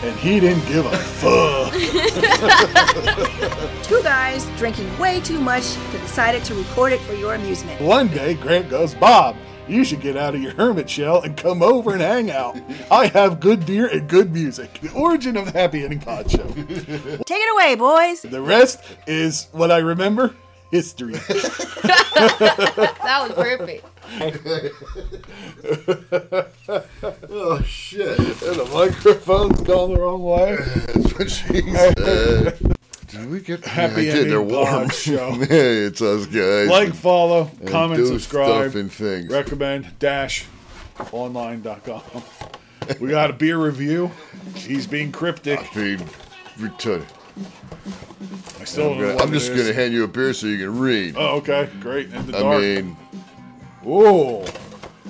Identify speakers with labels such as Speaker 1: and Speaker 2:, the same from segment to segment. Speaker 1: and he didn't give a fuck.
Speaker 2: Two guys drinking way too much that decided to record it for your amusement.
Speaker 1: One day, Grant goes, Bob, you should get out of your hermit shell and come over and hang out. I have good beer and good music. The origin of the Happy Ending Pod Show.
Speaker 2: Take it away, boys.
Speaker 1: The rest is what I remember history.
Speaker 3: That was perfect.
Speaker 4: Oh, shit.
Speaker 1: the microphone's gone the wrong way.
Speaker 4: Did we get
Speaker 1: Happy
Speaker 5: I did. They're
Speaker 1: Ending
Speaker 5: warm.
Speaker 1: Pod Show.
Speaker 5: hey, it's us guys.
Speaker 1: Like, follow, comment,
Speaker 5: do
Speaker 1: subscribe.
Speaker 5: stuff and things.
Speaker 1: recommend dash online.com. We got a beer review. He's being cryptic.
Speaker 5: Be retarded.
Speaker 1: I still
Speaker 5: I'm,
Speaker 1: don't know
Speaker 5: gonna-
Speaker 1: what
Speaker 5: I'm just
Speaker 1: it
Speaker 5: going to
Speaker 1: is.
Speaker 5: hand you a beer so you can read.
Speaker 1: Oh, okay, great. In the
Speaker 5: I
Speaker 1: dark.
Speaker 5: mean,
Speaker 1: oh,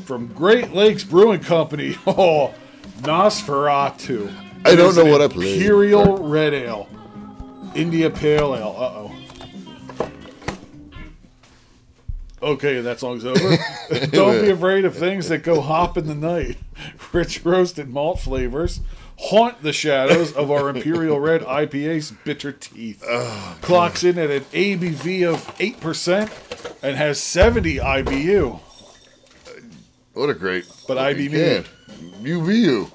Speaker 1: from Great Lakes Brewing Company. Oh, Nosferatu.
Speaker 5: I
Speaker 1: It
Speaker 5: don't
Speaker 1: is
Speaker 5: know
Speaker 1: an
Speaker 5: what I played.
Speaker 1: Imperial Red Ale, India Pale Ale. Uh oh. Okay, that song's over. Don't be afraid of things that go hop in the night. Rich roast and malt flavors haunt the shadows of our Imperial Red IPA's bitter teeth.
Speaker 5: Oh,
Speaker 1: Clocks in at an ABV of 8% and has 70 IBU.
Speaker 5: what a great.
Speaker 1: But I be me.
Speaker 5: can. You be you.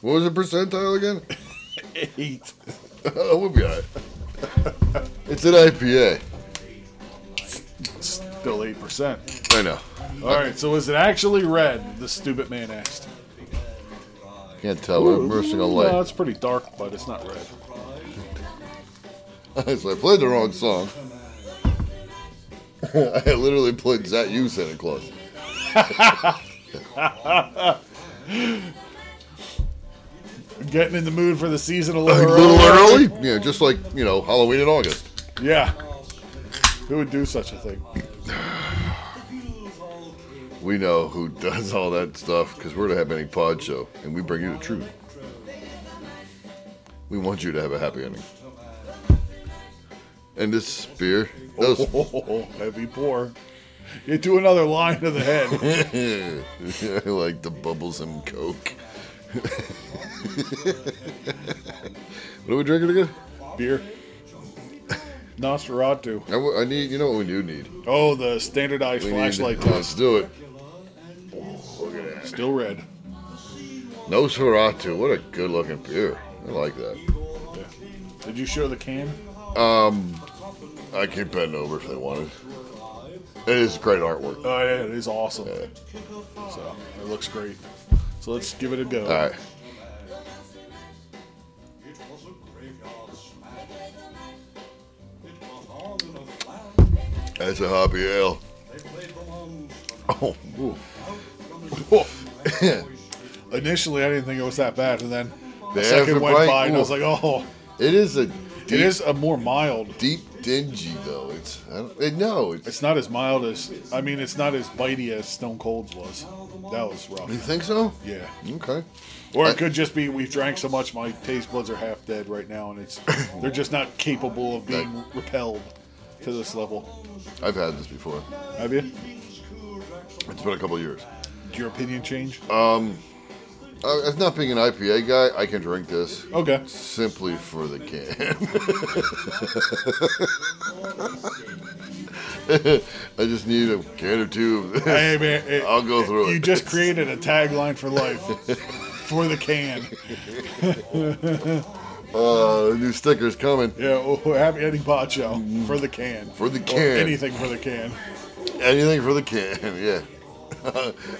Speaker 5: What was the percentile again? Uh,
Speaker 1: Eight.
Speaker 5: oh, we'll be all right. It's an IPA.
Speaker 1: Still 8%.
Speaker 5: I know.
Speaker 1: All right, so is it actually red? The stupid man asked.
Speaker 5: Can't tell. We're immersing a light.
Speaker 1: No, it's pretty dark, but it's not red.
Speaker 5: so I played the wrong song. I literally played Is That You, Santa Claus.
Speaker 1: Getting in the mood for the season a
Speaker 5: A
Speaker 1: little,
Speaker 5: little early? Yeah, just like, you know, Halloween in August.
Speaker 1: Yeah. Who would do such a thing?
Speaker 5: We know who does all that stuff because we're the Happy Ending Pod Show, and we bring you the truth. We want you to have a happy ending. And this beer, that was,
Speaker 1: Oh, heavy pour. You do another line to the head.
Speaker 5: I like the bubbles and Coke. what are we drinking again?
Speaker 1: Beer. Nosferatu.
Speaker 5: I, w- I need, you know what we do need?
Speaker 1: Oh, the standardized
Speaker 5: We
Speaker 1: flashlight
Speaker 5: need,
Speaker 1: test.
Speaker 5: let's do it.
Speaker 1: Still red.
Speaker 5: Nosferatu, what a good looking beer. I like that.
Speaker 1: Yeah. Did you show the can?
Speaker 5: I could bend over if they wanted. It is great artwork.
Speaker 1: Oh, yeah, it is awesome. So, it looks great. So, let's give it a go.
Speaker 5: All right. That's a hoppy ale. Oh,
Speaker 1: Whoa. Initially, I didn't think it was that bad, and then the
Speaker 5: The
Speaker 1: second went
Speaker 5: afterbite,
Speaker 1: by, and I
Speaker 5: ooh.
Speaker 1: was like, "Oh,
Speaker 5: it is a
Speaker 1: it
Speaker 5: deep,
Speaker 1: is a more mild.
Speaker 5: deep dingy though. It's I don't, eh, no, it's
Speaker 1: It's not as mild as I mean, it's not as bitey as Stone Cold's was. That was
Speaker 5: you
Speaker 1: rough.
Speaker 5: think so?
Speaker 1: Yeah,
Speaker 5: Okay.
Speaker 1: or
Speaker 5: Uh,
Speaker 1: it could just be we've drank so much, my taste buds are half dead right now, and it's they're just not capable of being repelled to this level.
Speaker 5: I've had this before.
Speaker 1: Have you?
Speaker 5: It's been a couple years.
Speaker 1: Did your opinion change?
Speaker 5: Uh, as not being an IPA guy, I can drink this
Speaker 1: okay.
Speaker 5: simply for the can. I just need a can or two of this.
Speaker 1: Hey man, it-
Speaker 5: I'll go through it.
Speaker 1: You just created a tagline for life, for the can.
Speaker 5: Uh, the new sticker's coming.
Speaker 1: Yeah, oh, happy ending pot show for the can.
Speaker 5: Mm-hmm. For the
Speaker 1: Or
Speaker 5: can.
Speaker 1: anything for the can.
Speaker 5: Anything for the can, yeah.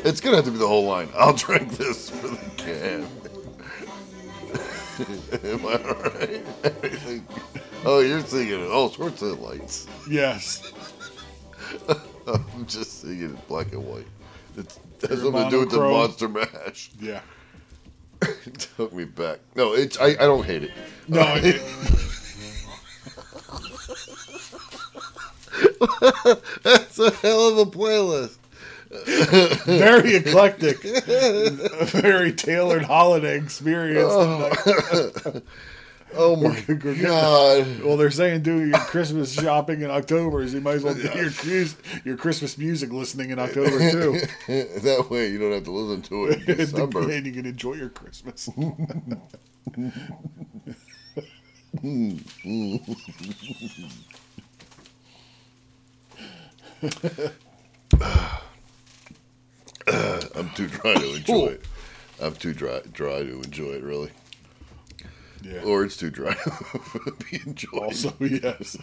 Speaker 5: it's gonna have to be the whole line. I'll drink this for the can. Am I alright? Anything- oh, you're thinking all sorts of lights.
Speaker 1: Yes.
Speaker 5: I'm just thinking black and white. It's, it has
Speaker 1: Your
Speaker 5: something to do with the
Speaker 1: monochrome.
Speaker 5: monster mash.
Speaker 1: Yeah.
Speaker 5: It took me back. No, it's I, I don't hate it.
Speaker 1: No, I,
Speaker 5: That's a hell of a playlist.
Speaker 1: very eclectic, very tailored holiday experience. tonight.
Speaker 5: Oh my god.
Speaker 1: Well, they're saying do your Christmas shopping in October, so you might as well do your cruise, your Christmas music listening in October too.
Speaker 5: that way you don't have to listen to it in December.
Speaker 1: and you can enjoy your Christmas.
Speaker 5: I'm too dry to enjoy it. I'm too dry dry to enjoy it really.
Speaker 1: Yeah.
Speaker 5: Or it's too dry to be enjoyed.
Speaker 1: also, yes.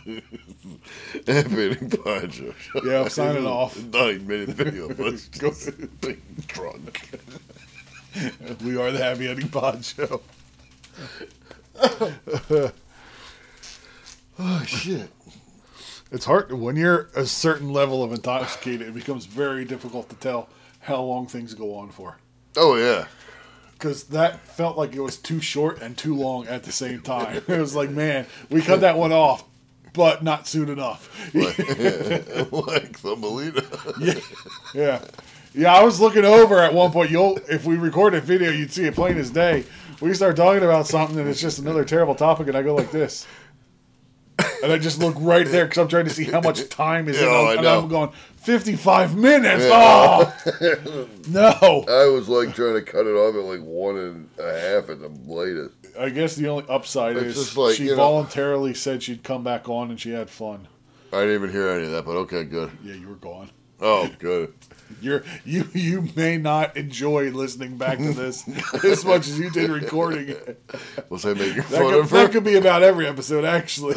Speaker 5: Epic Poncho.
Speaker 1: Yeah, I'm signing off.
Speaker 5: Nine minute video of us just being drunk.
Speaker 1: We are the Happy Ending Pod Show.
Speaker 5: Oh shit.
Speaker 1: It's hard when you're a certain level of intoxicated, it becomes very difficult to tell how long things go on for.
Speaker 5: Oh yeah.
Speaker 1: Because that felt like it was too short and too long at the same time. It was like, man, we cut that one off, but not soon enough.
Speaker 5: like the Melina.
Speaker 1: yeah. yeah. Yeah, I was looking over at one point. You'll if we recorded video, you'd see it plain as day. We start talking about something, and it's just another terrible topic, and I go like this, and I just look right there because I'm trying to see how much time is.
Speaker 5: Yeah, I
Speaker 1: in, and
Speaker 5: know.
Speaker 1: I'm going 55 minutes. Oh no!
Speaker 5: I was like trying to cut it off at like one and a half at the latest.
Speaker 1: I guess the only upside
Speaker 5: It's
Speaker 1: is
Speaker 5: just like,
Speaker 1: she
Speaker 5: you know-
Speaker 1: voluntarily said she'd come back on, and she had fun.
Speaker 5: I didn't even hear any of that, but okay, good.
Speaker 1: Yeah, you were gone.
Speaker 5: Oh, good.
Speaker 1: You're you you may not enjoy listening back to this as much as you did recording it.
Speaker 5: Was I making
Speaker 1: That
Speaker 5: fun
Speaker 1: could,
Speaker 5: of her?
Speaker 1: that could be about every episode, actually.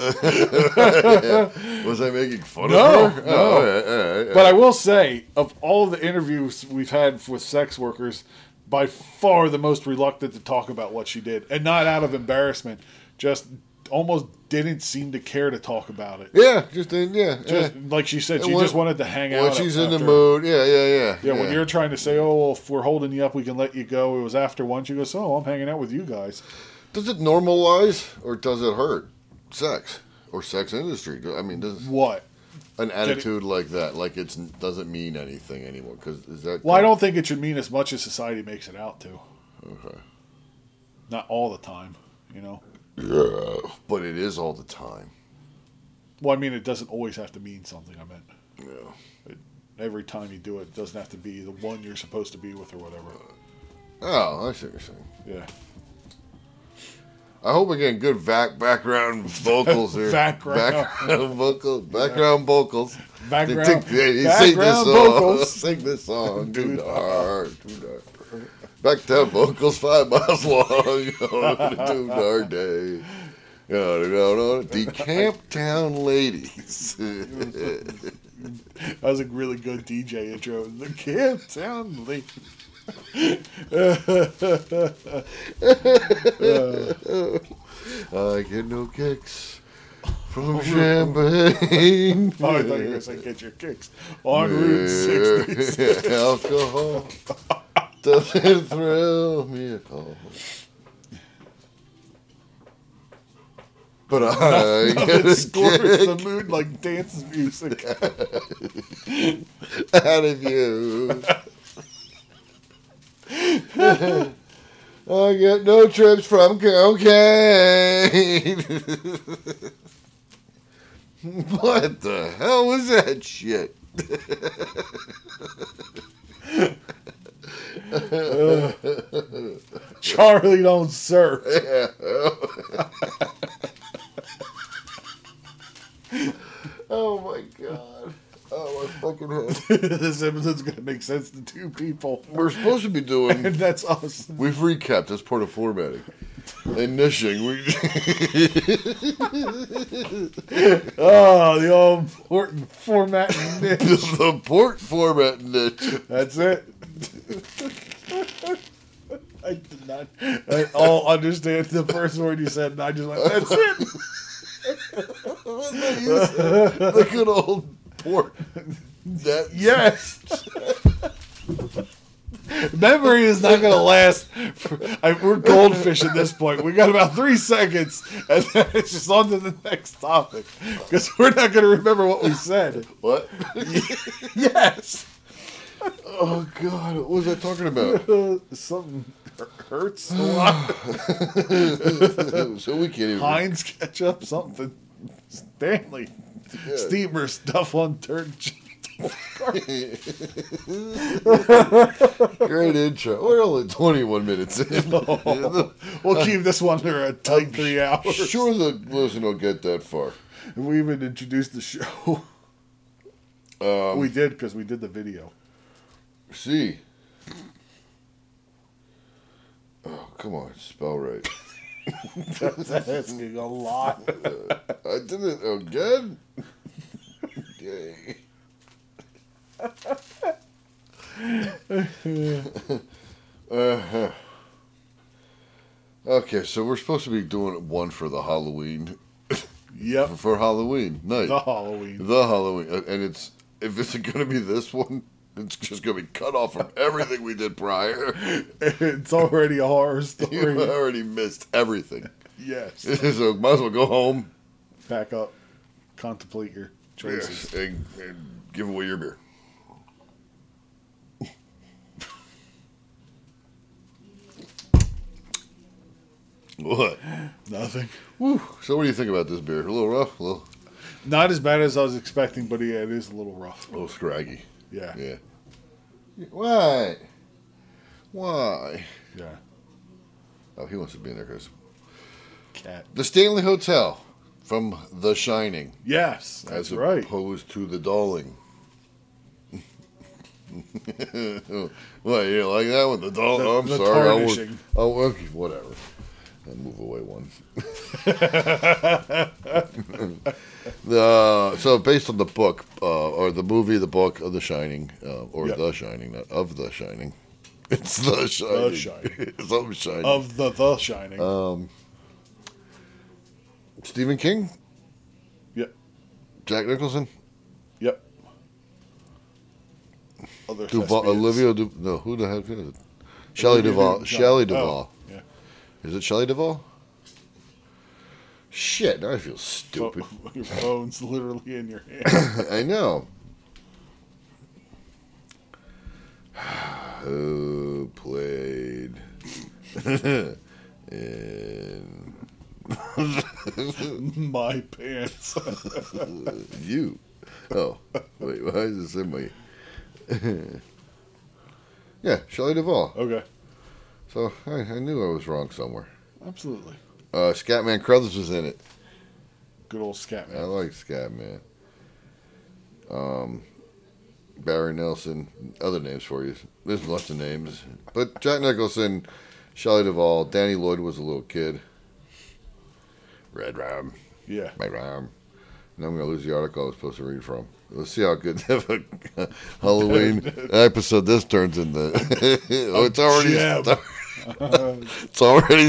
Speaker 5: Was I making fun
Speaker 1: No,
Speaker 5: of her? Oh,
Speaker 1: no. uh,
Speaker 5: all right, all right, all
Speaker 1: But I will say, of all the interviews we've had with sex workers, by far the most reluctant to talk about what she did, and not out of embarrassment, just almost didn't seem to care to talk about it.
Speaker 5: yeah, just in, yeah.
Speaker 1: Just,
Speaker 5: yeah.
Speaker 1: like she said,
Speaker 5: And
Speaker 1: she
Speaker 5: when-
Speaker 1: just wanted to hang out.
Speaker 5: When she's in the
Speaker 1: after-
Speaker 5: mood, yeah, yeah, yeah.
Speaker 1: Yeah, when you're trying to say, "Oh, well, if we're holding you up, we can let you go," it was after one. She goes, "Oh, I'm hanging out with you guys."
Speaker 5: does it normalize or does it hurt sex or sex industry? Do- I mean, does
Speaker 1: What?
Speaker 5: an attitude like that, like it's doesn't mean anything anymore? Because is that
Speaker 1: Well, I don't think it should mean as much as society makes it out to.
Speaker 5: Okay.
Speaker 1: Not all the time, you know.
Speaker 5: Yeah, but it is all the time.
Speaker 1: Well, I mean, it doesn't always have to mean something. I meant
Speaker 5: Yeah.
Speaker 1: every time you do it, it doesn't have to be the one you're supposed to be with or whatever.
Speaker 5: Oh, I see what you're saying.
Speaker 1: Yeah,
Speaker 5: I hope we're getting good vac- background vocals here.
Speaker 1: Background.
Speaker 5: background vocals, background vocals.
Speaker 1: Background-
Speaker 5: They take- they sing this
Speaker 1: background
Speaker 5: song.
Speaker 1: vocals.
Speaker 5: Sing this song. Too dark, too dark. Background vocals five miles long. on a too dark day. No, no, no. Decamp Town ladies.
Speaker 1: that was a really good DJ intro. The Camp Town Lady.
Speaker 5: I get no kicks from champagne.
Speaker 1: Oh, I thought you were gonna say "Get Your Kicks" on Route 60.
Speaker 5: Yeah, Alcohol doesn't thrill me at all. But I get
Speaker 1: It
Speaker 5: a
Speaker 1: scores the
Speaker 5: kick
Speaker 1: mood like dance music.
Speaker 5: out of you. I get no trips from cocaine. what the hell was that shit?
Speaker 1: Charlie don't surf.
Speaker 5: Oh my god. Oh my fucking head.
Speaker 1: this episode's gonna make sense to two people,
Speaker 5: We're supposed to be doing
Speaker 1: and that's us.
Speaker 5: We've recapped. That's part of formatting. And nishing. We,
Speaker 1: Oh, the all important format niche.
Speaker 5: the port format niche.
Speaker 1: That's it. I did not at all understand the first word you said, and I just went, that's it.
Speaker 5: The good old port. That,
Speaker 1: Yes. Memory is not going to last. For, I, we're goldfish at this point. We got about three seconds, and then it's just on to the next topic because we're not going to remember what we said.
Speaker 5: What?
Speaker 1: Yes,
Speaker 5: Oh God, what was I talking about?
Speaker 1: something hur- hurts a lot.
Speaker 5: so we can't even.
Speaker 1: Heinz ketchup, something. Stanley,
Speaker 5: Yeah.
Speaker 1: steamer stuff on turd.
Speaker 5: Great intro. We're only 21 minutes in.
Speaker 1: We'll keep this one under a tight three hours.
Speaker 5: sure, the listener will get that far.
Speaker 1: And we even introduced the show. Um, we did because we did the video.
Speaker 5: See. Oh, come on, spell right.
Speaker 1: That's asking a lot.
Speaker 5: I did it again. Yay. Uh-huh. Okay, so we're supposed to be doing one for the Halloween,
Speaker 1: Yep.
Speaker 5: for Halloween night.
Speaker 1: The Halloween.
Speaker 5: The Halloween, uh, and it's if it's gonna be this one, it's just gonna be cut off from everything we did prior.
Speaker 1: It's already a horror
Speaker 5: You
Speaker 1: story.
Speaker 5: already missed everything,
Speaker 1: yes.
Speaker 5: so might as well go home
Speaker 1: Back up. Contemplate your choices.
Speaker 5: yes, and, and give away your beer. What?
Speaker 1: Nothing.
Speaker 5: So, what do you think about this beer? A little rough, a little,
Speaker 1: Not as bad as I was expecting, but yeah, it is a little rough.
Speaker 5: a little scraggy.
Speaker 1: Yeah. Yeah.
Speaker 5: Yeah. Why? Why? Oh, he wants to be in there because
Speaker 1: Cat.
Speaker 5: the Stanley Hotel from The Shining,
Speaker 1: Yes. That's
Speaker 5: as
Speaker 1: right.
Speaker 5: opposed to The Darling. well, you like that one? The Darling.
Speaker 1: The-
Speaker 5: I'm
Speaker 1: the
Speaker 5: sorry. I was-
Speaker 1: tarnishing.
Speaker 5: oh, okay, whatever. I'll move away one. The- so based on the book uh, or the movie, the book of The Shining, uh, or
Speaker 1: Yep.
Speaker 5: The Shining, not of The Shining. It's The Shining.
Speaker 1: Shining. Um,
Speaker 5: it's of Shining.
Speaker 1: of the The Shining.
Speaker 5: Stephen King,
Speaker 1: yep.
Speaker 5: Jack Nicholson,
Speaker 1: Yep. Other
Speaker 5: Duval,
Speaker 1: thespians.
Speaker 5: Olivia. Du- no, who the heck is it? Shelley Duvall.
Speaker 1: Newton-John.
Speaker 5: Shelley Duvall.
Speaker 1: Oh, yeah.
Speaker 5: Is it Shelley Duvall? Shit, now I feel stupid.
Speaker 1: Pho- your phone's literally in your hand.
Speaker 5: I know. Who played in
Speaker 1: My pants.
Speaker 5: you? Oh, wait, why is this in my? yeah, Shelley Duvall.
Speaker 1: okay.
Speaker 5: So I, I knew I was wrong somewhere.
Speaker 1: Absolutely.
Speaker 5: Uh, Scatman Crothers was in it.
Speaker 1: Good old Scatman.
Speaker 5: I like Scatman. Um, Barry Nelson, other names for you. There's lots of names, but Jack Nicholson, Shelley Duvall, Danny Lloyd was a little kid. Red Ram,
Speaker 1: yeah.
Speaker 5: Red Ram. Now I'm gonna lose the article I was supposed to read from. Let's see how good of a Halloween episode this turns into. oh, it's already
Speaker 1: gem.
Speaker 5: start- it's already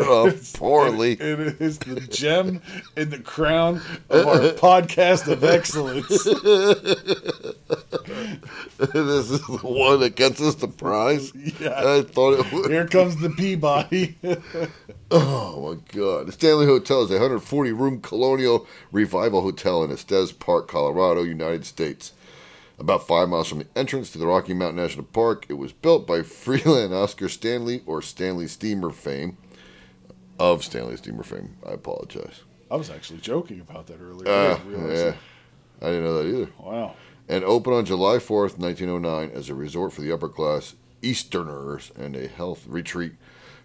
Speaker 5: off poorly.
Speaker 1: It is the gem in the crown of our podcast of excellence.
Speaker 5: this is the one that gets us the prize.
Speaker 1: Yeah.
Speaker 5: I thought it would.
Speaker 1: Here comes the Peabody.
Speaker 5: Oh my God! The Stanley Hotel is a 140-room colonial revival hotel in Estes Park, Colorado, United States. About five miles from the entrance to the Rocky Mountain National Park, it was built by Freeland Oscar Stanley, or Stanley Steamer fame, of Stanley Steamer fame. I apologize.
Speaker 1: I was actually joking about that earlier. I
Speaker 5: Uh,
Speaker 1: didn't realize
Speaker 5: yeah,
Speaker 1: it.
Speaker 5: I didn't know that either.
Speaker 1: Wow.
Speaker 5: and opened on July 4th, 1909, as a resort for the upper class Easterners and a health retreat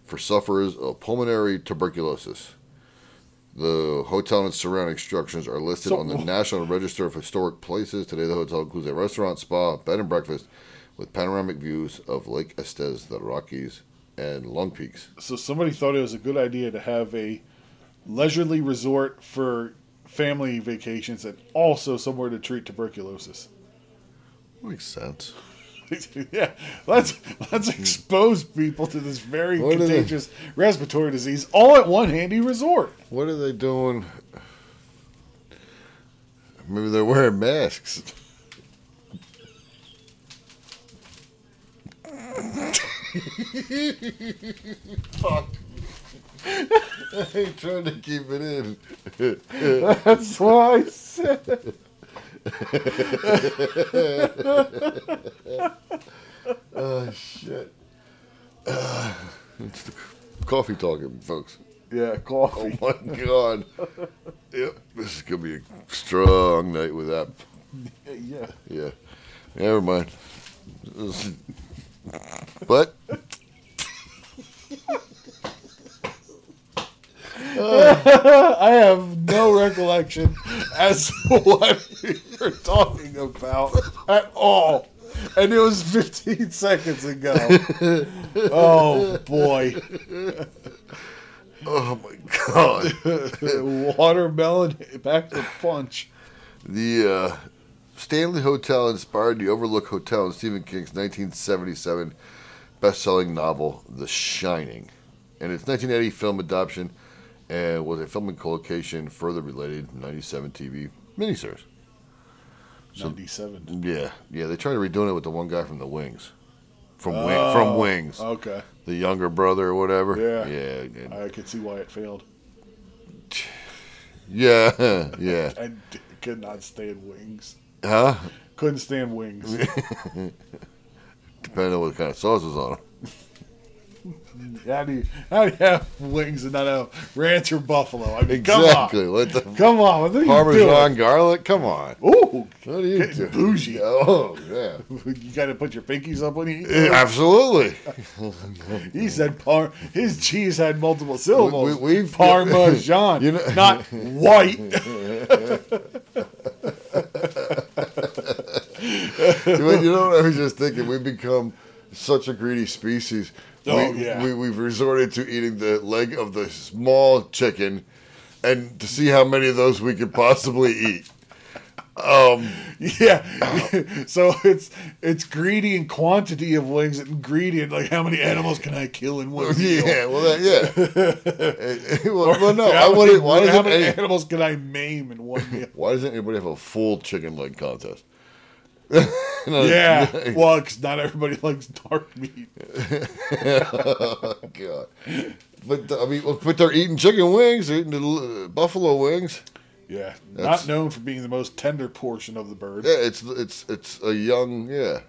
Speaker 5: for sufferers of pulmonary tuberculosis. The hotel and its surrounding structures are listed
Speaker 1: So-
Speaker 5: on the National Register of Historic Places. Today, the hotel includes a restaurant, spa, bed and breakfast with panoramic views of Lake Estes, the Rockies, and Long Peaks.
Speaker 1: So somebody thought it was a good idea to have a leisurely resort for family vacations and also somewhere to treat tuberculosis.
Speaker 5: Makes sense.
Speaker 1: yeah, let's let's expose people to this very
Speaker 5: What are they-
Speaker 1: contagious respiratory disease all at one handy resort.
Speaker 5: What are they doing? Maybe they're wearing masks. Fuck. I ain't trying to keep it in.
Speaker 1: That's why I said it.
Speaker 5: Oh, shit. Ah, it's the coffee talking, folks.
Speaker 1: Yeah,
Speaker 5: Oh,
Speaker 1: coffee.
Speaker 5: my God. Yep, this is going to be a strong night with that.
Speaker 1: Yeah.
Speaker 5: Yeah. Never mind. This- But.
Speaker 1: I have no recollection as to what we were talking about at all. And it was 15 seconds ago. Oh, boy.
Speaker 5: Oh my god.
Speaker 1: Watermelon back to punch.
Speaker 5: the uh, Stanley Hotel inspired the Overlook Hotel in Stephen King's 1977 best-selling novel The Shining. And its 1980 film adoption and was a film and co-location further related 97 TV miniseries.
Speaker 1: 97.
Speaker 5: Yeah, yeah, they tried redoing it with the one guy from The Wings. From Wing, from Wings.
Speaker 1: Okay.
Speaker 5: The younger brother or whatever.
Speaker 1: Yeah.
Speaker 5: Yeah. and-
Speaker 1: I could see why it failed.
Speaker 5: Yeah. yeah.
Speaker 1: I d- could not stand wings.
Speaker 5: Huh?
Speaker 1: Couldn't stand wings.
Speaker 5: Depending on what kind of sauce is on 'em.
Speaker 1: How do you, how do you have wings and not have ranch or buffalo? I mean,
Speaker 5: Exactly. Let the
Speaker 1: come on. Come on. What are you
Speaker 5: Parmesan garlic. Come on.
Speaker 1: doing? Ooh,
Speaker 5: What are you
Speaker 1: Getting
Speaker 5: doing?
Speaker 1: bougie.
Speaker 5: Oh yeah.
Speaker 1: you got to put your pinkies up when you eat.
Speaker 5: Eh, Absolutely.
Speaker 1: He said par- his cheese had multiple syllables.
Speaker 5: We- we've-
Speaker 1: Parmesan,
Speaker 5: You know-
Speaker 1: not white.
Speaker 5: you know you know what I was just thinking? We've become such a greedy species.
Speaker 1: Oh,
Speaker 5: we,
Speaker 1: yeah.
Speaker 5: we, we've resorted to eating the leg of the small chicken, and to see how many of those we could possibly eat.
Speaker 1: yeah. so it's it's greedy in quantity of wings and greedy in like how many animals can I kill in one meal?
Speaker 5: Yeah, well, that, yeah. Eh, eh, well, well, no,
Speaker 1: How
Speaker 5: I
Speaker 1: many,
Speaker 5: wouldn't. Why
Speaker 1: how
Speaker 5: doesn't,
Speaker 1: many
Speaker 5: any,
Speaker 1: animals can I maim in one meal?
Speaker 5: why doesn't anybody have a full chicken leg contest?
Speaker 1: yeah. Well, 'cause not everybody likes dark meat.
Speaker 5: God. But I mean, well, but they're eating chicken wings, they're eating the l- buffalo wings.
Speaker 1: Yeah. not
Speaker 5: That's-
Speaker 1: known for being the most tender portion of the bird.
Speaker 5: Yeah, it's it's it's a young yeah.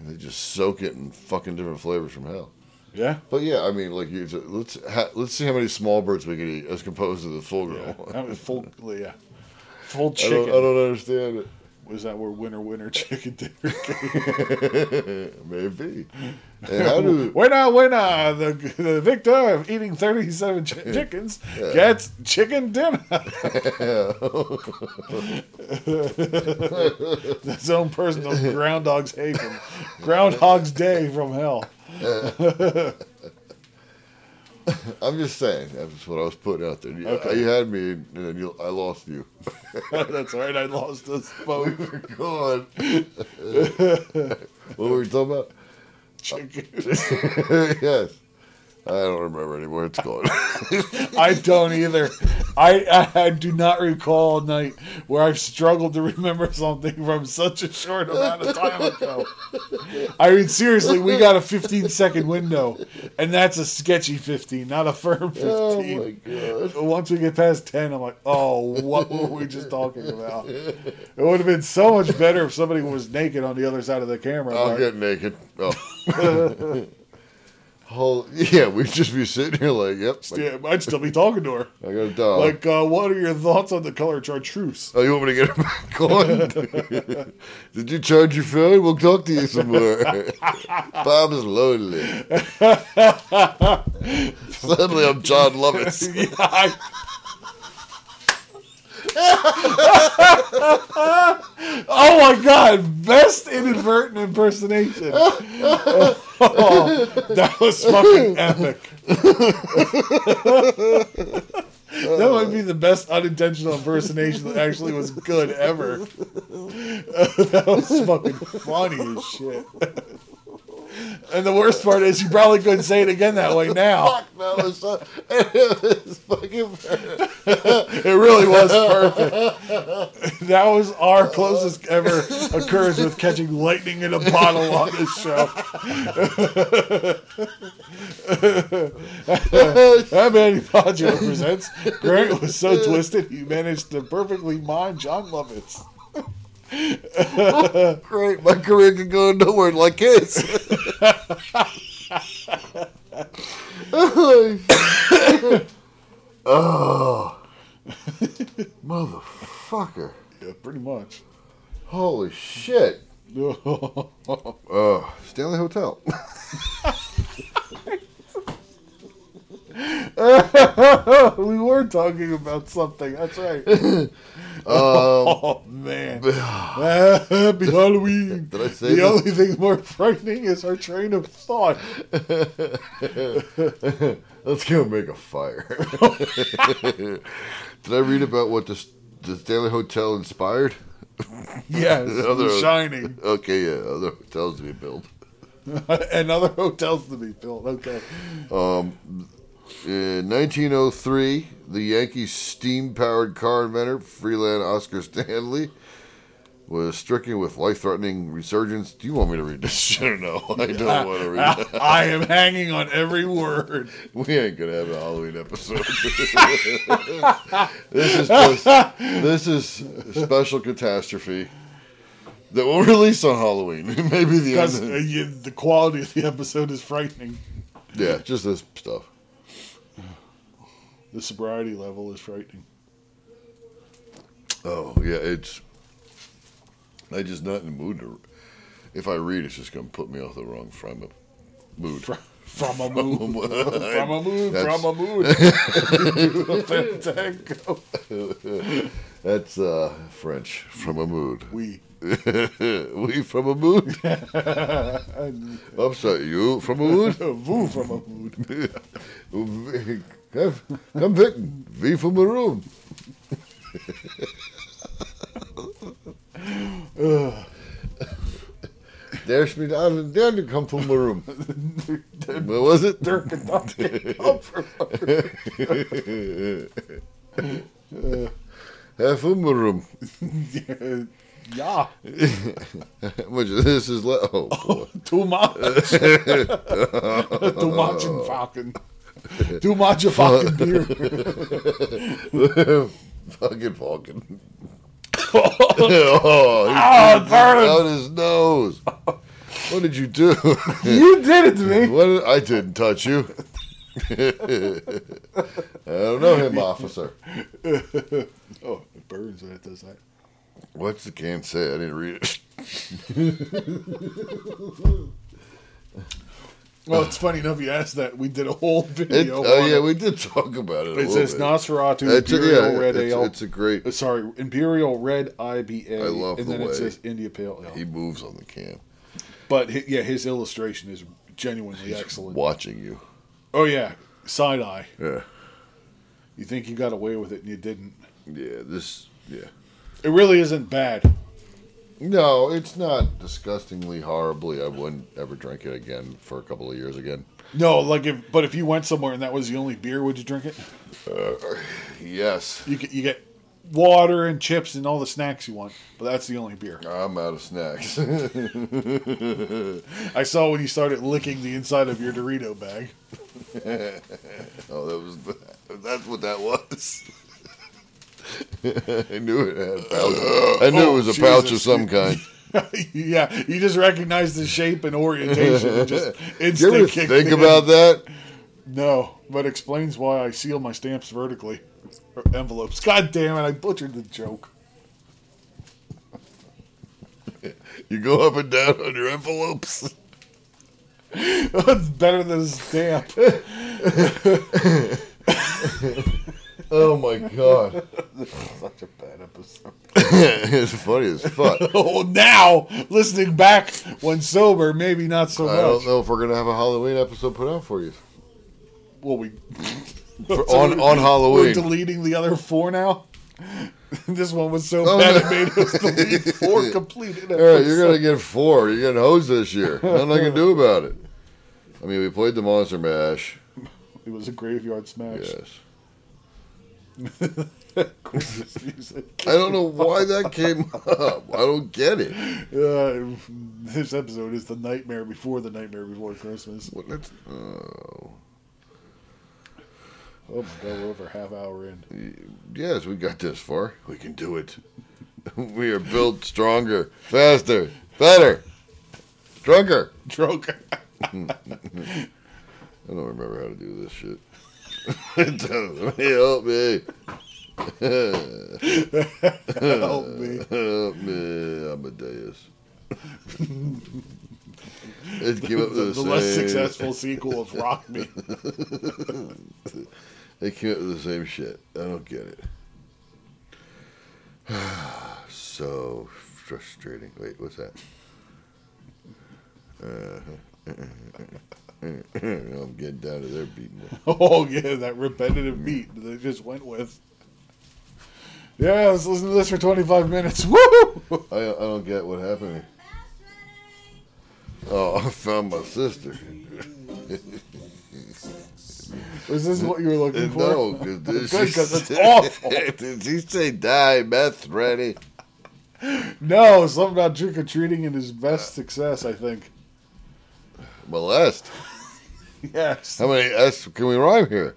Speaker 5: And they just soak it in fucking different flavors from hell.
Speaker 1: Yeah.
Speaker 5: But yeah, I mean, like you said, let's ha- let's see how many small birds we can eat as opposed to the full grown
Speaker 1: Yeah.
Speaker 5: one.
Speaker 1: That was full yeah. Full
Speaker 5: I
Speaker 1: chicken.
Speaker 5: don't, I don't understand it.
Speaker 1: Was that where winner winner chicken dinner came?
Speaker 5: Maybe. And how do
Speaker 1: winner winner the, the victor of eating 37 chi- chickens gets chicken dinner. His own personal groundhog's hay from groundhog's day from hell.
Speaker 5: I'm just saying that's what I was putting out there. You,
Speaker 1: Okay.
Speaker 5: you had me, and then you, I lost you.
Speaker 1: That's right. I lost this
Speaker 5: we
Speaker 1: boat
Speaker 5: were gone. what were we talking about?
Speaker 1: chicken.
Speaker 5: yes. I don't remember anymore. It's gone.
Speaker 1: I don't either. I, I I do not recall a night where I've struggled to remember something from such a short amount of time ago. I mean, seriously, we got a 15 second window, and that's a sketchy 15, not a firm 15.
Speaker 5: oh my god.
Speaker 1: But Once we get past 10, I'm like, oh, what were we just talking about? It would have been so much better if somebody was naked on the other side of the camera.
Speaker 5: I'll
Speaker 1: but-
Speaker 5: get naked. Oh. Whole, yeah, we'd just be sitting here like, yep,
Speaker 1: yeah, I'd still be talking to her.
Speaker 5: I got a dog.
Speaker 1: Like, uh, what are your thoughts on the color chartreuse?
Speaker 5: oh, you want me to get her back on? Did you charge your phone? We'll talk to you some more. Bob's lonely. Suddenly I'm John Lovitz.
Speaker 1: Yeah, I- oh my god, best inadvertent impersonation. Oh, that was fucking epic. that might be the best unintentional impersonation that actually was good ever. that was fucking funny as shit. And the worst part is, you probably couldn't say it again that way now.
Speaker 5: Fuck, that was, so- it was fucking perfect.
Speaker 1: It really was perfect. That was our closest ever occurrence with catching lightning in a bottle on this show. That Manny Poggio presents. Grant was so twisted, he managed to perfectly mime John Lovitz.
Speaker 5: Great, my career could go nowhere like his. oh, motherfucker!
Speaker 1: Yeah, pretty much.
Speaker 5: Holy shit! Uh, Stanley Hotel.
Speaker 1: we were talking about something. That's right.
Speaker 5: Um,
Speaker 1: oh man! Happy Halloween!
Speaker 5: Did I say
Speaker 1: the
Speaker 5: that?
Speaker 1: only thing more frightening is our train of thought.
Speaker 5: Let's go make a fire. Did I read about what the, the Stanley Hotel inspired?
Speaker 1: Yes,
Speaker 5: Other-
Speaker 1: The Shining,
Speaker 5: Okay, yeah, other hotels to be built.
Speaker 1: and other hotels to be built. Okay,
Speaker 5: In 1903, the Yankees' steam-powered car inventor, Freeland Oscar Stanley, was stricken with life-threatening resurgence. Do you want me to read this shit or no? I don't want to read
Speaker 1: I,
Speaker 5: that.
Speaker 1: I am hanging on every word.
Speaker 5: We ain't gonna have a Halloween episode. this is just, this is special catastrophe that we'll release on Halloween. Maybe the
Speaker 1: Because
Speaker 5: end.
Speaker 1: uh, you, the quality of the episode is frightening.
Speaker 5: yeah, just this stuff.
Speaker 1: The sobriety level is frightening.
Speaker 5: Oh yeah, it's. I just not in the mood to. If I read, it's just gonna put me off the wrong frame of mood.
Speaker 1: From a moon, from a moon,
Speaker 5: That's-
Speaker 1: from a moon. Fandango.
Speaker 5: That's uh, French from a mood.
Speaker 1: We
Speaker 5: we from a mood. Upset you from a mood.
Speaker 1: Vu from a mood.
Speaker 5: Come, come pick V from the room. There's me down and down to come from the room. what was it?
Speaker 1: Dirk and Dante come from a-
Speaker 5: Half from the room.
Speaker 1: Yeah,
Speaker 5: Which this is le- oh boy.
Speaker 1: too much. too much and fucking. Too much of fucking beer. Oh.
Speaker 5: fucking Falcon. oh, he
Speaker 1: Oh,
Speaker 5: out
Speaker 1: Vernon,
Speaker 5: his nose. What did you do?
Speaker 1: you did it to me.
Speaker 5: what did- I didn't touch you. I don't know him, officer.
Speaker 1: Oh, it burns when it does that.
Speaker 5: What's the can say? I didn't read it.
Speaker 1: Well, it's funny enough you asked that. We did a whole
Speaker 5: It-
Speaker 1: video.
Speaker 5: oh
Speaker 1: on
Speaker 5: yeah,
Speaker 1: it.
Speaker 5: we did talk about it. a
Speaker 1: it
Speaker 5: little
Speaker 1: says
Speaker 5: bit.
Speaker 1: Nosferatu
Speaker 5: It's a-
Speaker 1: Imperial
Speaker 5: yeah,
Speaker 1: Red
Speaker 5: it's-
Speaker 1: Ale.
Speaker 5: it's a great-
Speaker 1: uh, sorry, Imperial Red IBA.
Speaker 5: I love
Speaker 1: and
Speaker 5: the
Speaker 1: then
Speaker 5: way
Speaker 1: it says India Pale Ale.
Speaker 5: He moves on the can,
Speaker 1: but hi- yeah, his illustration is genuinely excellent.
Speaker 5: watching you.
Speaker 1: Oh yeah, side eye.
Speaker 5: Yeah,
Speaker 1: You think you got away with it and you didn't.
Speaker 5: yeah. This, yeah.
Speaker 1: It really isn't bad.
Speaker 5: No, it's not disgustingly horribly. I wouldn't ever drink it again for a couple of years again.
Speaker 1: No, like if but if you went somewhere and that was the only beer, would you drink it?
Speaker 5: Yes,
Speaker 1: You get you get water and chips and all the snacks you want, but that's the only beer.
Speaker 5: I'm out of snacks.
Speaker 1: I saw when you started licking the inside of your Dorito bag.
Speaker 5: Oh, that was that's what that was. I knew it had a pouch. I knew
Speaker 1: Oh,
Speaker 5: it was a pouch of
Speaker 1: Jesus.
Speaker 5: some kind.
Speaker 1: yeah, you just recognize the shape and orientation and just
Speaker 5: Did you
Speaker 1: instant
Speaker 5: ever
Speaker 1: kick.
Speaker 5: think
Speaker 1: in.
Speaker 5: about that?
Speaker 1: No, but explains why I seal my stamps vertically. Or envelopes. God damn it, I butchered the joke.
Speaker 5: You go up and down on your envelopes.
Speaker 1: That's better than a stamp.
Speaker 5: Oh my god,
Speaker 1: Such a bad episode.
Speaker 5: it's funny as fuck. I
Speaker 1: Oh, now listening back when sober, maybe not so
Speaker 5: don't
Speaker 1: much.
Speaker 5: know if we're gonna have a Halloween episode put out for you
Speaker 1: Well, we
Speaker 5: For- on on
Speaker 1: we're
Speaker 5: Halloween.
Speaker 1: deleting the other four now. this one was so
Speaker 5: Oh,
Speaker 1: bad
Speaker 5: no.
Speaker 1: it made us delete four completed.
Speaker 5: All right, you're gonna get four. You're gonna hose this year. Nothing I can do about it. I mean, we played the Monster Mash.
Speaker 1: It was a graveyard smash.
Speaker 5: Yes.
Speaker 1: Christmas music.
Speaker 5: I don't know why that came up. I don't get it.
Speaker 1: Uh, this episode is the nightmare before the nightmare before Christmas.
Speaker 5: What, let's, oh.
Speaker 1: Oh my god, we're over half hour in.
Speaker 5: Yes, we got this far. We can do it. we are built stronger, faster, better, drunker.
Speaker 1: Drunk.
Speaker 5: I don't remember how to do this shit. Help me.
Speaker 1: Help
Speaker 5: Uh,
Speaker 1: me.
Speaker 5: Help me, Amadeus. They'd give up
Speaker 1: The,
Speaker 5: the,
Speaker 1: the less
Speaker 5: same-
Speaker 1: successful sequel of Rock Me.
Speaker 5: They came up with the same shit. I don't get it. so frustrating. Wait, what's that? Uh, Uh-huh. I'm getting down to their beating.
Speaker 1: Oh yeah, that repetitive beat that they just went with. Yeah, let's listen to this for 25 minutes. Woo!
Speaker 5: I, I don't get what happened here. Oh, I found my sister.
Speaker 1: Was this what you were looking for?
Speaker 5: No, because
Speaker 1: Good, 'cause it's awful.
Speaker 5: Did he say die, meth, ready?
Speaker 1: No, something about trick or treating and his best success, I think.
Speaker 5: Molest.
Speaker 1: Yes.
Speaker 5: How many S can we rhyme here?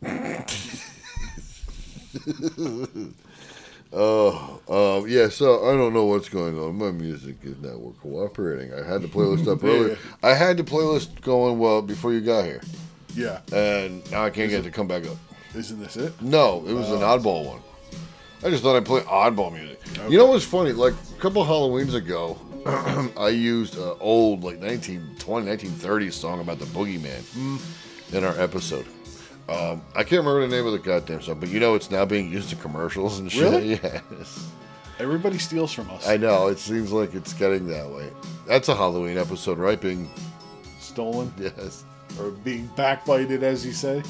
Speaker 5: Oh, um, yeah. So I don't know what's going on. My music is not we're cooperating. I had the playlist up earlier. I had the playlist going well before you got here,
Speaker 1: Yeah.
Speaker 5: and now I can't get it to come back up.
Speaker 1: Isn't this it?
Speaker 5: No, it was an
Speaker 1: Oh.
Speaker 5: oddball one. I just thought I'd play oddball music. You know what's funny? Like a couple Halloweens ago, I used an old, like 1920, 1930s song about the boogeyman
Speaker 1: Hmm.
Speaker 5: in our episode. Um, I can't remember the name of the goddamn song, but you know it's now being used in commercials and shit.
Speaker 1: Really?
Speaker 5: Yes.
Speaker 1: Everybody steals from us.
Speaker 5: I know. It seems like it's getting that way. That's a Halloween episode, right? Being,
Speaker 1: Stolen
Speaker 5: yes.
Speaker 1: or being backbited, as you say,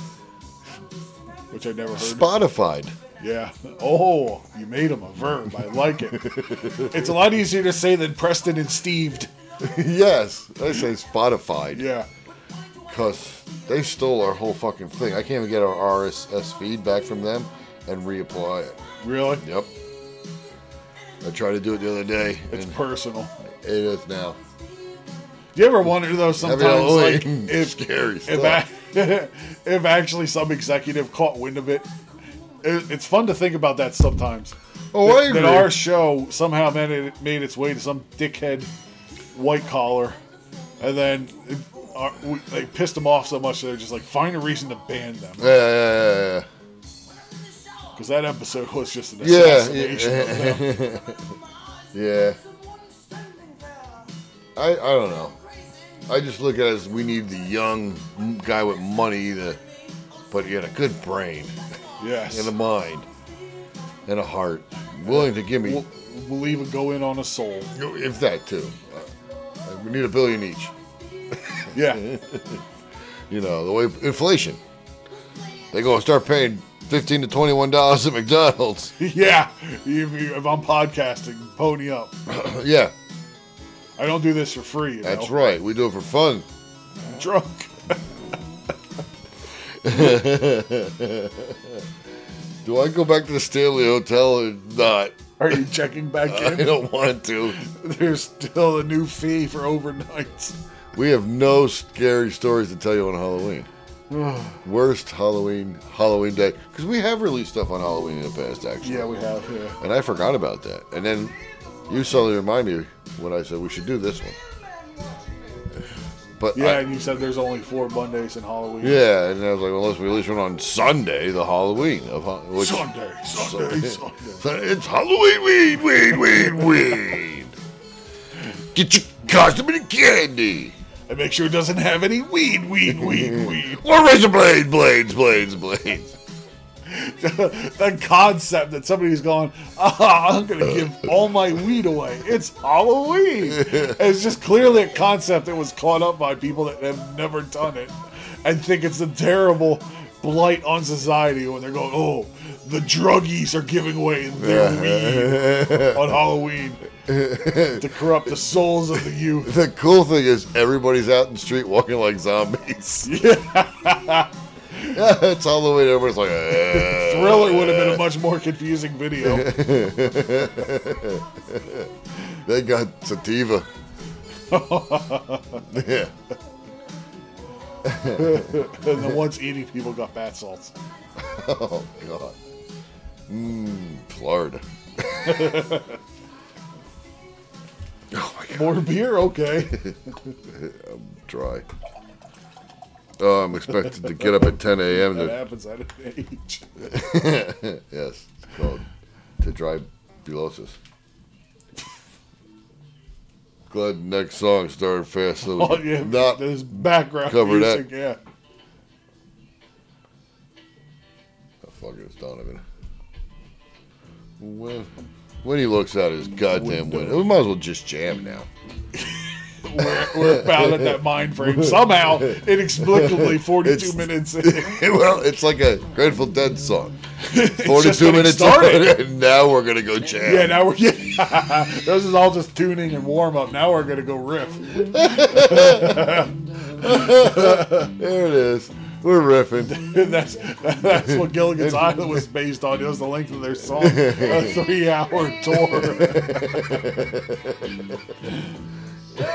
Speaker 1: which I never heard.
Speaker 5: Spotified.
Speaker 1: Yeah. Oh, you made him a verb. I like it. it's a lot easier to say than Preston and Steved.
Speaker 5: yes. I say Spotified.
Speaker 1: Yeah.
Speaker 5: because they stole our whole fucking thing. I can't even get our RSS feed back from them and reapply it.
Speaker 1: Really?
Speaker 5: Yep. I tried to do it the other day.
Speaker 1: It's
Speaker 5: and
Speaker 1: personal.
Speaker 5: it is now.
Speaker 1: You ever wonder though? Sometimes, like,
Speaker 5: Halloween.
Speaker 1: if
Speaker 5: Scary
Speaker 1: if,
Speaker 5: stuff.
Speaker 1: ac- if actually some executive caught wind of it, it, it's fun to think about that sometimes.
Speaker 5: Oh,
Speaker 1: that,
Speaker 5: I
Speaker 1: that
Speaker 5: agree.
Speaker 1: our show somehow made it made its way to some dickhead white collar, and then it, our, we, they pissed them off so much they're just like, find a reason to ban them
Speaker 5: Yeah, yeah,
Speaker 1: because that episode was just an
Speaker 5: Yeah,
Speaker 1: assassination. of them.
Speaker 5: yeah, yeah, yeah. I, I don't know. I just look at it as we need the young guy with money to, but he had a good brain
Speaker 1: Yes.
Speaker 5: and a mind and a heart, willing to give me
Speaker 1: we'll, we'll even go in on a soul.
Speaker 5: If that too, Uh, we need a billion each.
Speaker 1: Yeah.
Speaker 5: You know the way inflation. They gonna start paying fifteen to twenty one dollars at McDonald's.
Speaker 1: yeah. If, you- if I'm podcasting, pony up.
Speaker 5: yeah,
Speaker 1: I don't do this for free. You know?
Speaker 5: that's right. We do it for fun.
Speaker 1: Drunk.
Speaker 5: Do I go back to the Stanley Hotel or not?
Speaker 1: Are you checking back
Speaker 5: I
Speaker 1: in?
Speaker 5: don't want to.
Speaker 1: There's still a new fee for overnights.
Speaker 5: We have no scary stories to tell you on Halloween. Worst Halloween Halloween day because we have released stuff on Halloween in the past actually.
Speaker 1: Yeah, we have. Yeah.
Speaker 5: And I forgot about that. And then you suddenly remind me when I said we should do this one. But
Speaker 1: Yeah,
Speaker 5: I-
Speaker 1: and you said there's only four Mondays in Halloween.
Speaker 5: yeah, and I was like, unless we release one on Sunday, the Halloween of Ha- which,
Speaker 1: Sunday, Sunday, Sunday.
Speaker 5: So it's Halloween weed, weed, weed, weed. Get your costume and candy.
Speaker 1: And make sure it doesn't have any weed, weed, weed, weed.
Speaker 5: Or razor blades, blades, blades, blades.
Speaker 1: the concept that somebody's going, ah, I'm going to give all my weed away. It's Halloween. it's just clearly a concept that was caught up by people that have never done it and think it's a terrible blight on society when they're going, oh, the druggies are giving away their weed on Halloween. to corrupt the souls of the youth.
Speaker 5: The cool thing is everybody's out in the street walking like zombies. Yeah. it's Halloween. Everybody's like, eh.
Speaker 1: Thriller would have been a much more confusing video.
Speaker 5: they got sativa. yeah.
Speaker 1: and the ones eating people got bath salts.
Speaker 5: Oh God. Mmm, Florida. oh my God,
Speaker 1: More beer, okay.
Speaker 5: dry. Oh, I'm expected to get up at 10 a.m.
Speaker 1: That
Speaker 5: to
Speaker 1: happens at an age.
Speaker 5: yes, it's called to dry bulosis. Glad the next song started fast, so we
Speaker 1: Oh
Speaker 5: could
Speaker 1: yeah,
Speaker 5: not
Speaker 1: this background
Speaker 5: cover that.
Speaker 1: music. Yeah.
Speaker 5: The Oh, fuck is Donovan? When, when he looks out his goddamn window. we might as well just jam now.
Speaker 1: We're, we're about at that mind frame somehow, inexplicably. Forty-two
Speaker 5: It's-
Speaker 1: minutes. In.
Speaker 5: well, it's like a Grateful Dead song.
Speaker 1: just
Speaker 5: Forty-two
Speaker 1: getting
Speaker 5: minutes
Speaker 1: started.
Speaker 5: and now we're gonna go jam.
Speaker 1: Yeah, now we're yeah. this is all just tuning and warm up. Now we're gonna go riff.
Speaker 5: there it is. We're riffing.
Speaker 1: that's that's what Gilligan's Island was based on. It was the length of their song, a three-hour tour.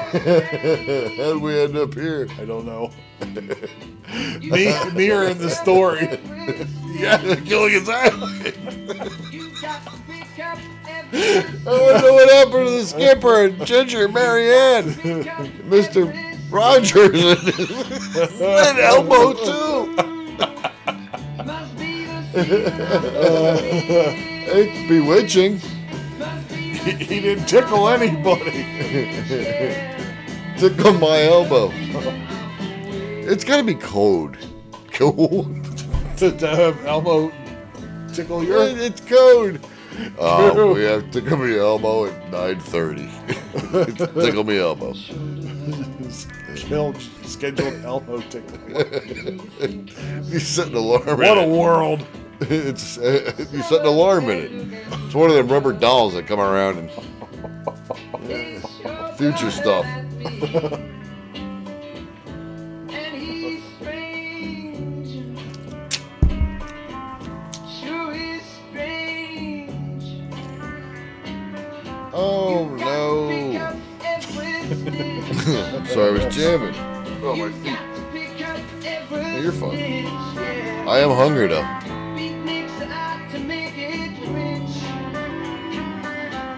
Speaker 5: How'd we end up here?
Speaker 1: I don't know. Me, mirror in the story.
Speaker 5: Yeah, Gilligan's Island.
Speaker 3: You got to pick up and
Speaker 5: I wonder what happened to the skipper and Ginger, Marianne,
Speaker 3: pick up
Speaker 5: Mister Rogers, and Elmo too.
Speaker 3: must be the season,
Speaker 5: It's bewitching.
Speaker 3: must be
Speaker 1: He, he didn't tickle anybody.
Speaker 5: Tickle my elbow. It's gotta be cold. Cold.
Speaker 1: To, to have Elmo tickle your.
Speaker 5: It's cold. Oh, we have tickle me elbow at 9:30. tickle me elbow.
Speaker 1: Scheduled, scheduled Elmo tickling.
Speaker 5: You set an alarm.
Speaker 1: What a
Speaker 5: in it.
Speaker 1: world!
Speaker 5: It's uh, you set an alarm in it. It's one of them rubber dolls that come around and future stuff.
Speaker 3: and he's strange. Sure is strange.
Speaker 5: Oh no! Sorry, I was jamming. Oh my feet.
Speaker 3: You're
Speaker 5: you're fine. I am hungry though.
Speaker 3: Beatniks out to make it rich.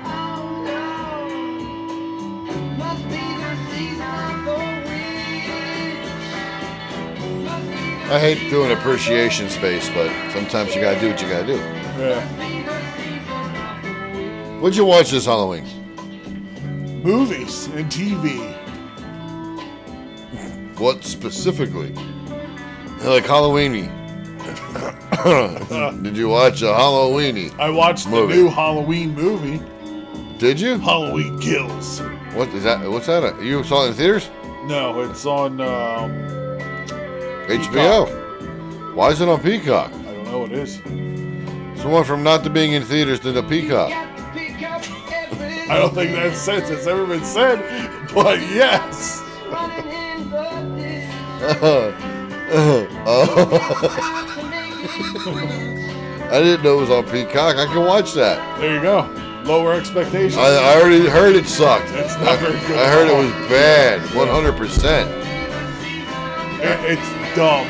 Speaker 3: Oh no, must be the season for rich. Must be
Speaker 5: I hate doing appreciation space, but sometimes you gotta do what you gotta do.
Speaker 1: Yeah.
Speaker 5: What'd you watch this Halloween?
Speaker 1: Movies and TV.
Speaker 5: What specifically? Like Halloweeny. Did you watch a Halloweeny?
Speaker 1: I watched
Speaker 5: Movie.
Speaker 1: the new Halloween movie,
Speaker 5: Did you?
Speaker 1: Halloween Kills.
Speaker 5: What is that? What's that? You saw it in theaters?
Speaker 1: No, it's on. Um,
Speaker 5: HBO. Why is it on Peacock?
Speaker 1: I don't know what it is.
Speaker 5: It's the one from not to being in theaters to the Peacock.
Speaker 3: got to pick up
Speaker 1: I don't think that sentence has ever been said, but yes.
Speaker 3: everyone in the district to make it rich.
Speaker 5: I didn't know it was on Peacock. I can watch that.
Speaker 1: There you go. Lower expectations.
Speaker 5: I, I already heard it sucked.
Speaker 1: That's not very good.
Speaker 5: I
Speaker 1: at
Speaker 5: heard it
Speaker 1: all.
Speaker 5: was bad, 100%.
Speaker 1: It- it's dumb.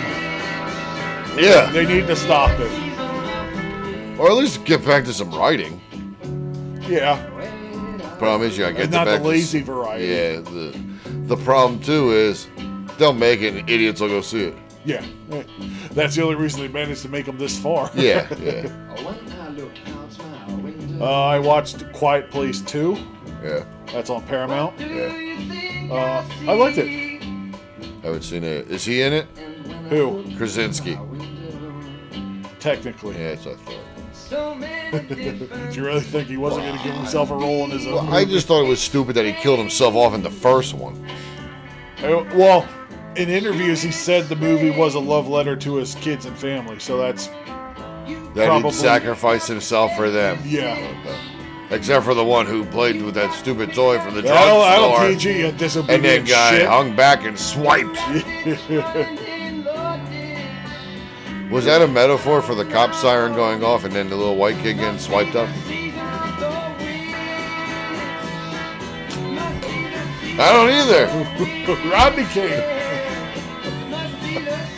Speaker 5: Yeah.
Speaker 1: They need to stop it.
Speaker 5: Or at least get back to some writing.
Speaker 1: Yeah.
Speaker 5: Problem is, you gotta get
Speaker 1: And not the
Speaker 5: back to s-
Speaker 1: lazy variety.
Speaker 5: Yeah. The, the problem, too, is they'll make it and idiots will go see it.
Speaker 1: Yeah. That's the only reason they managed to make them this far.
Speaker 5: Yeah. Yeah.
Speaker 1: Uh, I watched Quiet Place 2.
Speaker 5: yeah.
Speaker 1: That's on Paramount.
Speaker 5: Yeah.
Speaker 1: Uh, I liked it.
Speaker 5: Haven't seen it. Is he in it?
Speaker 1: Who?
Speaker 5: Krasinski.
Speaker 1: Technically.
Speaker 5: Yeah, that's what I thought.
Speaker 3: So many different
Speaker 1: Did you really think he wasn't going to give himself a role in his own?
Speaker 5: Well, I just thought it was stupid that he killed himself off in the first one.
Speaker 1: Uh, Well, in interviews, he said the movie was a love letter to his kids and family. So that's
Speaker 5: That
Speaker 1: Probably.
Speaker 5: he sacrificed himself for them.
Speaker 1: yeah.
Speaker 5: That Except for the one who played with that stupid toy from the
Speaker 1: That'll,
Speaker 5: drugstore.
Speaker 1: that'll teach you a
Speaker 5: And that
Speaker 1: disobedient
Speaker 5: guy
Speaker 1: shit.
Speaker 5: hung back and swiped.
Speaker 3: London, London.
Speaker 5: Was that a metaphor for the cop siren going off and then the little white kid getting swiped up?
Speaker 3: Season of the wind. Must be the season,
Speaker 5: I don't either.
Speaker 1: Rodney King
Speaker 3: must be the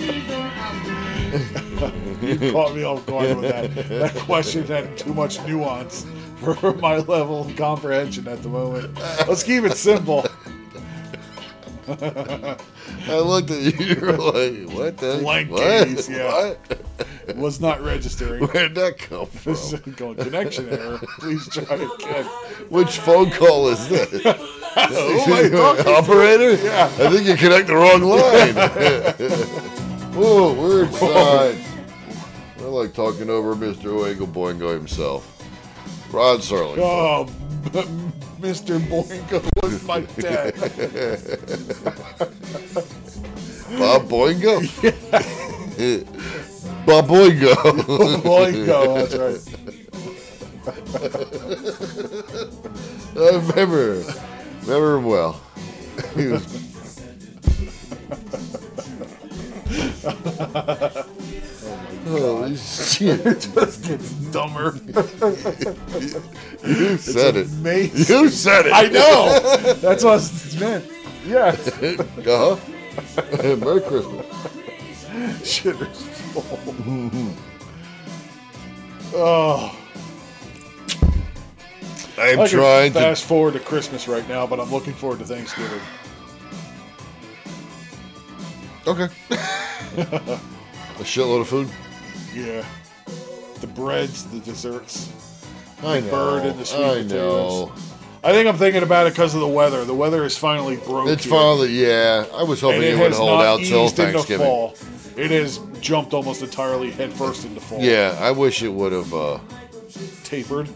Speaker 3: season of the
Speaker 1: caught me off guard with that. That question had too much nuance for my level of comprehension at the moment. Let's keep it simple.
Speaker 5: I looked at you, you were like, what the?
Speaker 1: Blank
Speaker 5: what?
Speaker 1: gaze, yeah. Was not registering.
Speaker 5: Where'd that come from?
Speaker 1: This is going connection error. Please try again.
Speaker 5: Which phone call is this?
Speaker 1: Who am I talking to?
Speaker 5: Operator? Yeah. I think you connect the wrong line. Whoa, weird signs. I like talking over Mr. Oingo Boingo himself. Rod Serling.
Speaker 1: Oh, Mr. Boingo was my dad.
Speaker 5: Bob Boingo? Bob Boingo.
Speaker 1: Boingo, Oh, that's right.
Speaker 5: I Uh, remember. Remember him well. He was Holy shit.
Speaker 1: This gets dumber.
Speaker 5: You said it.
Speaker 1: Amazing.
Speaker 5: You said it.
Speaker 1: I know. That's what it's meant. Yes.
Speaker 5: Uh huh. Merry Christmas.
Speaker 1: Shitter's full. oh,
Speaker 5: I am
Speaker 1: I could
Speaker 5: trying to.
Speaker 1: fast forward to Christmas right now, but I'm looking forward to Thanksgiving.
Speaker 5: Okay. A shitload of food.
Speaker 1: Yeah, the breads, the desserts.
Speaker 5: I know.
Speaker 1: bird and the sweet
Speaker 5: I know.
Speaker 1: I think I'm thinking about it because of the weather. The weather is finally broke.
Speaker 5: It's
Speaker 1: here,
Speaker 5: finally yeah. I was hoping
Speaker 1: and
Speaker 5: it,
Speaker 1: it
Speaker 5: would
Speaker 1: has
Speaker 5: hold
Speaker 1: not
Speaker 5: out till
Speaker 1: eased into
Speaker 5: Thanksgiving.
Speaker 1: fall. It has jumped almost entirely headfirst into fall.
Speaker 5: Yeah, I wish it would have. uh
Speaker 1: tapered.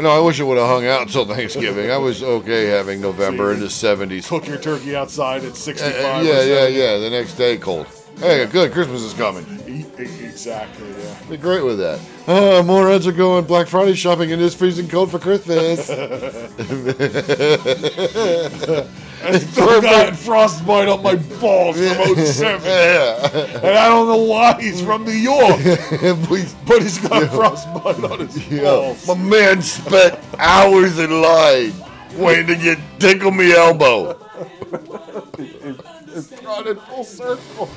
Speaker 5: No, I wish it would have hung out till Thanksgiving. I was okay having November in the seventies. Uh,
Speaker 1: Cook your turkey outside at 65.
Speaker 5: yeah,
Speaker 1: or
Speaker 5: yeah,
Speaker 1: 70.
Speaker 5: yeah. The next day, cold. Hey, good. Christmas is coming.
Speaker 1: E- e- Exactly. Yeah.
Speaker 5: Be great with that. Oh, morons are going Black Friday shopping in this freezing cold for Christmas.
Speaker 1: Some guy had frostbite on my balls from 07.
Speaker 5: yeah.
Speaker 1: And I don't know why he's from New York,
Speaker 5: Please
Speaker 1: but he's got frostbite on his
Speaker 5: Yeah.
Speaker 1: balls.
Speaker 5: My man spent hours in line waiting to get tickle me elbow.
Speaker 1: Brought it full circle.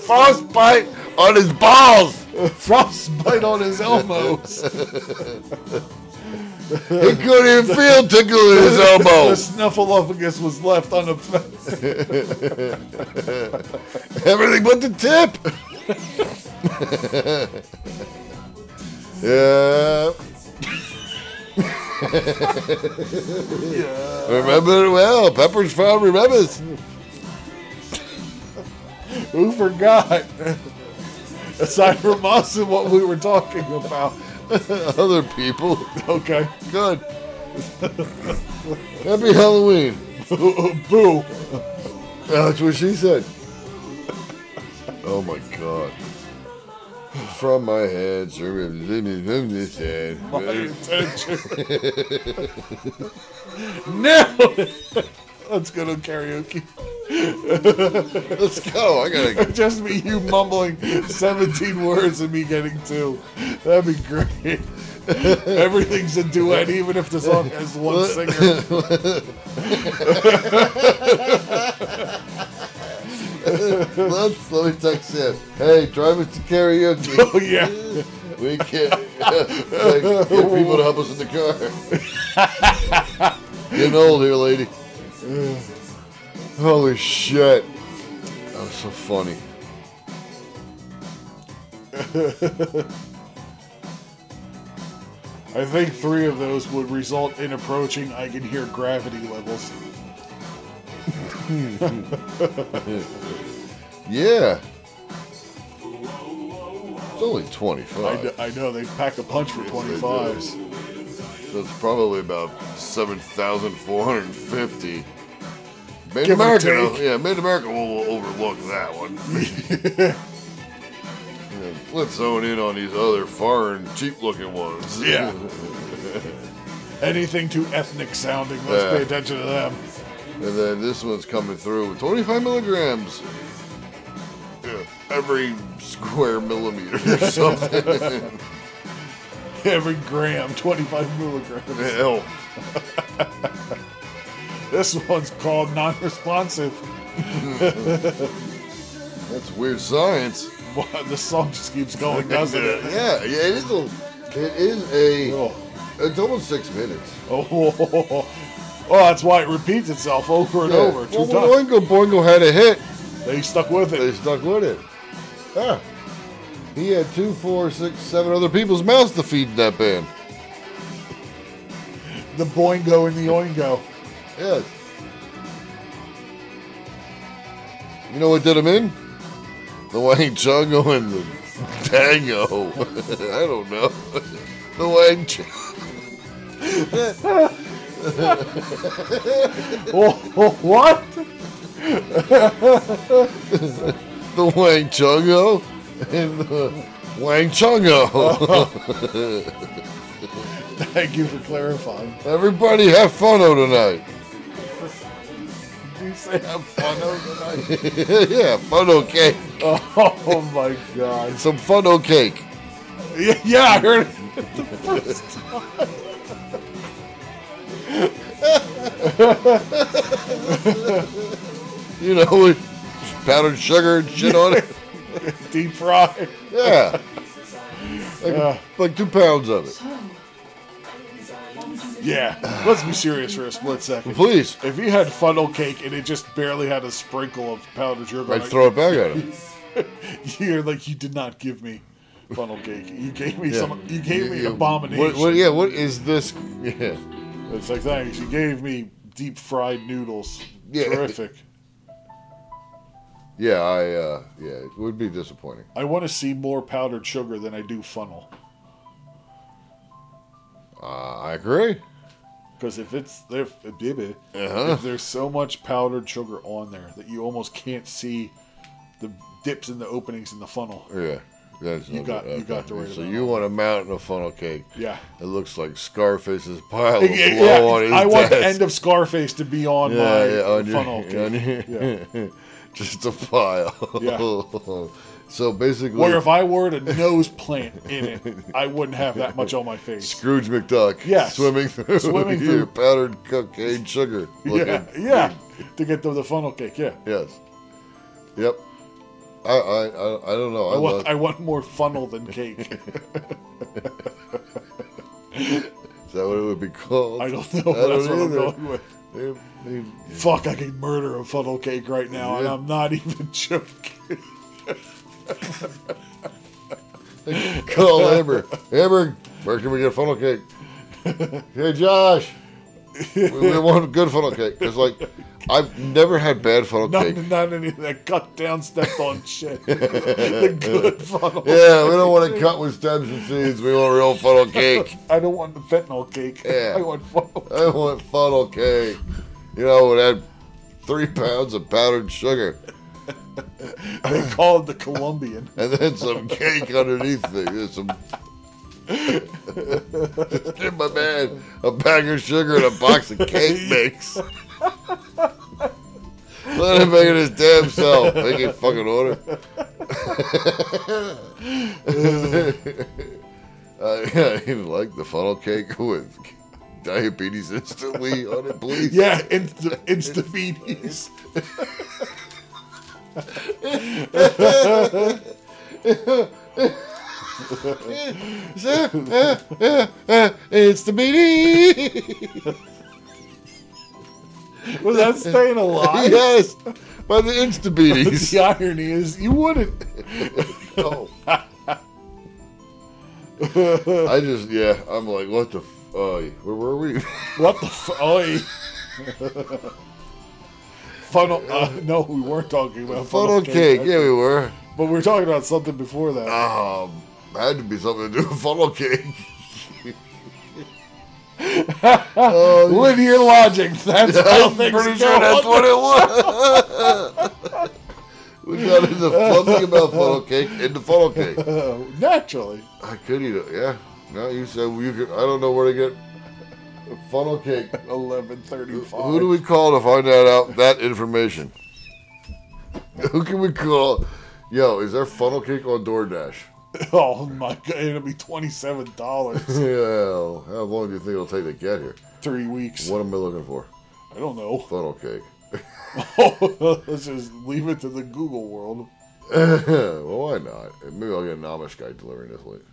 Speaker 5: Frostbite on his balls.
Speaker 1: Frostbite on his elbows.
Speaker 5: He couldn't even feel tickle in his elbow.
Speaker 1: the snuffleupagus was left unaffected.
Speaker 5: Everything but the tip. yeah.
Speaker 1: Yeah.
Speaker 5: Remember it well. Pepper's Farm remembers.
Speaker 1: Who forgot? Aside from us and what we were talking about.
Speaker 5: Other people.
Speaker 1: Okay.
Speaker 5: Good. Happy Halloween.
Speaker 1: Boo.
Speaker 5: That's what she said. Oh my god. From my head, sir, this head.
Speaker 1: My intention. Nailed it. Let's go to karaoke.
Speaker 5: Let's go. I gotta.
Speaker 1: Just me, you mumbling 17 words and me getting two. That'd be great. Everything's a duet, even if the song has one singer.
Speaker 5: Let's let me text him. Hey, drive us to karaoke.
Speaker 1: Oh, yeah.
Speaker 5: We can't like, get people to help us in the car. Getting old here, lady. Holy shit. That was so funny.
Speaker 1: I think three of those would result in approaching I can hear gravity levels.
Speaker 5: Yeah. It's only 25.
Speaker 1: I, kn- I know they pack a punch for 25s.
Speaker 5: That's probably about 7,450. Made in
Speaker 1: Give or
Speaker 5: America,
Speaker 1: take.
Speaker 5: though. yeah, Made in America will, will overlook that one. Let's zone in on these other foreign, cheap-looking ones.
Speaker 1: Yeah. Anything too ethnic sounding, let's
Speaker 5: Yeah.
Speaker 1: pay attention to them.
Speaker 5: And then this one's coming through with 25 milligrams Yeah, every square millimeter or something.
Speaker 1: Every gram, 25 milligrams.
Speaker 5: Hell,
Speaker 1: This one's called non responsive.
Speaker 5: that's weird science.
Speaker 1: The song just keeps going, doesn't it?
Speaker 5: Yeah, yeah, it is a, it is a,
Speaker 1: Oh.
Speaker 5: it's almost six minutes.
Speaker 1: Oh, Oh, that's why it repeats itself over and
Speaker 5: Yeah.
Speaker 1: over. Two
Speaker 5: Well,
Speaker 1: times.
Speaker 5: when Oingo Boingo had a hit,
Speaker 1: They stuck with
Speaker 5: they
Speaker 1: it.
Speaker 5: stuck with it. Yeah. He had two, four, six, seven other people's mouths to feed in that band.
Speaker 1: The boingo and the oingo.
Speaker 5: Yeah. You know what did him in? The Wang Chungo and the Tango. I don't know. The Wang Chung.
Speaker 1: Oh, oh, what?
Speaker 5: The Wang Chungo and the Wang Chungo.
Speaker 1: Thank you for clarifying.
Speaker 5: Everybody have fun tonight.
Speaker 1: Did you say have fun over tonight?
Speaker 5: yeah, funo cake.
Speaker 1: oh my god.
Speaker 5: Some funo cake.
Speaker 1: Yeah, yeah, I heard it.
Speaker 5: You know, with powdered sugar and shit on it.
Speaker 1: Deep fried.
Speaker 5: Yeah. Like, like two pounds of it.
Speaker 1: Yeah. Let's be serious for a split second.
Speaker 5: Please.
Speaker 1: If you had funnel cake and it just barely had a sprinkle of powdered sugar, on
Speaker 5: I'd
Speaker 1: it,
Speaker 5: throw it back at him.
Speaker 1: you're like, you did not give me funnel cake. You gave me
Speaker 5: Yeah.
Speaker 1: some. You gave me
Speaker 5: Yeah,
Speaker 1: abomination.
Speaker 5: What, what, yeah, what is this? Yeah.
Speaker 1: It's like thanks. You gave me deep fried noodles.
Speaker 5: Yeah.
Speaker 1: Terrific.
Speaker 5: Yeah, I, uh, yeah, it would be disappointing.
Speaker 1: I want to see more powdered sugar than I do funnel.
Speaker 5: Uh, I agree.
Speaker 1: Because if it's if,
Speaker 5: Uh-huh.
Speaker 1: if there's so much powdered sugar on there that you almost can't see the dips and the openings in the funnel.
Speaker 5: Yeah. That's
Speaker 1: You got- you got the right
Speaker 5: So
Speaker 1: amount.
Speaker 5: you want a mountain of funnel cake.
Speaker 1: Yeah.
Speaker 5: It looks like Scarface's pile of
Speaker 1: Yeah,
Speaker 5: blow on his
Speaker 1: I want the
Speaker 5: desk.
Speaker 1: end of Scarface to be on my
Speaker 5: on your-
Speaker 1: funnel.
Speaker 5: on your- Just a pile.
Speaker 1: Yeah.
Speaker 5: so basically,
Speaker 1: Where if I were to nose plant in it, I wouldn't have that much on my face.
Speaker 5: Scrooge McDuck
Speaker 1: Yes.
Speaker 5: swimming through
Speaker 1: Swimming through-
Speaker 5: your powdered cocaine sugar.
Speaker 1: Yeah,
Speaker 5: looking-
Speaker 1: yeah. To get to the funnel cake, yeah.
Speaker 5: Yes. Yep. I I, I, I don't know.
Speaker 1: I
Speaker 5: I, love-
Speaker 1: want, I want more funnel than cake.
Speaker 5: Is that what it would be called?
Speaker 1: I don't know. but That's what I'm going with.
Speaker 5: either. They- they-
Speaker 1: Fuck, I could murder a funnel cake right now, and
Speaker 5: Yeah.
Speaker 1: I'm not even joking.
Speaker 5: Call Amber. Amber, where can we get a funnel cake? hey, Josh. we, we want a good funnel cake. It's like I've never had bad funnel
Speaker 1: Not,
Speaker 5: cake.
Speaker 1: not any of that cut down, stepped on shit. the good funnel.
Speaker 5: Yeah, we don't want to cut with stems and seeds. We want real funnel cake.
Speaker 1: I don't want the fentanyl cake.
Speaker 5: Yeah.
Speaker 1: I want funnel.
Speaker 5: I want funnel cake. You know, with that three pounds of powdered sugar.
Speaker 1: They call it the Colombian.
Speaker 5: and then some cake underneath it. There's some. Give my man a bag of sugar and a box of cake mix. Let him make it his damn self. Make it fucking order. I, I didn't like the funnel cake with diabetes instantly on it, please.
Speaker 1: Yeah, insta instabetes.
Speaker 5: It's the BD.
Speaker 1: Was that staying alive?
Speaker 5: yes. By the Instabeaties.
Speaker 1: The irony is, you wouldn't.
Speaker 5: No. I just, yeah, I'm like, what the, f- uh, where were we?
Speaker 1: What the f- oi. funnel? Uh, no, we weren't talking about
Speaker 5: Funnel cake, yeah, we were.
Speaker 1: but we were talking about something before that.
Speaker 5: Um, had to be something to do with funnel cake.
Speaker 1: Linear logic. That's how
Speaker 5: I'm
Speaker 1: things
Speaker 5: pretty
Speaker 1: go.
Speaker 5: sure that's what it was. We got into something about funnel cake into funnel cake.
Speaker 1: Naturally.
Speaker 5: I could eat it. Yeah. No, you said you could. I don't know where to get funnel cake.
Speaker 1: 1135.
Speaker 5: Who do we call to find that out? That information. Who can we call? Yo, is there funnel cake on DoorDash?
Speaker 1: Oh my god, it'll be $27.
Speaker 5: Yeah. How long do you think it'll take to get here?
Speaker 1: Three weeks.
Speaker 5: What am I looking for?
Speaker 1: I don't know.
Speaker 5: Funnel cake.
Speaker 1: Let's just leave it to the Google world.
Speaker 5: well, why not? Maybe I'll get an Amish guy delivering this late.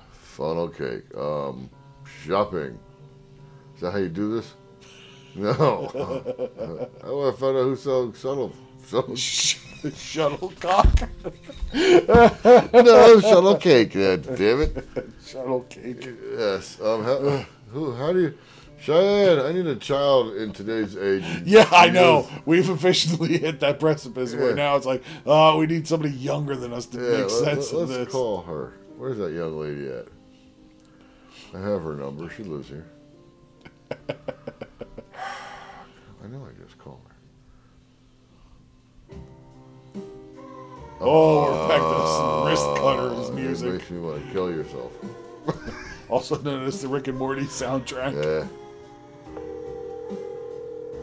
Speaker 5: Funnel cake. Um, shopping. Is that how you do this? No. I want to find out who sells shuttle. shuttle-
Speaker 1: Shuttlecock.
Speaker 5: no, shuttle cake. Uh, damn it.
Speaker 1: Shuttlecake.
Speaker 5: Yes. Um. How, who? How do you? Cheyenne, I need a child in today's age.
Speaker 1: Yeah, I know. We've officially hit that precipice
Speaker 5: Yeah.
Speaker 1: where now it's like, oh, we need somebody younger than us to
Speaker 5: Yeah,
Speaker 1: make
Speaker 5: let,
Speaker 1: sense of
Speaker 5: us
Speaker 1: this.
Speaker 5: call her. Where's that young lady at? I have her number. She lives here. I know I just called her.
Speaker 1: Oh, we're back to some wrist cutters
Speaker 5: It
Speaker 1: music.
Speaker 5: makes Oh, me want to kill yourself.
Speaker 1: Also known as the Rick and Morty soundtrack.
Speaker 5: Yeah.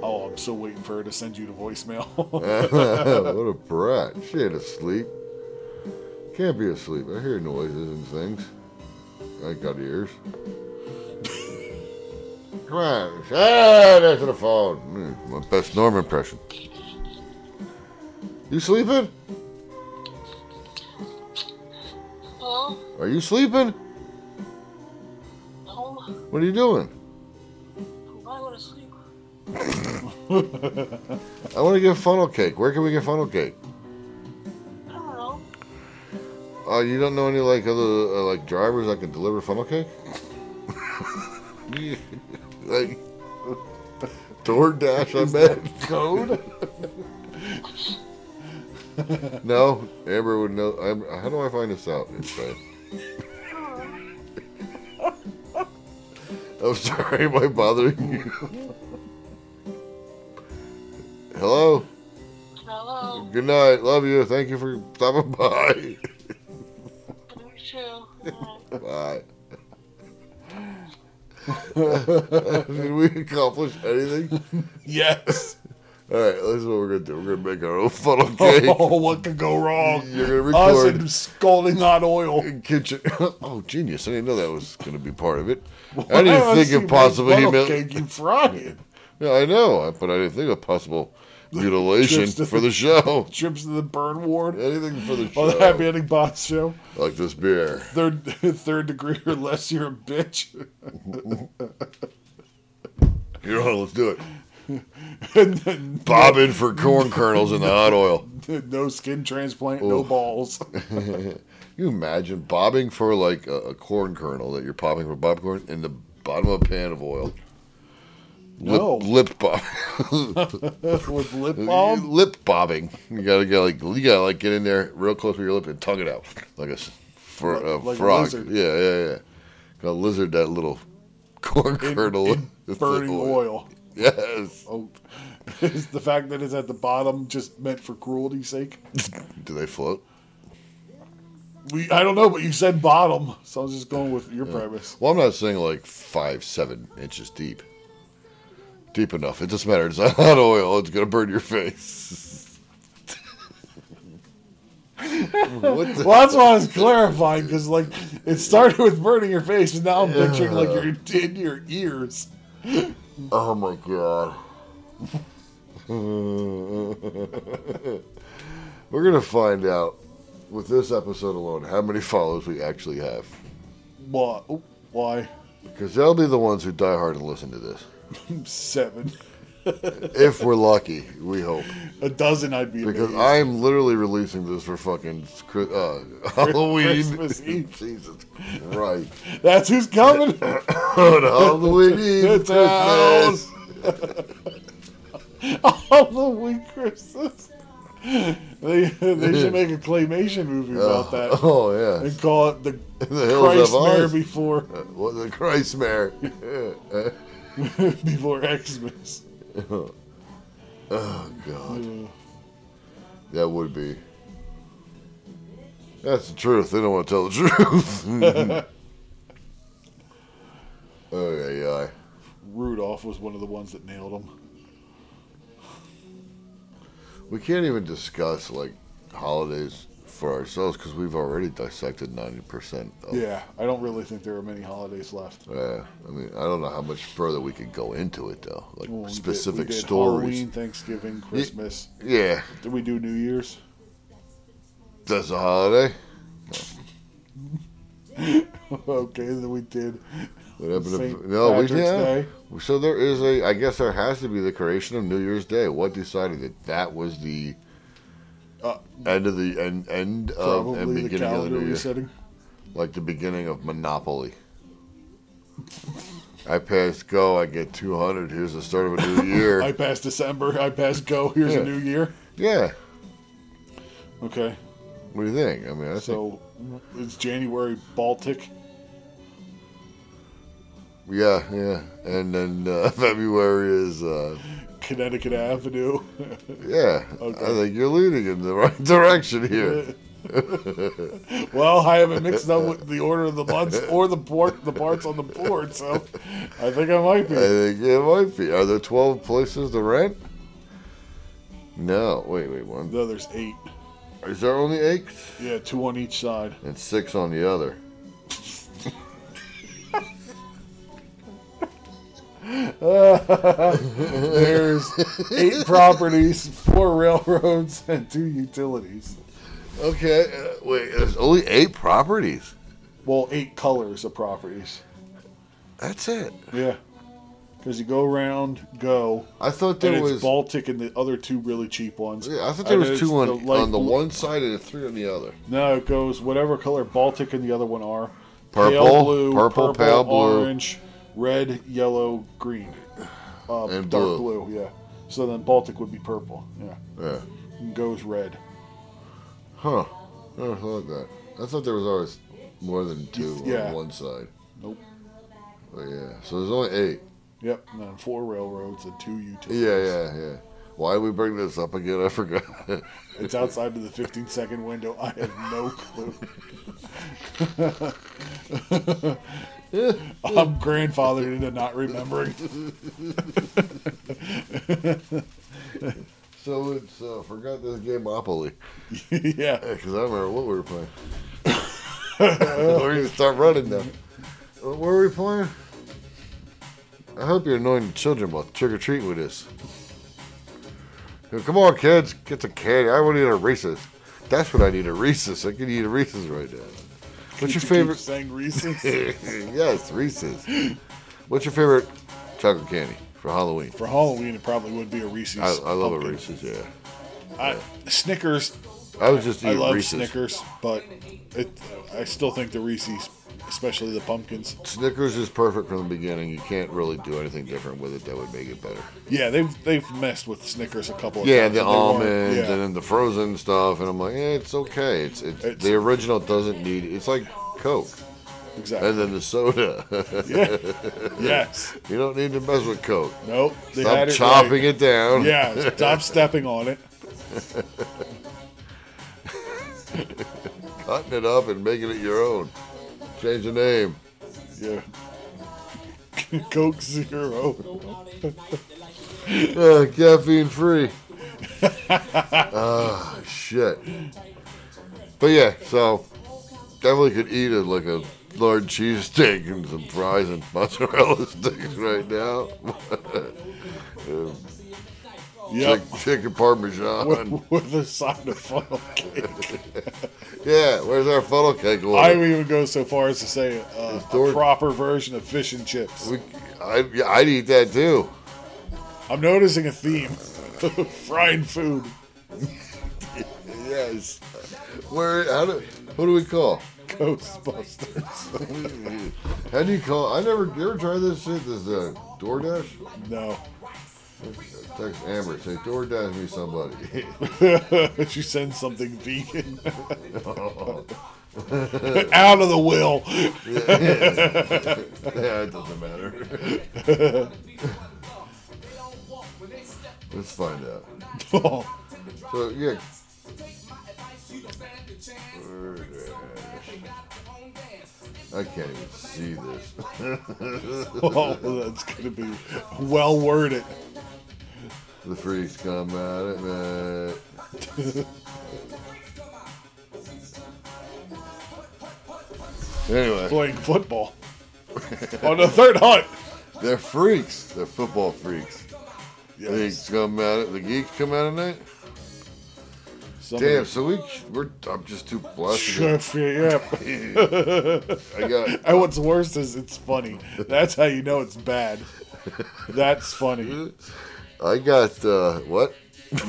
Speaker 1: Oh, I'm still waiting for her to send you the voicemail.
Speaker 5: what a brat. She ain't asleep. Can't be asleep. I hear noises and things. I got ears. Come on. Ah, answer the phone. Hmm, My best Norm impression. You sleeping?
Speaker 6: Hello?
Speaker 5: Are you sleeping?
Speaker 6: No,
Speaker 5: What are you doing?
Speaker 6: I'm not going to sleep.
Speaker 5: I want to get funnel cake. Where can we get funnel cake?
Speaker 6: I don't know.
Speaker 5: Uh, you don't know any like other uh, like drivers that can deliver funnel cake? like DoorDash, I bet.
Speaker 1: Code?
Speaker 5: No, Amber would know. Amber, how do I find this out? It's fine. I'm sorry, am I bothering you? Hello.
Speaker 6: Hello?
Speaker 5: Good night. Love you. Thank you for stopping by.
Speaker 6: Love you too. All right.
Speaker 5: Bye. Did we accomplish anything?
Speaker 1: yes.
Speaker 5: All right, this is what we're gonna do. We're gonna make our own funnel cake.
Speaker 1: Oh, what could go wrong?
Speaker 5: You're gonna
Speaker 1: Us
Speaker 5: record
Speaker 1: and scalding hot oil.
Speaker 5: in kitchen. oh, genius! I didn't know that was gonna be part of it. I
Speaker 1: Why
Speaker 5: didn't
Speaker 1: don't
Speaker 5: think
Speaker 1: see
Speaker 5: it possible.
Speaker 1: my
Speaker 5: He
Speaker 1: funnel
Speaker 5: mil-
Speaker 1: cake and fry it.
Speaker 5: Yeah, I know, but I didn't think of possible mutilation
Speaker 1: Just-
Speaker 5: for the show.
Speaker 1: Trips to the burn ward.
Speaker 5: Anything for the show,
Speaker 1: On the Happy Ending Box Show.
Speaker 5: like this beer.
Speaker 1: Third, third degree or less, you're a bitch.
Speaker 5: You're on. Let's do it.
Speaker 1: and then
Speaker 5: Bobbing for corn kernels in the hot oil.
Speaker 1: no skin transplant, no
Speaker 5: Oof.
Speaker 1: balls.
Speaker 5: Can you imagine bobbing for like a, a corn kernel that you're popping for popcorn in the bottom of a pan of oil? Lip,
Speaker 1: No.
Speaker 5: lip bob,
Speaker 1: With lip balm.
Speaker 5: lip bobbing. You gotta get like you gotta like get in there real close with your lip and tongue it out like a s- for a
Speaker 1: Like a
Speaker 5: frog.
Speaker 1: lizard.
Speaker 5: yeah, yeah, yeah. Gotta lizard that little corn
Speaker 1: in-
Speaker 5: kernel
Speaker 1: in
Speaker 5: with the
Speaker 1: burning oil.
Speaker 5: Yes.
Speaker 1: Oh, is the fact that it's at the bottom just meant for cruelty's sake?
Speaker 5: Do they float?
Speaker 1: We, I don't know, but you said bottom, so I was just going with your premise.
Speaker 5: Well, I'm not saying like five, seven inches deep. Deep enough. It doesn't matter. It's not hot oil. It's gonna burn your face. what the?
Speaker 1: Well, that's why I was clarifying because, like, it started with burning your face, and now I'm picturing like you're in your ears.
Speaker 5: Oh my god. We're gonna find out with this episode alone how many follows we actually have,
Speaker 1: Why? Why
Speaker 5: because they'll be the ones who die hard and listen to this.
Speaker 1: seven?
Speaker 5: If we're lucky, we hope.
Speaker 1: A dozen, I'd be
Speaker 5: Because
Speaker 1: amazed.
Speaker 5: I'm literally releasing this for fucking Chri- uh, Halloween.
Speaker 1: Christmas Eve.
Speaker 5: Jesus Christ.
Speaker 1: That's who's coming.
Speaker 5: On Halloween Eve,
Speaker 1: It's
Speaker 5: Christmas.
Speaker 1: Halloween Christmas. They they should make a claymation movie about that
Speaker 5: Oh, yeah.
Speaker 1: and call it the,
Speaker 5: The Hills of
Speaker 1: Christmare
Speaker 5: Oz.
Speaker 1: before
Speaker 5: What the Christmare. Oh,
Speaker 1: before Xmas.
Speaker 5: oh, God. That would be. That's the truth. They don't want to tell the truth. oh yeah, yeah.
Speaker 1: Rudolph was one of the ones that nailed him.
Speaker 5: We can't even discuss like holidays for ourselves because we've already dissected ninety percent. of
Speaker 1: Yeah, I don't really think there are many holidays left.
Speaker 5: Yeah, I mean, I don't know how much further we could go into it though, like
Speaker 1: Well, we did-
Speaker 5: specific
Speaker 1: we did
Speaker 5: stories.
Speaker 1: Halloween, Thanksgiving, Christmas.
Speaker 5: Yeah,
Speaker 1: Did we do New Year's?
Speaker 5: that's a holiday.
Speaker 1: okay, then we did.
Speaker 5: Um, What happened to-
Speaker 1: Saint
Speaker 5: no, we
Speaker 1: Patrick's
Speaker 5: yeah.
Speaker 1: Day.
Speaker 5: So there is a. I guess there has to be the creation of New Year's Day. What decided that that was the
Speaker 1: Uh,
Speaker 5: end of the end end of and
Speaker 1: Probably the
Speaker 5: beginning of the
Speaker 1: calendar
Speaker 5: New Year,
Speaker 1: resetting.
Speaker 5: like the beginning of Monopoly. I pass go, I get two hundred. Here's the start of a new
Speaker 1: I
Speaker 5: year.
Speaker 1: passed December. I passed go. Here's
Speaker 5: Yeah.
Speaker 1: a new year.
Speaker 5: yeah,
Speaker 1: Okay,
Speaker 5: what do you think? I mean, I think
Speaker 1: so it's January Baltic.
Speaker 5: Yeah, yeah. And then uh, February is, uh,
Speaker 1: Connecticut Avenue.
Speaker 5: yeah.
Speaker 1: Okay.
Speaker 5: I think you're leading in the right direction here.
Speaker 1: well, I haven't mixed up with the order of the months or the board, the parts on the board, so I think I might
Speaker 5: I
Speaker 1: be.
Speaker 5: think it might be. Are there 12 places to rent? No. Wait, wait. One.
Speaker 1: No, there's eight.
Speaker 5: Is there only eight?
Speaker 1: Yeah, two on each side.
Speaker 5: And six on the other.
Speaker 1: There's eight properties, four railroads, and two utilities.
Speaker 5: Okay. Uh, wait, there's only eight properties.
Speaker 1: Well, eight colors of properties.
Speaker 5: That's it.
Speaker 1: Yeah. Because you go around, go,
Speaker 5: I thought
Speaker 1: and
Speaker 5: there
Speaker 1: it's
Speaker 5: was.
Speaker 1: Baltic and the other two really cheap ones.
Speaker 5: yeah, I thought there was
Speaker 1: it's
Speaker 5: two on
Speaker 1: the
Speaker 5: on
Speaker 1: light
Speaker 5: the
Speaker 1: blue-
Speaker 5: one side and three on the other.
Speaker 1: No, it goes whatever color Baltic and the other one are.
Speaker 5: Purple, purple, pale blue.
Speaker 1: orange, red, yellow, green, uh,
Speaker 5: And
Speaker 1: dark
Speaker 5: blue.
Speaker 1: blue. Yeah. So then Baltic would be purple. Yeah.
Speaker 5: Yeah.
Speaker 1: And goes red.
Speaker 5: Huh. I never thought of that. I thought there was always more than two
Speaker 1: Yeah.
Speaker 5: on one side.
Speaker 1: Nope.
Speaker 5: But yeah, so there's only eight.
Speaker 1: Yep. And then four railroads and two utilities.
Speaker 5: Yeah, yeah, yeah. Why we bring this up again? I forgot.
Speaker 1: It's outside of the 15 second window. I have no clue. I'm grandfathered into not remembering.
Speaker 5: so it's uh, forgot this game Monopoly
Speaker 1: yeah.
Speaker 5: because I don't remember what we were playing. we're gonna start running now. What were we playing? I hope you're annoying the children while trick or treating with this. Yo, Come on, kids, get the candy. I want to eat a Reese's. That's what I need a Reese's. I can eat a Reese's right now. What's your
Speaker 1: Keep
Speaker 5: favorite?
Speaker 1: Saying Reese's.
Speaker 5: yes, Reese's. What's your favorite chocolate candy for Halloween?
Speaker 1: For Halloween, it probably would be a Reese's.
Speaker 5: I, I love a
Speaker 1: pumpkin.
Speaker 5: Reese's. Yeah,
Speaker 1: I, Snickers.
Speaker 5: I was just
Speaker 1: I
Speaker 5: eating
Speaker 1: love
Speaker 5: Reese's.
Speaker 1: Snickers, but it, I still think the Reese's, especially the pumpkins.
Speaker 5: Snickers is perfect from the beginning. You can't really do anything different with it that would make it better.
Speaker 1: Yeah, they've they've messed with Snickers a couple of
Speaker 5: Yeah,
Speaker 1: times.
Speaker 5: the
Speaker 1: and they weren't-
Speaker 5: almonds
Speaker 1: yeah.
Speaker 5: and then the frozen stuff, and I'm like, eh, it's okay. It's, it's
Speaker 1: It's-
Speaker 5: the original doesn't need. It's like Coke, and
Speaker 1: exactly.
Speaker 5: then the soda.
Speaker 1: Yeah. yes.
Speaker 5: you don't need to mess with Coke.
Speaker 1: Nope. They
Speaker 5: Stop
Speaker 1: had it
Speaker 5: chopping
Speaker 1: right.
Speaker 5: it down.
Speaker 1: Yeah, stop stepping on it.
Speaker 5: cutting it up and making it your own. Change the name.
Speaker 1: Yeah. Coke Zero.
Speaker 5: Uh, caffeine free. Ah, shit. But yeah, so definitely could eat a, like a large cheese steak and some fries and mozzarella sticks right now.
Speaker 1: Yep.
Speaker 5: Chick- chicken parmesan.
Speaker 1: With, with a side of funnel cake.
Speaker 5: yeah, where's our funnel cake? Order?
Speaker 1: I would even go so far as to say uh,
Speaker 5: Door-
Speaker 1: a proper version of fish and chips.
Speaker 5: we, I, yeah, I'd eat that too.
Speaker 1: I'm noticing a theme. Frying food.
Speaker 5: Yes. Where? How do? Who do we call?
Speaker 1: Ghostbusters.
Speaker 5: How do you call? I never. You ever tried this shit? This uh, DoorDash.
Speaker 1: no.
Speaker 5: Text Amber. Say DoorDash me somebody.
Speaker 1: she sends something vegan. Out of the will.
Speaker 5: Yeah, it doesn't matter.
Speaker 1: Oh,
Speaker 5: Let's find out. So yeah, I can't even see this.
Speaker 1: Oh, that's going to be well worded.
Speaker 5: the freaks come at it, man. anyway,
Speaker 1: Playing football. On the third hunt.
Speaker 5: they're freaks. They're football freaks. The
Speaker 1: Yes.
Speaker 5: geeks come at it. The geeks come at it. Night?
Speaker 1: Somebody-
Speaker 5: Damn. So we we're I'm just too
Speaker 1: Sure,
Speaker 5: blessed.
Speaker 1: yeah.
Speaker 5: I got
Speaker 1: And what's worse is it's funny. That's how you know it's bad. That's funny.
Speaker 5: I got uh, what?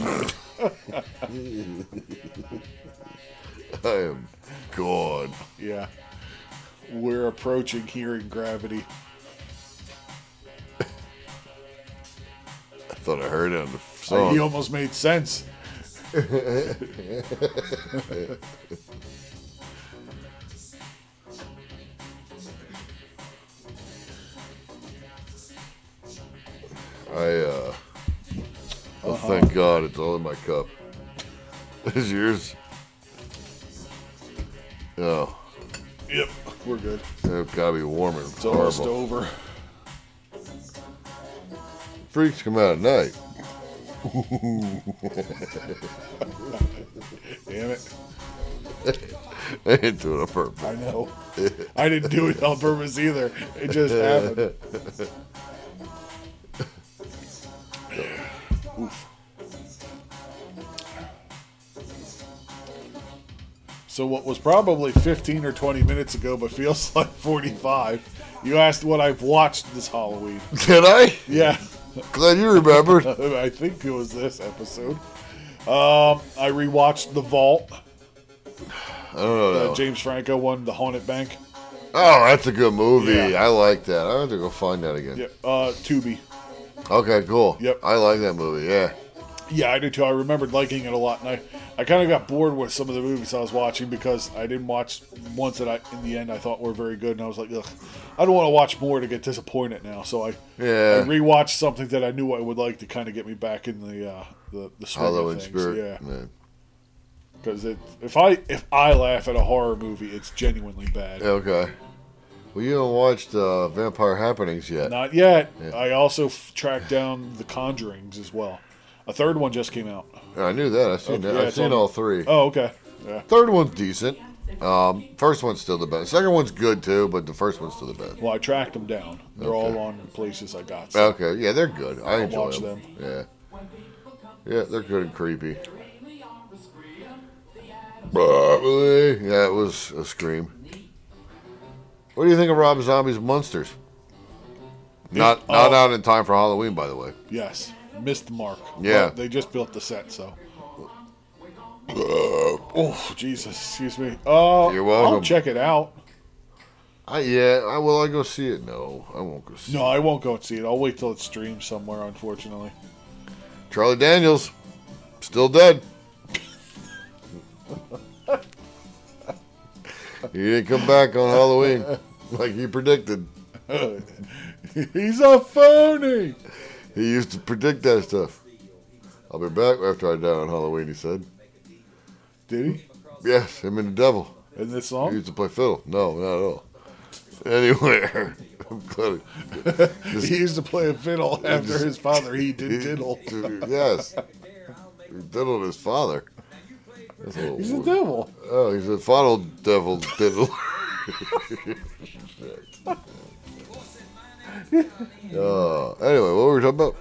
Speaker 5: I am gone.
Speaker 1: Yeah. We're approaching hearing gravity.
Speaker 5: I thought I heard it on the
Speaker 1: He
Speaker 5: song.
Speaker 1: almost made sense.
Speaker 5: I uh, well, thank God it's all in my cup. Is yours? Oh,
Speaker 1: Yep. We're good.
Speaker 5: it gotta be warmer. It's
Speaker 1: It's almost
Speaker 5: horrible.
Speaker 1: over.
Speaker 5: Freaks come out at night.
Speaker 1: Damn it.
Speaker 5: They didn't do it on purpose.
Speaker 1: I know. I didn't do it on purpose either. It just happened. Oof. So what was probably 15 or 20 minutes ago, but feels like 45. You asked what I've watched this Halloween.
Speaker 5: Did I?
Speaker 1: Yeah,
Speaker 5: Glad you remembered.
Speaker 1: I think it was this episode. Um, I rewatched The Vault.
Speaker 5: I don't know. that
Speaker 1: Uh,
Speaker 5: one.
Speaker 1: James Franco won the Haunted Bank.
Speaker 5: Oh, that's a good movie.
Speaker 1: Yeah.
Speaker 5: I like that. I have to go find that again.
Speaker 1: Yeah, uh, Tubi.
Speaker 5: Okay, cool.
Speaker 1: Yep.
Speaker 5: I like that movie. Yeah.
Speaker 1: Yeah, I do too. I remembered liking it a lot, and I, I kind of got bored with some of the movies I was watching because I didn't watch ones that I, in the end, I thought were very good, and I was like, ugh, I don't want to watch more to get disappointed now. So I,
Speaker 5: Yeah.
Speaker 1: I rewatched something that I knew I would like to kind of get me back in the, uh, the, the swing
Speaker 5: Hollow in
Speaker 1: of things.
Speaker 5: spirit.
Speaker 1: Yeah,
Speaker 5: Man.
Speaker 1: because if I, if I laugh at a horror movie, it's genuinely bad.
Speaker 5: Yeah, Okay. Well, you haven't watched uh, Vampire Happenings yet.
Speaker 1: Not yet. I also f- tracked down The Conjurings as well. A third one just came out.
Speaker 5: I knew that. I've seen
Speaker 1: Okay,
Speaker 5: that.
Speaker 1: yeah,
Speaker 5: I've
Speaker 1: it's
Speaker 5: seen
Speaker 1: on-
Speaker 5: all three.
Speaker 1: Oh, okay. Yeah.
Speaker 5: Third one's decent. Um, first one's still the best. Second one's good too, but the first one's still the best.
Speaker 1: Well, I tracked them down. They're all on places I got. So.
Speaker 5: Okay. Yeah, they're good. I enjoy
Speaker 1: watch
Speaker 5: them. Yeah. Yeah, they're good and creepy. Probably. Yeah, it was a scream. What do you think of Rob Zombie's Monsters? Not not
Speaker 1: uh,
Speaker 5: out in time for Halloween, by the way.
Speaker 1: Yes, missed the mark.
Speaker 5: Yeah.
Speaker 1: But they just built the set, so. oh Jesus! Excuse me. Uh,
Speaker 5: Uh, You're welcome.
Speaker 1: I'll check it out.
Speaker 5: I, Uh, yeah, I will. I go see it. No, I won't go see.
Speaker 1: No,
Speaker 5: it.
Speaker 1: I won't go and see it. I'll wait till it streams somewhere. Unfortunately,
Speaker 5: Charlie Daniels, still dead. he didn't come back on Halloween like he predicted.
Speaker 1: he's a phony.
Speaker 5: He used to predict that stuff. I'll be back after I die on Halloween, he said.
Speaker 1: Did he?
Speaker 5: Yes, him and the devil.
Speaker 1: In this
Speaker 5: He
Speaker 1: song?
Speaker 5: used to play fiddle. No, not at all. Anywhere. I'm glad.
Speaker 1: He used to play a fiddle after his father. He did diddle.
Speaker 5: Yes. He diddled his father. That's a little
Speaker 1: He's a
Speaker 5: weird.
Speaker 1: devil.
Speaker 5: Oh, he's a funnel devil diddle. uh, anyway, what were we talking about?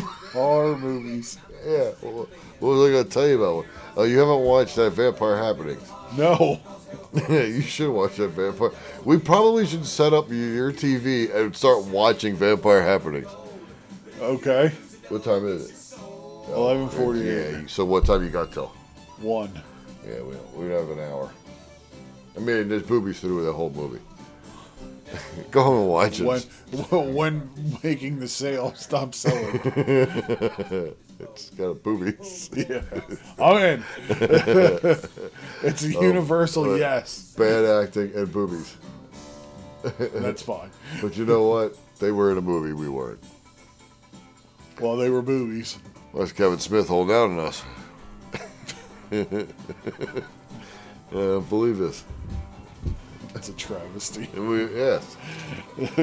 Speaker 1: Horror movies.
Speaker 5: Yeah, what what was I going to tell you about? Oh, you haven't watched that Vampire Happenings.
Speaker 1: No.
Speaker 5: you should watch that Vampire. We probably should set up your TV and start watching Vampire Happenings.
Speaker 1: Okay.
Speaker 5: What time is it?
Speaker 1: Eleven
Speaker 5: Yeah.
Speaker 1: forty-eight.
Speaker 5: you- So what time you got till?
Speaker 1: One.
Speaker 5: Yeah, we don't, we don't have an hour. I mean, there's boobies through the whole movie. Go home and watch it.
Speaker 1: When when making the sale, stop selling.
Speaker 5: It's got a boobies.
Speaker 1: Yeah. I'm in. it's a universal
Speaker 5: Oh, but-
Speaker 1: yes.
Speaker 5: Bad acting and boobies.
Speaker 1: That's fine.
Speaker 5: But you know what? They were in a movie. We weren't.
Speaker 1: Well, they were boobies.
Speaker 5: Why's Kevin Smith holding out on us? Uh, believe this.
Speaker 1: That's a travesty.
Speaker 5: And we, yes.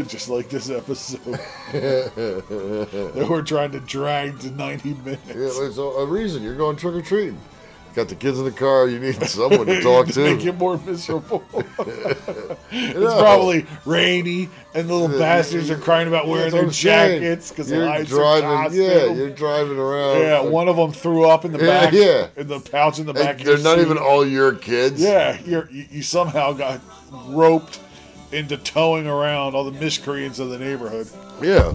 Speaker 1: Just like this episode. that we're trying to drag to 90 minutes.
Speaker 5: Yeah, there's a, a reason you're going trick or treating. Got the kids in the car. You need someone to talk to.
Speaker 1: Make it more miserable. it's
Speaker 5: No.
Speaker 1: probably rainy, and the little bastards are crying about wearing
Speaker 5: That's what
Speaker 1: their
Speaker 5: I'm saying.
Speaker 1: jackets because
Speaker 5: You're
Speaker 1: the
Speaker 5: driving. Yeah, you're driving around.
Speaker 1: yeah, one of them threw up in the
Speaker 5: Yeah,
Speaker 1: back,
Speaker 5: yeah.
Speaker 1: in the pouch in the
Speaker 5: And
Speaker 1: back. of
Speaker 5: they're
Speaker 1: your
Speaker 5: not
Speaker 1: seat.
Speaker 5: even all your kids.
Speaker 1: Yeah, you're, you you somehow got roped into towing around all the miscreants of the neighborhood.
Speaker 5: Yeah.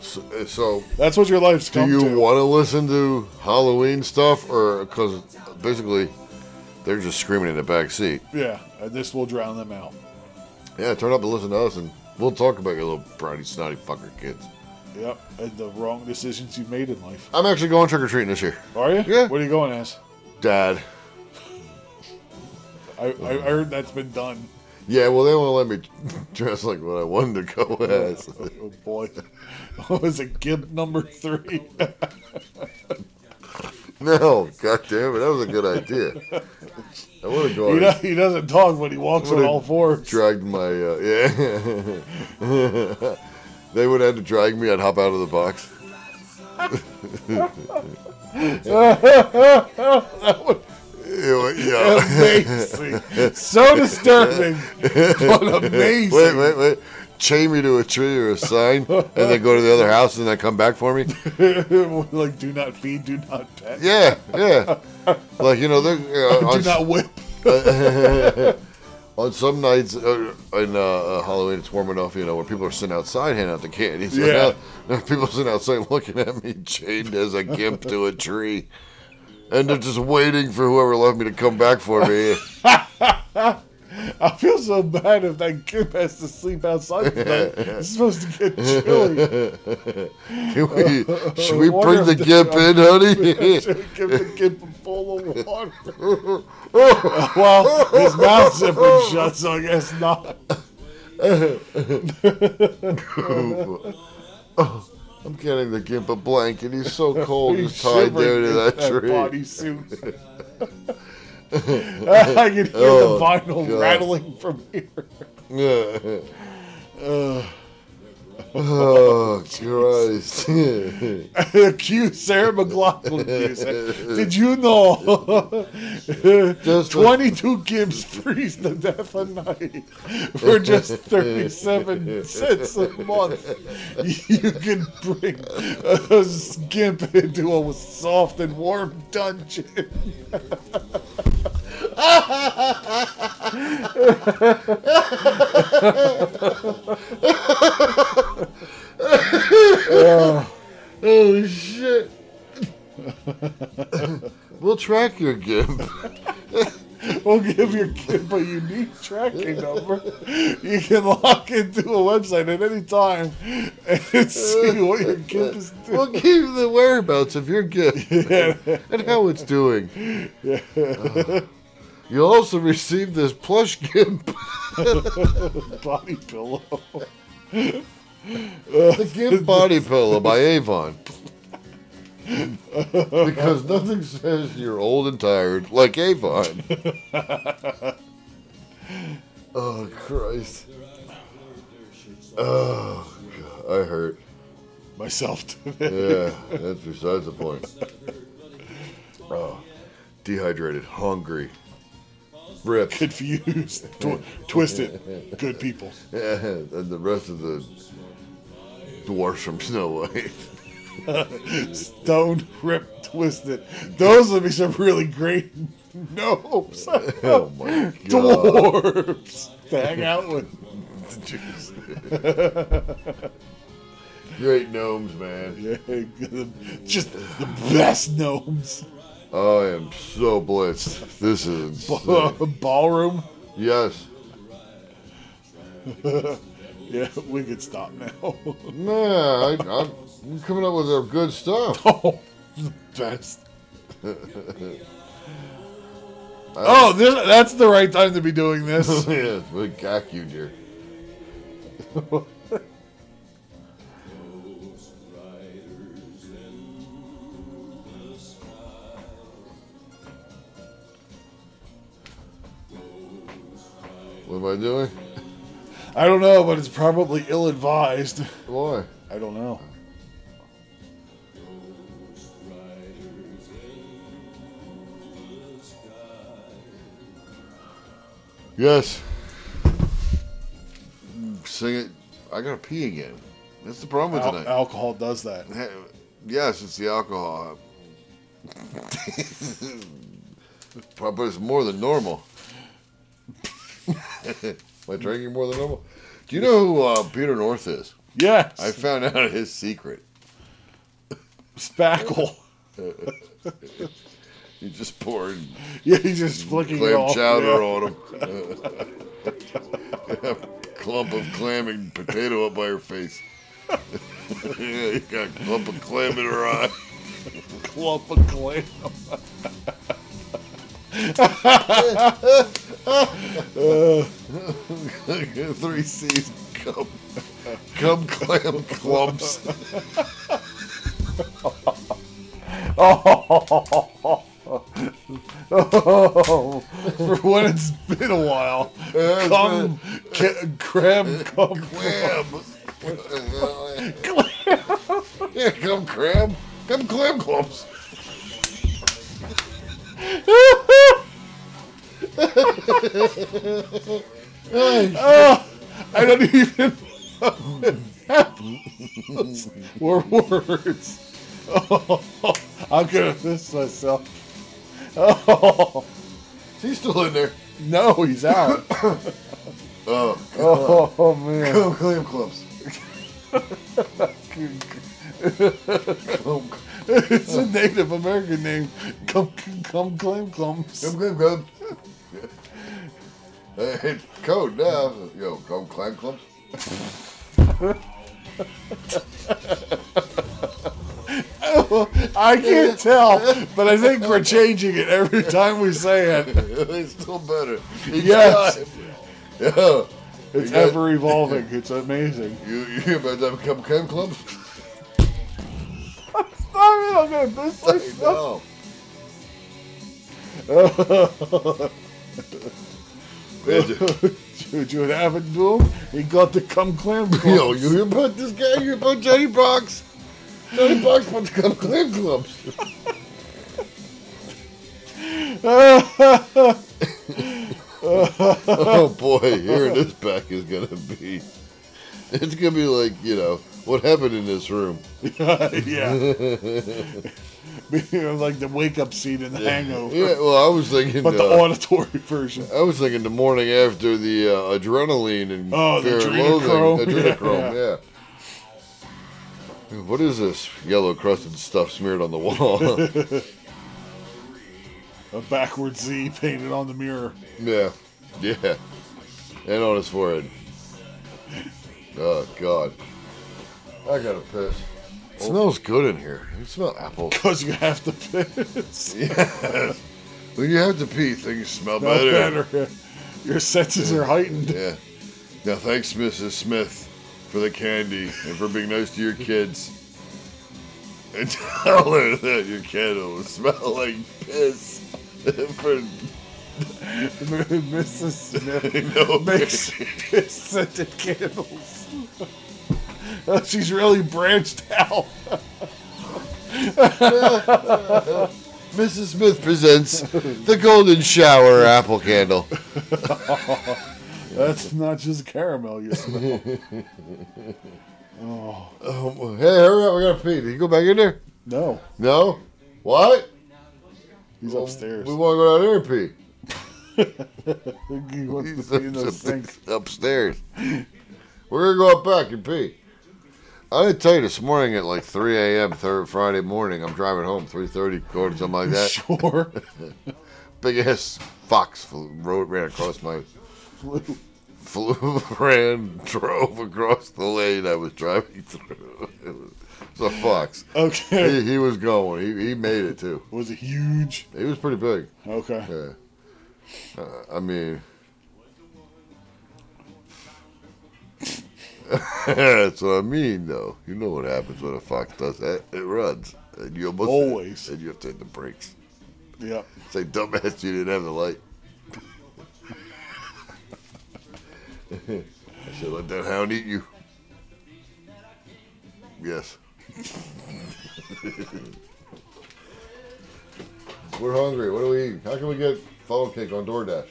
Speaker 5: So, so
Speaker 1: That's what your life's
Speaker 5: do
Speaker 1: come
Speaker 5: you
Speaker 1: to.
Speaker 5: want to listen to Halloween stuff, or because basically they're just screaming in the back seat?
Speaker 1: yeah, and this will drown them out.
Speaker 5: Yeah, turn up and listen to us, and we'll talk about your little bratty, snotty fucker kids.
Speaker 1: Yep, and the wrong decisions you've made in life.
Speaker 5: I'm actually going trick or treating this year,
Speaker 1: Are you?
Speaker 5: Yeah.
Speaker 1: What are you going as?
Speaker 5: Dad.
Speaker 1: I, I I heard that's been done.
Speaker 5: Yeah, well, they won't let me dress like what I wanted to go as.
Speaker 1: Oh boy, what was it? Gimp number three.
Speaker 5: no, god damn it, that was a good idea. I would have
Speaker 1: he,
Speaker 5: gone.
Speaker 1: do, he doesn't talk, but he walks on
Speaker 5: What a
Speaker 1: all fours.
Speaker 5: dragged my uh, yeah. they would have to drag me. I'd hop out of the box. Ew, yeah.
Speaker 1: Amazing, so disturbing, but amazing.
Speaker 5: Wait, wait, wait. Chain me to a tree or a sign, and then go to the other house, and then come back for me.
Speaker 1: like, do not feed, do not pet,
Speaker 5: Yeah, yeah. Like you know, they're, uh,
Speaker 1: do
Speaker 5: on,
Speaker 1: not whip.
Speaker 5: on some nights uh, in uh, uh, Halloween, it's warm enough, you know, where people are sitting outside handing out the candy. So
Speaker 1: Yeah.
Speaker 5: now, now people sitting outside looking at me chained as a gimp to a tree, and they're just waiting for whoever left me to come back for me.
Speaker 1: I feel so bad if that kid has to sleep outside tonight. It's supposed to get chilly.
Speaker 5: Can we, should we
Speaker 1: I wonder
Speaker 5: bring the
Speaker 1: if they-
Speaker 5: gimp in, honey?
Speaker 1: Give the kid a bowl of water. well, his mouth zipper shut, so I guess not.
Speaker 5: I'm getting the gimp a blanket. He's so cold.
Speaker 1: He
Speaker 5: He's tied there
Speaker 1: shivered
Speaker 5: to
Speaker 1: in
Speaker 5: that tree.
Speaker 1: bodysuit. I can hear
Speaker 5: Oh,
Speaker 1: the vinyl
Speaker 5: God.
Speaker 1: rattling from here.
Speaker 5: Yeah. oh Christ!
Speaker 1: Cue Sarah McLaughlin music. Did you know
Speaker 5: Just the-
Speaker 1: 22 gimps freeze to death a night for just 37 cents a month? You can bring a gimp into a soft and warm dungeon.
Speaker 5: Oh shit! we'll track your gimp.
Speaker 1: We'll give your gimp a unique tracking number. You can log into a website at any time and see what your gimp is doing.
Speaker 5: We'll give the whereabouts of your gimp and how it's doing. Uh, you'll also receive this plush gimp.
Speaker 1: body pillow.
Speaker 5: The Gimp Body Pillow by Avon. because nothing says you're old and tired like Avon. oh, Christ. Oh, God, I hurt.
Speaker 1: Myself today.
Speaker 5: Yeah, that's besides the point. Oh, dehydrated, hungry, ripped.
Speaker 1: Confused. Tw- twisted. Good people.
Speaker 5: and the rest of the dwarfs from Snow White.
Speaker 1: Stoned, ripped, twisted. Those would be some really great gnomes.
Speaker 5: Oh, my God.
Speaker 1: Dwarves to hang out with. The Jews.
Speaker 5: Great gnomes, man.
Speaker 1: Yeah, just the best gnomes.
Speaker 5: I am so blitzed. This is insane.
Speaker 1: Ballroom.
Speaker 5: yes.
Speaker 1: Yeah, we could stop now.
Speaker 5: Nah, I, I'm, I'm coming up with some good stuff.
Speaker 1: oh, the best. oh, this, that's the right time to be doing this.
Speaker 5: yes, we got you, dear. What am I doing?
Speaker 1: I don't know, but it's probably ill advised.
Speaker 5: Why?
Speaker 1: I don't know.
Speaker 5: Yes. Sing it. I gotta pee again. That's the problem with
Speaker 1: Al-
Speaker 5: tonight.
Speaker 1: alcohol does that.
Speaker 5: Hey, Yes, it's the alcohol. Probably it's more than normal. Am I drinking more than normal? Do you know who uh, Peter North is?
Speaker 1: Yes.
Speaker 5: I found out his secret.
Speaker 1: Spackle.
Speaker 5: He just poured
Speaker 1: Yeah, he's just flicking it
Speaker 5: clam
Speaker 1: off.
Speaker 5: chowder
Speaker 1: yeah.
Speaker 5: on him. A clump of clam and potato up by her face. yeah, he got a clump of clam in her eye.
Speaker 1: Clump of clam.
Speaker 5: Three C's. Cum, cum clam clumps.
Speaker 1: For when it's been a while. Come, ca- crab, come.
Speaker 5: Clam. yeah, cum clam. Cum clam clumps.
Speaker 1: I don't even or words. Oh, I'm gonna miss myself.
Speaker 5: He's still in there.
Speaker 1: No, he's out.
Speaker 5: Oh,
Speaker 1: oh, man.
Speaker 5: cum clam clumps. Cum
Speaker 1: it's a Native American name. Come, come, clam, clumps.
Speaker 5: Come, come, come. Hey, code now. Yo, come, clam clumps.
Speaker 1: I can't tell, but I think we're changing it every time we say it.
Speaker 5: it's still better. Each
Speaker 1: Yes.
Speaker 5: time. Yo,
Speaker 1: It's
Speaker 5: Yeah.
Speaker 1: ever evolving. It's amazing.
Speaker 5: you, you about to have come, clam clumps?
Speaker 1: Stop it! I'm gonna miss
Speaker 5: I know. Imagine.
Speaker 1: Juju what happened to him? He got the cum clam.
Speaker 5: Yo, you hear about this guy? You hear about Johnny Box? Johnny Box about to come clam clumps. oh boy, hearing this back is gonna be. It's gonna be like you know what happened in this room.
Speaker 1: yeah. Being like the wake up scene in the hangover.
Speaker 5: Yeah, well, I was thinking.
Speaker 1: But the
Speaker 5: uh,
Speaker 1: auditory version.
Speaker 5: I was thinking the morning after the uh, adrenaline and
Speaker 1: Oh, the
Speaker 5: fear and
Speaker 1: adrenochrome.
Speaker 5: loathing, adrenochrome,
Speaker 1: Yeah.
Speaker 5: yeah. Dude, What is this yellow crusted stuff smeared on the wall?
Speaker 1: A backward Z painted on the mirror.
Speaker 5: yeah, yeah, and on his forehead. Oh God, I gotta piss. It smells good in here. It smells apples.
Speaker 1: Because you have to piss.
Speaker 5: When you have to pee, things smell
Speaker 1: No
Speaker 5: better.
Speaker 1: better. Your senses are heightened.
Speaker 5: Yeah. Now thanks, Mrs. Smith, for the candy and for being nice to your kids. And tell her that your candle will smell like piss. for
Speaker 1: Mrs. Smith
Speaker 5: no
Speaker 1: makes piss scented candles. Uh, She's really branched out.
Speaker 5: Mrs. Smith presents the Golden Shower Apple Candle.
Speaker 1: That's not just caramel you smell.
Speaker 5: Um, hey, hurry up! I gotta pee. Did you go back in there?
Speaker 1: No,
Speaker 5: No. What?
Speaker 1: he's upstairs.
Speaker 5: We want to go down there and pee.
Speaker 1: He wants to pee in the sink.
Speaker 5: upstairs. We're gonna go up back and pee. I didn't tell you this morning at like 3 a.m. Third Friday morning. I'm driving home 3:30, quarter something like that.
Speaker 1: Sure.
Speaker 5: Big ass fox flew, rode, ran across my flew, ran, drove across the lane I was driving through. It was, it was a fox.
Speaker 1: Okay.
Speaker 5: He, he was going. He, he made it too.
Speaker 1: Was it huge?
Speaker 5: He was pretty big.
Speaker 1: Okay.
Speaker 5: Yeah. Uh, I mean, that's what I mean, though. You know what happens when a fox does that? It runs, and you almost
Speaker 1: Always.
Speaker 5: and you have to hit the brakes.
Speaker 1: Yep.
Speaker 5: Say, dumbass, you didn't have the light. I said, let that hound eat you. Yes. We're hungry. What do we eat? How can we get funnel cake on DoorDash?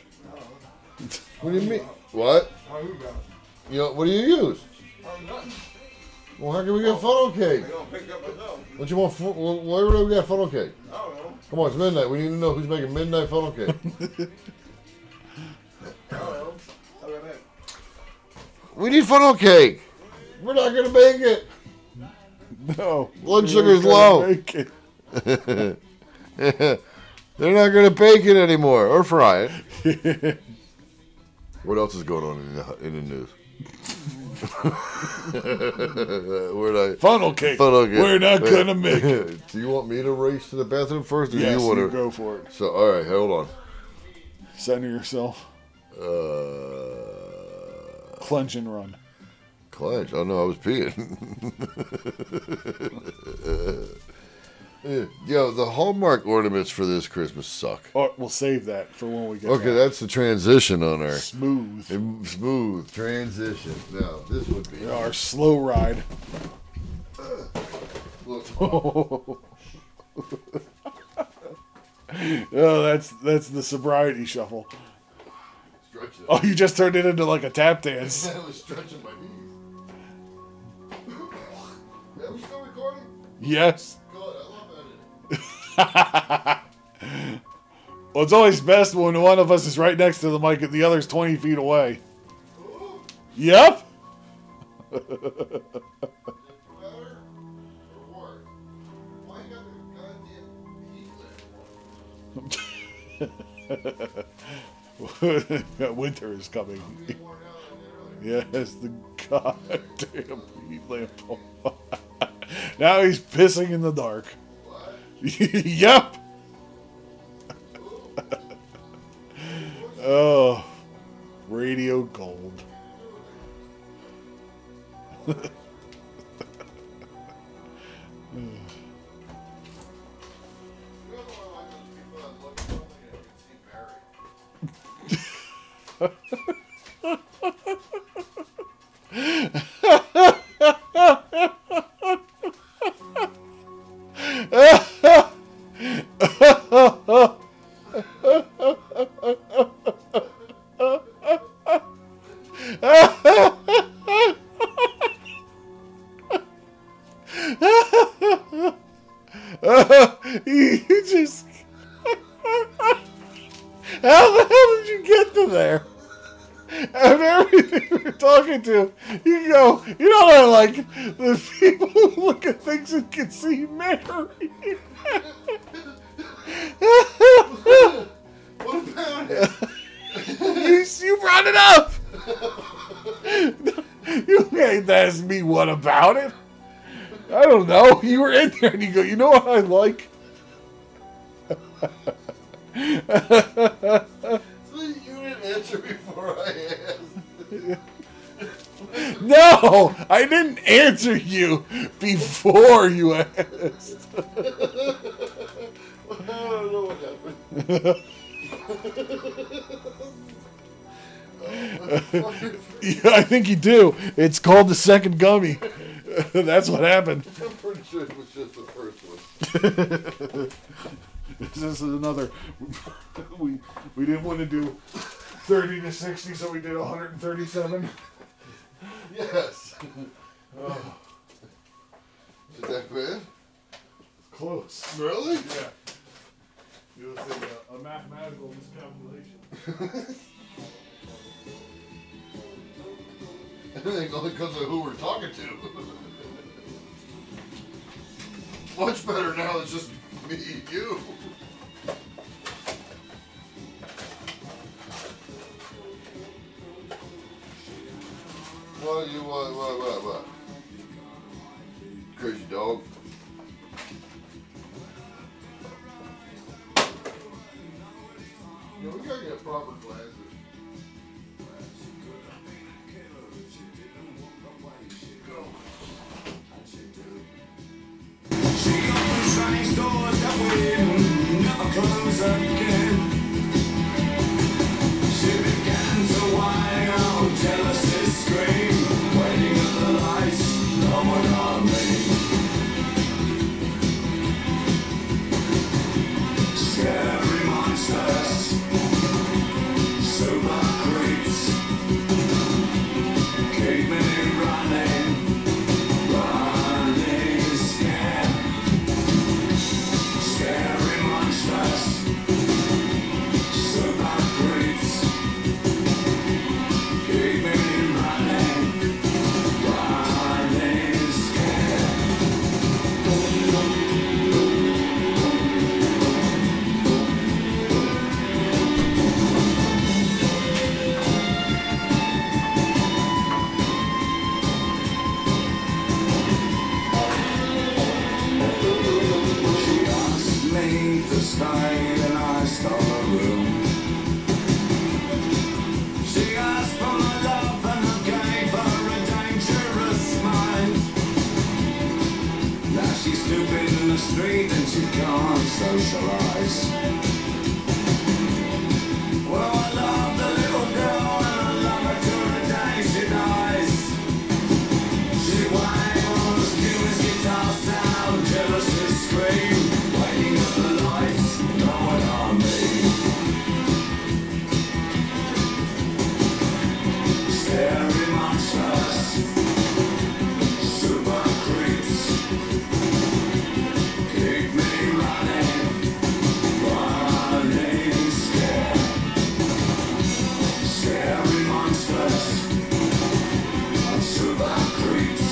Speaker 5: What do you mean? What? You know, what do you use? Well, how can we get funnel cake? What you want? fu- wh- Where do we get funnel cake? Come on, it's midnight. We need to know who's making midnight funnel cake. we need funnel cake. We're not gonna make it.
Speaker 1: No.
Speaker 5: Blood
Speaker 1: We
Speaker 5: sugar's
Speaker 1: were gonna
Speaker 5: low.
Speaker 1: make it.
Speaker 5: They're not gonna bake it anymore or fry it. what else is going on in the, in the news? Where'd I?
Speaker 1: Funnel cake.
Speaker 5: Funnel cake.
Speaker 1: We're not going to make it.
Speaker 5: Do you want me to race to the bathroom first, or
Speaker 1: Yes,
Speaker 5: do
Speaker 1: you,
Speaker 5: you want to?
Speaker 1: go for it.
Speaker 5: So, all right, hold on.
Speaker 1: Center yourself.
Speaker 5: Uh,
Speaker 1: Clench and run.
Speaker 5: clench. Oh no, I was peeing. Uh, Yo, the Hallmark ornaments for this Christmas suck.
Speaker 1: Or we'll save that for when we get
Speaker 5: Okay,
Speaker 1: back.
Speaker 5: that's the transition on our
Speaker 1: smooth.
Speaker 5: smooth transition. Now this would be
Speaker 1: Our slow ride.
Speaker 5: Look,
Speaker 1: Oh, that's that's the sobriety shuffle.
Speaker 5: stretch it.
Speaker 1: Oh, you just turned it into like a tap dance.
Speaker 5: I was stretching my knees. Are we still recording?
Speaker 1: Yes.
Speaker 5: God, I love editing.
Speaker 1: Well, it's always best when one of us is right next to the mic and the other's 20 feet away. Yep.
Speaker 5: Better or worse? Why you got the goddamn heat lamp
Speaker 1: Winter is coming.
Speaker 5: on? Worn out on the early-
Speaker 1: Yes, the goddamn heat lamp. now he's pissing in the dark. yep. oh, radio gold.
Speaker 5: You know the one like those people that look at something and can see Barry?
Speaker 1: you just. How the hell did you get to there? Of everything you're talking to, you go, you know what I like? The people who look at things and can see Mary.
Speaker 5: What about it?
Speaker 1: you, you brought it up! you can't ask me what about it. I don't know. You were in there and you go, you know what I like?
Speaker 5: You didn't answer before I asked.
Speaker 1: No, I didn't answer you before you asked.
Speaker 5: I don't know what happened. Oh,
Speaker 1: Yeah, I think you do. It's called the second gummy. That's what happened.
Speaker 5: I'm pretty sure it was just the first one.
Speaker 1: This is another. We we didn't want to do thirty to sixty, so we did one hundred and thirty-seven.
Speaker 5: Yes. Is that bad?
Speaker 1: Close.
Speaker 5: Really?
Speaker 1: Yeah. It was a, uh, a mathematical miscalculation.
Speaker 5: I think only because of who we're talking to. Much better now. It's just me and you. What do you want? What? What? What? Crazy dog. Yeah, we gotta get proper glasses.
Speaker 7: She began to whine out jealousy scream, waiting at the lights, no one on me. Scary monsters, super creeps, keep me running, running scared. Scary monsters, super creeps. Keep me running, running scared. She asked me to stay and I stole a room. She asked for my love and I gave her a dangerous smile. Now she's stupid in the street and she can't socialize. Well, I love the little girl and I love her till the day she dies. She wails, curious guitar sound, jealousy scream, waiting at the lights, no one on me. Scary monsters, super creeps, keep me running, running scared. Scary monsters, super creeps,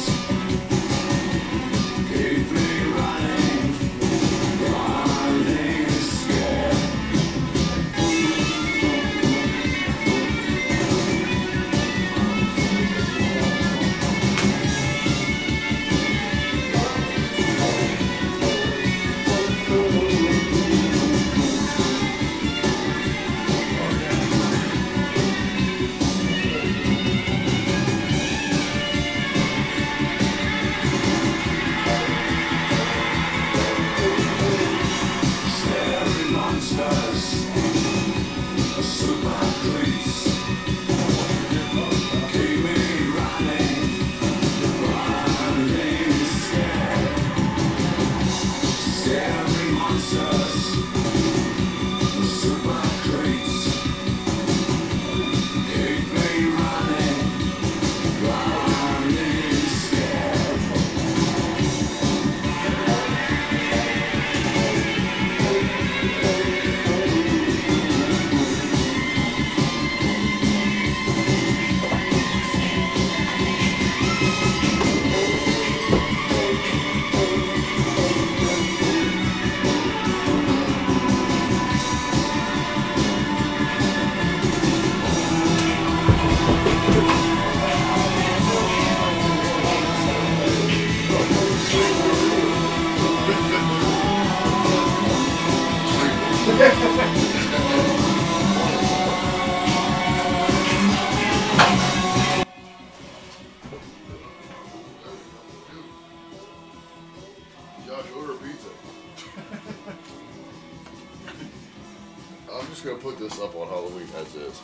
Speaker 7: keep me running, running scared. Scary monsters, super creeps, keep me running, running scared. Scary monsters, super creeps, keep me running, running scared.
Speaker 5: Josh, order a pizza. I'm just gonna put this up on Halloween as is.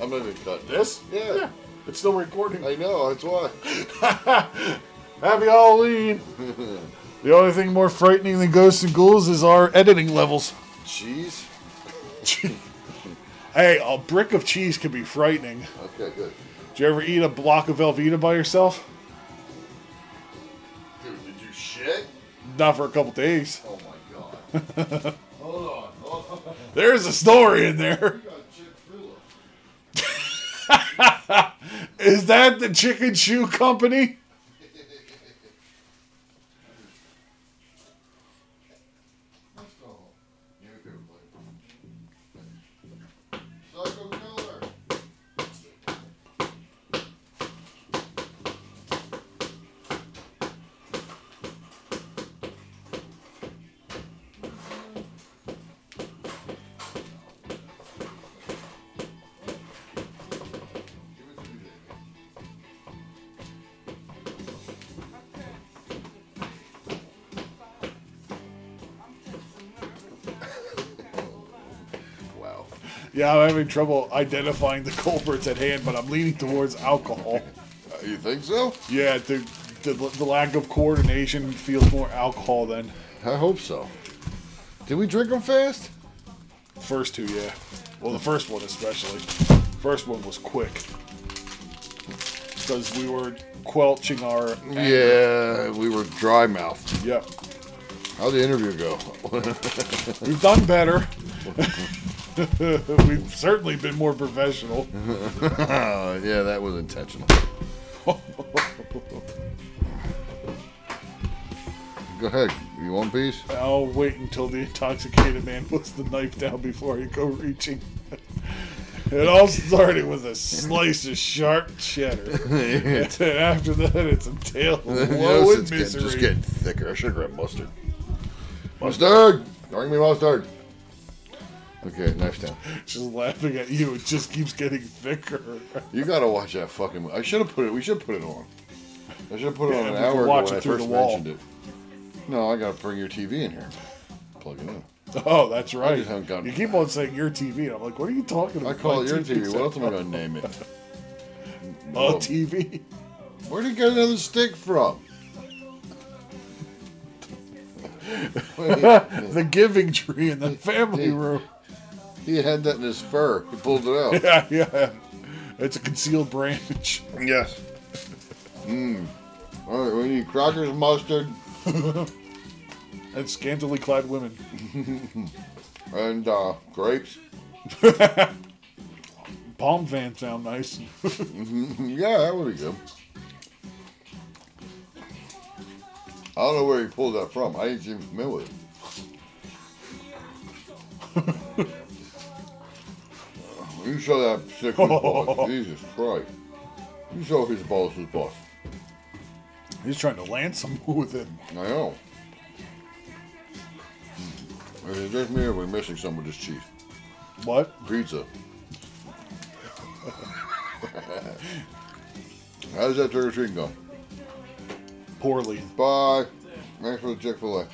Speaker 5: I'm not even cutting it.
Speaker 1: This?
Speaker 5: Yeah.
Speaker 1: It's still recording.
Speaker 5: I know, that's why.
Speaker 1: Happy Halloween! the only thing more frightening than ghosts and ghouls is our editing levels.
Speaker 5: Cheese?
Speaker 1: Hey, a brick of cheese can be frightening.
Speaker 5: Okay, good.
Speaker 1: Did you ever eat a block of Velveeta by yourself?
Speaker 5: Dude, did you shit?
Speaker 1: Not for a couple days.
Speaker 5: Oh my god. Hold on. Hold on.
Speaker 1: There's a story in there.
Speaker 5: I got Chick-fil-A.
Speaker 1: Is that the Chicken Shoe Company?
Speaker 5: You can play. Psycho killer. Give it to me, baby.
Speaker 1: Yeah, I'm having trouble identifying the culprits at hand, but I'm leaning towards alcohol.
Speaker 5: Uh, You think so?
Speaker 1: Yeah, the, the, the lack of coordination feels more alcohol than
Speaker 5: I hope so. Did we drink them fast?
Speaker 1: first two, yeah. Well, the first one especially. First one was quick. Because we were quelching our.
Speaker 5: Yeah, we were dry mouthed.
Speaker 1: Yep.
Speaker 5: How'd the interview go?
Speaker 1: We've done better. We've certainly been more professional.
Speaker 5: Uh, yeah, that was intentional. go ahead. You want peace?
Speaker 1: I'll wait until the intoxicated man puts the knife down before I go reaching. It all started with a slice of sharp cheddar. and after that, it's a tale of woe
Speaker 5: Yes,
Speaker 1: and
Speaker 5: it's getting,
Speaker 1: misery.
Speaker 5: just getting thicker. I should grab mustard. Mustard! Bring me mustard. Okay, knife down.
Speaker 1: Just laughing at you. It just keeps getting thicker.
Speaker 5: You gotta watch that fucking. Movie. I should have put it. We should put it on. I should have put it
Speaker 1: Yeah,
Speaker 5: on
Speaker 1: we
Speaker 5: an
Speaker 1: can
Speaker 5: hour ago
Speaker 1: watch
Speaker 5: when
Speaker 1: it
Speaker 5: I
Speaker 1: through
Speaker 5: first
Speaker 1: the wall.
Speaker 5: mentioned it. No, I gotta bring your TV in here. Plug it in.
Speaker 1: Oh, that's right.
Speaker 5: just haven't gotten
Speaker 1: You
Speaker 5: to
Speaker 1: keep
Speaker 5: that.
Speaker 1: on saying your TV. and I'm like, what are you talking
Speaker 5: I
Speaker 1: about?
Speaker 5: call
Speaker 1: My
Speaker 5: it your TV.
Speaker 1: TV's
Speaker 5: What
Speaker 1: a-
Speaker 5: else am I gonna Oh. name it?
Speaker 1: A TV.
Speaker 5: Where'd you get another stick from?
Speaker 1: The giving tree in the family
Speaker 5: Hey.
Speaker 1: room.
Speaker 5: He had that in his fur. He pulled it out.
Speaker 1: Yeah, yeah. It's a concealed branch.
Speaker 5: Yes. Mmm. All right, we need crackers, mustard,
Speaker 1: And scantily clad women.
Speaker 5: and uh, grapes.
Speaker 1: Palm fans sound nice.
Speaker 5: Yeah, that would be good. I don't know where he pulled that from. I didn't seem familiar with it. you show that stick with his boss. Jesus Christ. You show his boss his boss.
Speaker 1: He's trying to land someone with it.
Speaker 5: I know. Is it just me or are we missing some with this cheese?
Speaker 1: What?
Speaker 5: Pizza. How does that trick or treating go?
Speaker 1: Poorly.
Speaker 5: Bye. Thanks for the Chick fil A.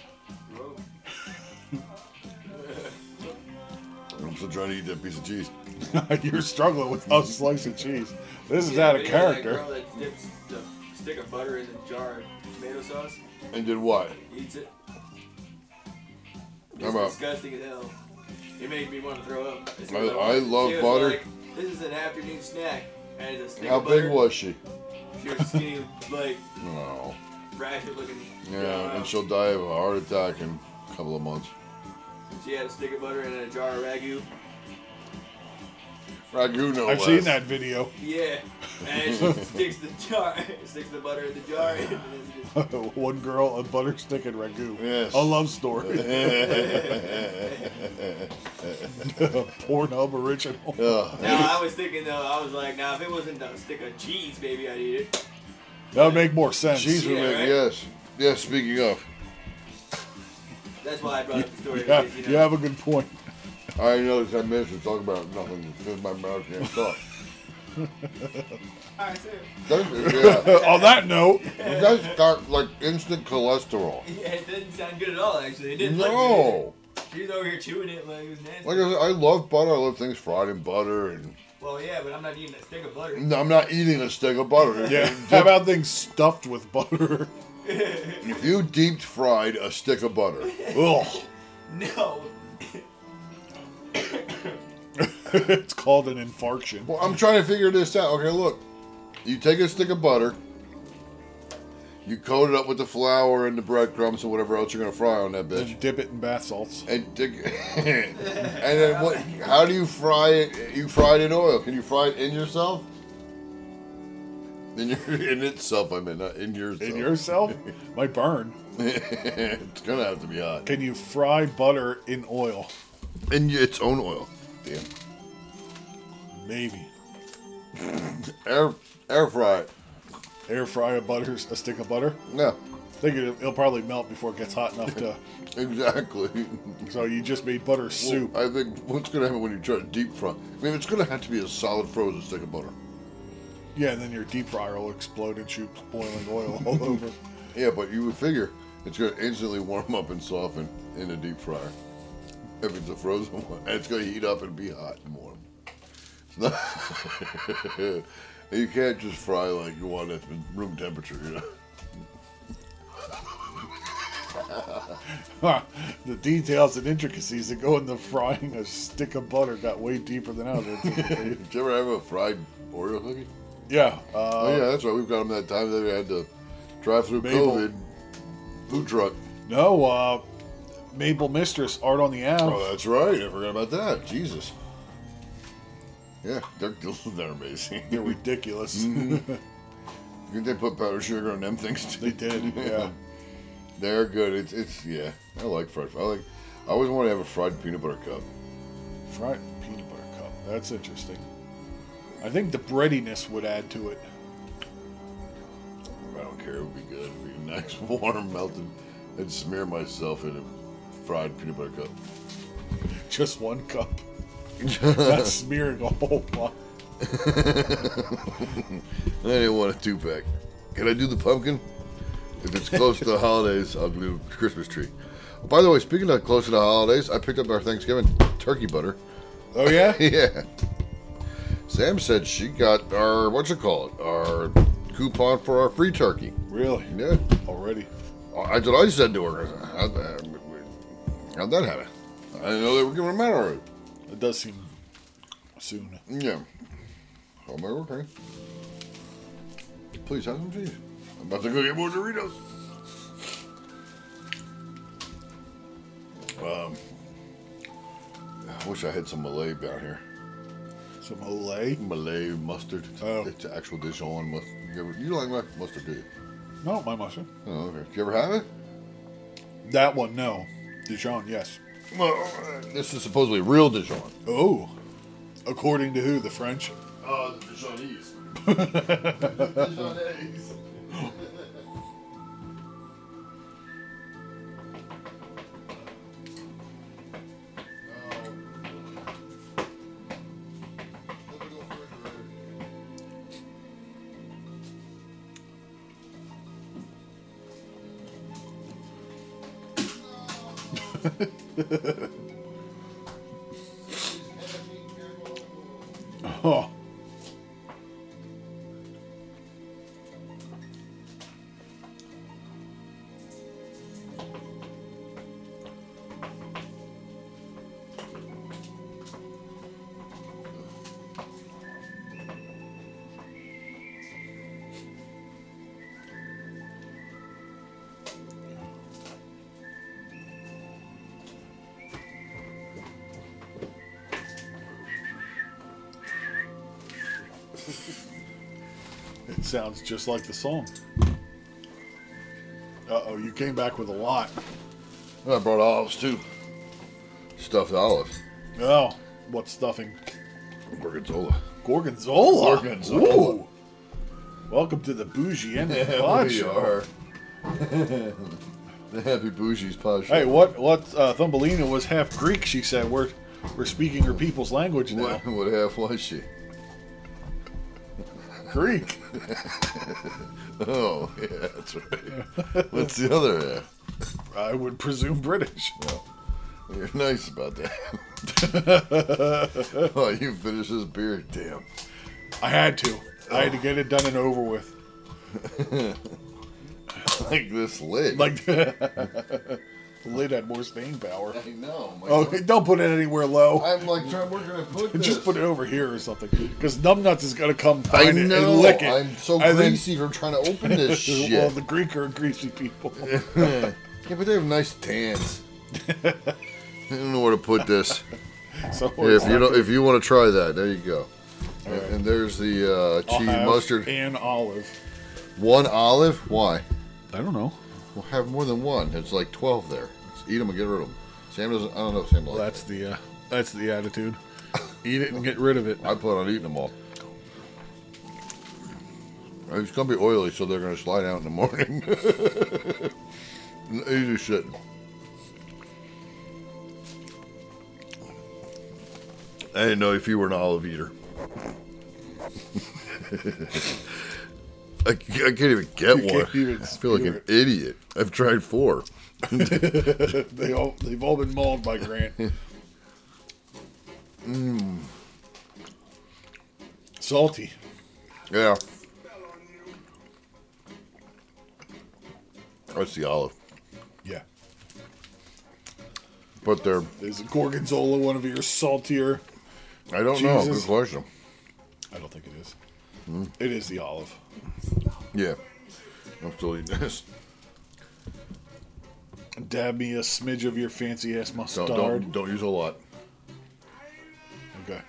Speaker 5: I'm still trying to eat that piece of cheese.
Speaker 1: You're struggling with a slice of cheese. This is
Speaker 8: Yeah,
Speaker 1: out
Speaker 8: but
Speaker 1: of
Speaker 8: you know that
Speaker 1: character.
Speaker 8: girl that dips the stick of butter in a jar of tomato sauce,
Speaker 5: And did what?
Speaker 8: eats it. It's
Speaker 5: How about-
Speaker 8: disgusting as hell. It made me want to throw up. It's
Speaker 5: I-
Speaker 8: like-
Speaker 5: I love
Speaker 8: she was
Speaker 5: butter.
Speaker 8: like, this is an afternoon snack. And it's a stick
Speaker 5: How
Speaker 8: of butter.
Speaker 5: big was she?
Speaker 8: She was skinny, like,
Speaker 5: No.
Speaker 8: ratchet looking.
Speaker 5: Yeah,
Speaker 8: Uh,
Speaker 5: and she'll die of a heart attack in a couple of months.
Speaker 8: She had a stick of butter and a jar of ragu.
Speaker 5: Ragu no
Speaker 1: I've seen that video.
Speaker 8: Yeah. And she sticks the jar, sticks the butter in the jar. And then just,
Speaker 1: One girl, a butter stick, and ragu.
Speaker 5: Yes.
Speaker 1: A love story. Pornhub original.
Speaker 8: now I was thinking though, I was like, now if it wasn't a stick of cheese, baby, I'd eat it.
Speaker 1: That would make more sense.
Speaker 5: Cheese would
Speaker 8: Yeah,
Speaker 5: make,
Speaker 8: right?
Speaker 5: yes. Yes, speaking of.
Speaker 8: That's why I brought up the story.
Speaker 1: Yeah,
Speaker 8: because,
Speaker 1: you have a good point.
Speaker 5: I noticed I missed to talk about nothing because my mouth can't talk.
Speaker 8: All right, so-
Speaker 5: That's, yeah.
Speaker 1: On that note,
Speaker 5: It does start like instant cholesterol.
Speaker 8: Yeah, it didn't sound good at all, actually. It didn't look
Speaker 5: No.
Speaker 8: good. She was over here chewing it like it was nasty.
Speaker 5: Like I said, I love butter. I love things fried in butter, and
Speaker 8: well, yeah, but I'm not eating a stick of butter.
Speaker 5: No, I'm not eating a stick of butter.
Speaker 1: yeah, how about things stuffed with butter?
Speaker 5: If you deep fried a stick of butter,
Speaker 1: Ugh,
Speaker 8: No.
Speaker 1: it's called an infarction.
Speaker 5: well, I'm trying to figure this out. Okay, look, you take a stick of butter, you coat it up with the flour and the breadcrumbs and whatever else you're gonna fry on that bitch,
Speaker 1: Then dip it in bath salts.
Speaker 5: and dig- and then what? How do you fry it? You fry it in oil. Can you fry it in yourself? In your in itself, I mean, not in yourself.
Speaker 1: In yourself, might burn.
Speaker 5: it's gonna have to be hot.
Speaker 1: Can you fry butter in oil?
Speaker 5: In y- its own oil. Damn.
Speaker 1: Maybe.
Speaker 5: Air air fry it.
Speaker 1: Air fry a butter, a stick of butter.
Speaker 5: Yeah,
Speaker 1: Think it, it'll probably melt before it gets hot enough to.
Speaker 5: exactly.
Speaker 1: So you just made butter soup.
Speaker 5: I think what's gonna happen when you try to deep fry? I mean, it's gonna have to be a solid frozen stick of butter.
Speaker 1: Yeah, and then your deep fryer will explode and shoot boiling oil all over.
Speaker 5: Yeah, but you would figure it's gonna instantly warm up and soften in a deep fryer. If it's a frozen one, it's going to heat up and be hot and warm. It's not. you can't just fry like you want at room temperature, you know.
Speaker 1: the details and intricacies that go into frying a stick of butter got way deeper than I was anticipating.
Speaker 5: Did you ever have a fried Oreo cookie?
Speaker 1: yeah. Uh,
Speaker 5: oh yeah, that's right. We've got them that time that we had to drive through
Speaker 1: Mabel.
Speaker 5: COVID food truck.
Speaker 1: No, uh, Mabel Mistress, Art on the Ave.
Speaker 5: Oh, that's right. I forgot about that. Jesus. Yeah, they're they're amazing.
Speaker 1: They're ridiculous.
Speaker 5: Didn't they put powdered sugar on them things too?
Speaker 1: They did, yeah.
Speaker 5: They're good. It's it's yeah. I like fried. I like. I always want to have a fried peanut butter cup.
Speaker 1: Fried peanut butter cup. That's interesting. I think the breadiness would add to it.
Speaker 5: I don't care. It would be good. It would be nice, warm, melted. I'd smear myself in a fried peanut butter cup.
Speaker 1: Just one cup. Not smearing a whole lot.
Speaker 5: I didn't want a two pack. Can I do the pumpkin? If it's close to the holidays, I'll do Christmas tree. Oh, by the way, speaking of close to the holidays, I picked up our Thanksgiving turkey butter.
Speaker 1: Oh, yeah?
Speaker 5: yeah. Sam said she got our what you call it, our coupon for our free turkey.
Speaker 1: Really?
Speaker 5: Yeah,
Speaker 1: Already.
Speaker 5: that's what I said to her. How'd that, how'd that happen? I didn't know they were giving them out already.
Speaker 1: It does seem soon.
Speaker 5: Yeah. So I'm like, okay. Please have some cheese. I'm about to go get more Doritos. Um, I wish I had some Malay down here.
Speaker 1: Some Olay.
Speaker 5: Malay mustard. It's,
Speaker 1: Oh.
Speaker 5: it's actual Dijon mustard. You, ever, you like my mustard, do you?
Speaker 1: No, my mushroom.
Speaker 5: Oh, okay. You ever have it?
Speaker 1: That one, no. Dijon, yes.
Speaker 5: Well, this is supposedly real Dijon.
Speaker 1: Oh. According to who? The French?
Speaker 5: Uh, Dijonese. Dijonese.
Speaker 1: Oh. It sounds just like the song. Uh oh, you came back with a lot.
Speaker 5: I brought olives too. Stuffed olives.
Speaker 1: Oh, what stuffing?
Speaker 5: Gorgonzola.
Speaker 1: Gorgonzola.
Speaker 5: Gorgonzola.
Speaker 1: Ooh. Welcome to the bougie end of the pod show.
Speaker 5: the happy bougies pod show.
Speaker 1: Hey, what what uh, Thumbelina was half Greek? She said we're we're speaking her people's language now.
Speaker 5: what, what half was she?
Speaker 1: Greek.
Speaker 5: Oh, yeah, that's right. What's the other half?
Speaker 1: I would presume British.
Speaker 5: You're nice about that. oh, you finish this beer, damn.
Speaker 1: I had to. I had to get it done and over with.
Speaker 5: Like this lid.
Speaker 1: Like the lid had more staying power.
Speaker 5: I know. My
Speaker 1: Okay, don't put it anywhere low.
Speaker 5: I'm like, trying, where can I put this?
Speaker 1: Just put it over here or something. Because Numbnuts is gonna come
Speaker 5: I
Speaker 1: find it
Speaker 5: know.
Speaker 1: and lick it.
Speaker 5: I'm so
Speaker 1: and then-
Speaker 5: greasy from trying to open this shit.
Speaker 1: Well, the Greek are greasy people.
Speaker 5: Yeah, but they have nice tans. I don't know where to put this.
Speaker 1: So
Speaker 5: Yeah, if
Speaker 1: it's
Speaker 5: you
Speaker 1: not-
Speaker 5: don't, if you want to try that, there you go. And, and there's the uh,
Speaker 1: I'll
Speaker 5: cheese
Speaker 1: have
Speaker 5: mustard.
Speaker 1: and olive.
Speaker 5: One olive. Why?
Speaker 1: I don't know.
Speaker 5: We'll have more than one. It's like twelve there. Let's eat them and get rid of them. Sam doesn't. I don't know. if Sam.
Speaker 1: Well,
Speaker 5: Likes
Speaker 1: that's the uh, that's the attitude. Eat it and get rid of it.
Speaker 5: it. I plan on eating them all. It's gonna be oily, so they're gonna slide out in the morning. Easy shit. I didn't know if you were an olive eater. I, ca- I can't even get
Speaker 1: You
Speaker 5: one.
Speaker 1: can't even
Speaker 5: I feel like
Speaker 1: spear
Speaker 5: an idiot. I've tried four.
Speaker 1: They all they've all been mauled by Grant. Hmm. Salty.
Speaker 5: Yeah. That's the olive.
Speaker 1: Yeah.
Speaker 5: But they're,
Speaker 1: Is Gorgonzola one of your saltier?
Speaker 5: I don't know.
Speaker 1: Jesus.
Speaker 5: Good question.
Speaker 1: I don't think it is.
Speaker 5: Hmm.
Speaker 1: It is the olive.
Speaker 5: Yeah. I'm still eating this.
Speaker 1: Dab me a smidge of your fancy ass
Speaker 5: Don't,
Speaker 1: mustard.
Speaker 5: don't, don't use a lot.
Speaker 1: Okay.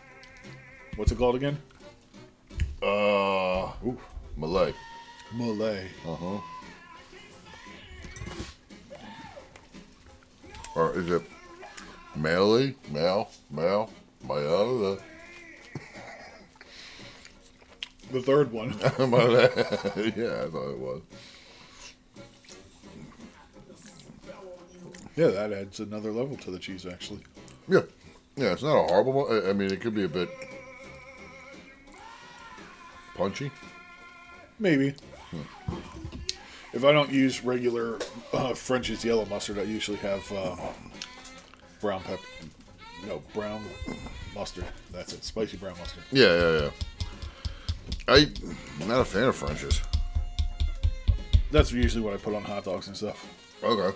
Speaker 1: What's it called again?
Speaker 5: Uh, ooh, Malay.
Speaker 1: Malay.
Speaker 5: Uh huh. Or is it Malay? Mal? Mal? Malay?
Speaker 1: The third one.
Speaker 5: Malay. yeah, I thought it was.
Speaker 1: yeah, that adds another level to the cheese, actually.
Speaker 5: Yeah. Yeah, it's not a horrible one. I- I mean, it could be a bit punchy.
Speaker 1: Maybe. If I don't use regular uh, French's yellow mustard, I usually have uh, brown pepper. No, brown mustard. That's it. Spicy brown mustard.
Speaker 5: Yeah, yeah, yeah. I, I'm not a fan of French's.
Speaker 1: That's usually what I put on hot dogs and stuff.
Speaker 5: Okay.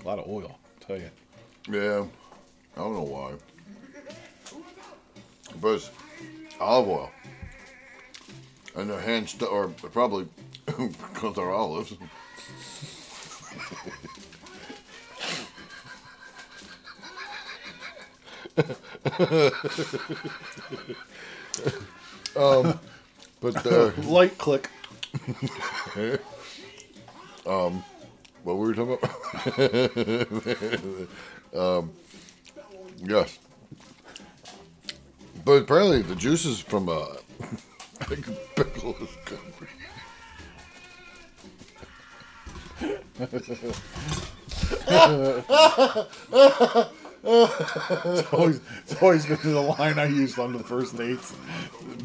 Speaker 1: A lot of oil, tell you.
Speaker 5: Yeah. I don't know why. But it's olive oil. And they're hand stu or probably because they're olives. um, but uh,
Speaker 1: Light click.
Speaker 5: what were we talking about? um, yes. But apparently the juice is from uh, a big pickle is covered.
Speaker 1: It's always, it's always been the line I used on the first dates.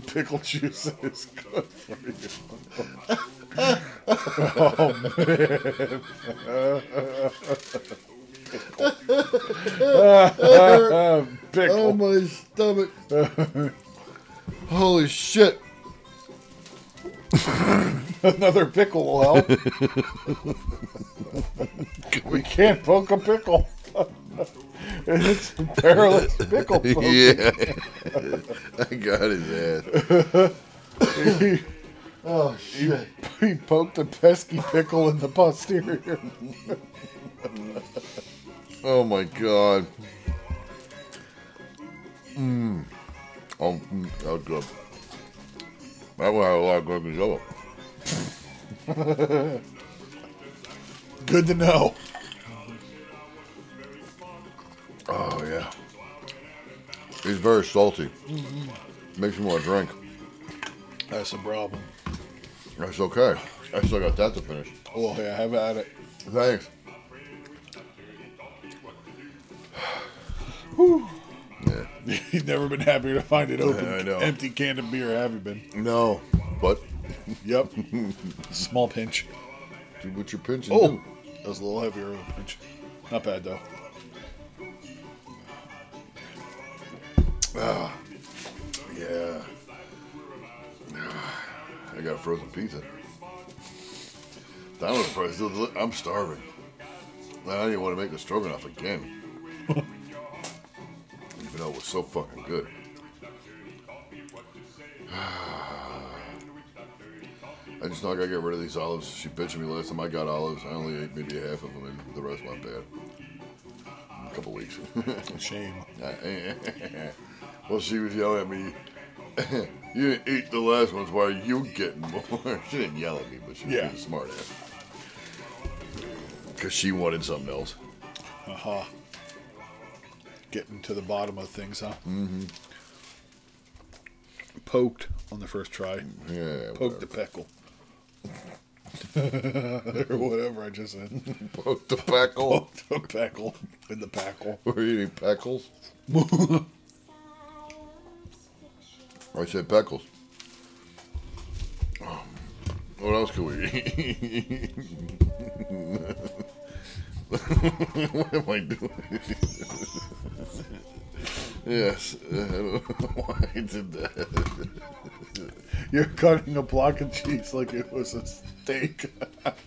Speaker 1: Pickle juice is good for you. oh man. Pickle.
Speaker 5: Oh
Speaker 1: Pickle.
Speaker 5: my stomach. Holy shit.
Speaker 1: Another pickle will help. we can't poke a pickle. it's a perilous pickle
Speaker 5: Oh
Speaker 1: poke.
Speaker 5: Yeah. I got his ass.
Speaker 1: He, he poked a pesky pickle in the posterior.
Speaker 5: Oh my god. Mmm. Oh, mm, that was good. That one had a lot of gorgonzola.
Speaker 1: Good to know.
Speaker 5: Oh yeah. He's very salty. Makes me want to drink.
Speaker 1: That's a problem.
Speaker 5: That's okay. I still got that to finish.
Speaker 1: Oh yeah, have at it.
Speaker 5: Thanks. yeah.
Speaker 1: You've never been happier to find it open,
Speaker 5: Yeah, I know.
Speaker 1: empty can of beer, have you been?
Speaker 5: No, but
Speaker 1: Yep. Small pinch.
Speaker 5: do what you're pinching.
Speaker 1: Oh,
Speaker 5: do.
Speaker 1: that was a little heavier of a pinch. Not bad though.
Speaker 5: Yeah. I got a frozen pizza. That was frozen. I'm starving. I don't even want to make the stroganoff again. even though it was so fucking good. I just know I gotta get rid of these olives. She bitched me last time I got olives. I only ate maybe half of them, and the rest went bad. In a couple weeks.
Speaker 1: Shame.
Speaker 5: well, she was yelling at me. you didn't eat the last ones. Why are you getting more? she didn't yell at me, but she was
Speaker 1: Yeah.
Speaker 5: being a smart ass. Because she wanted something else.
Speaker 1: Aha. Getting to the bottom of things, huh? Mm-hmm. Poked on the first try.
Speaker 5: Yeah,
Speaker 1: Poked the peckle. or whatever I just said.
Speaker 5: Poke the peckle.
Speaker 1: Poked the peckle in the packle.
Speaker 5: We're eating peckles. I said peckles. Um, What else could we eat? what am I doing? yes, I don't know why I did that.
Speaker 1: You're cutting a block of cheese like it was a steak.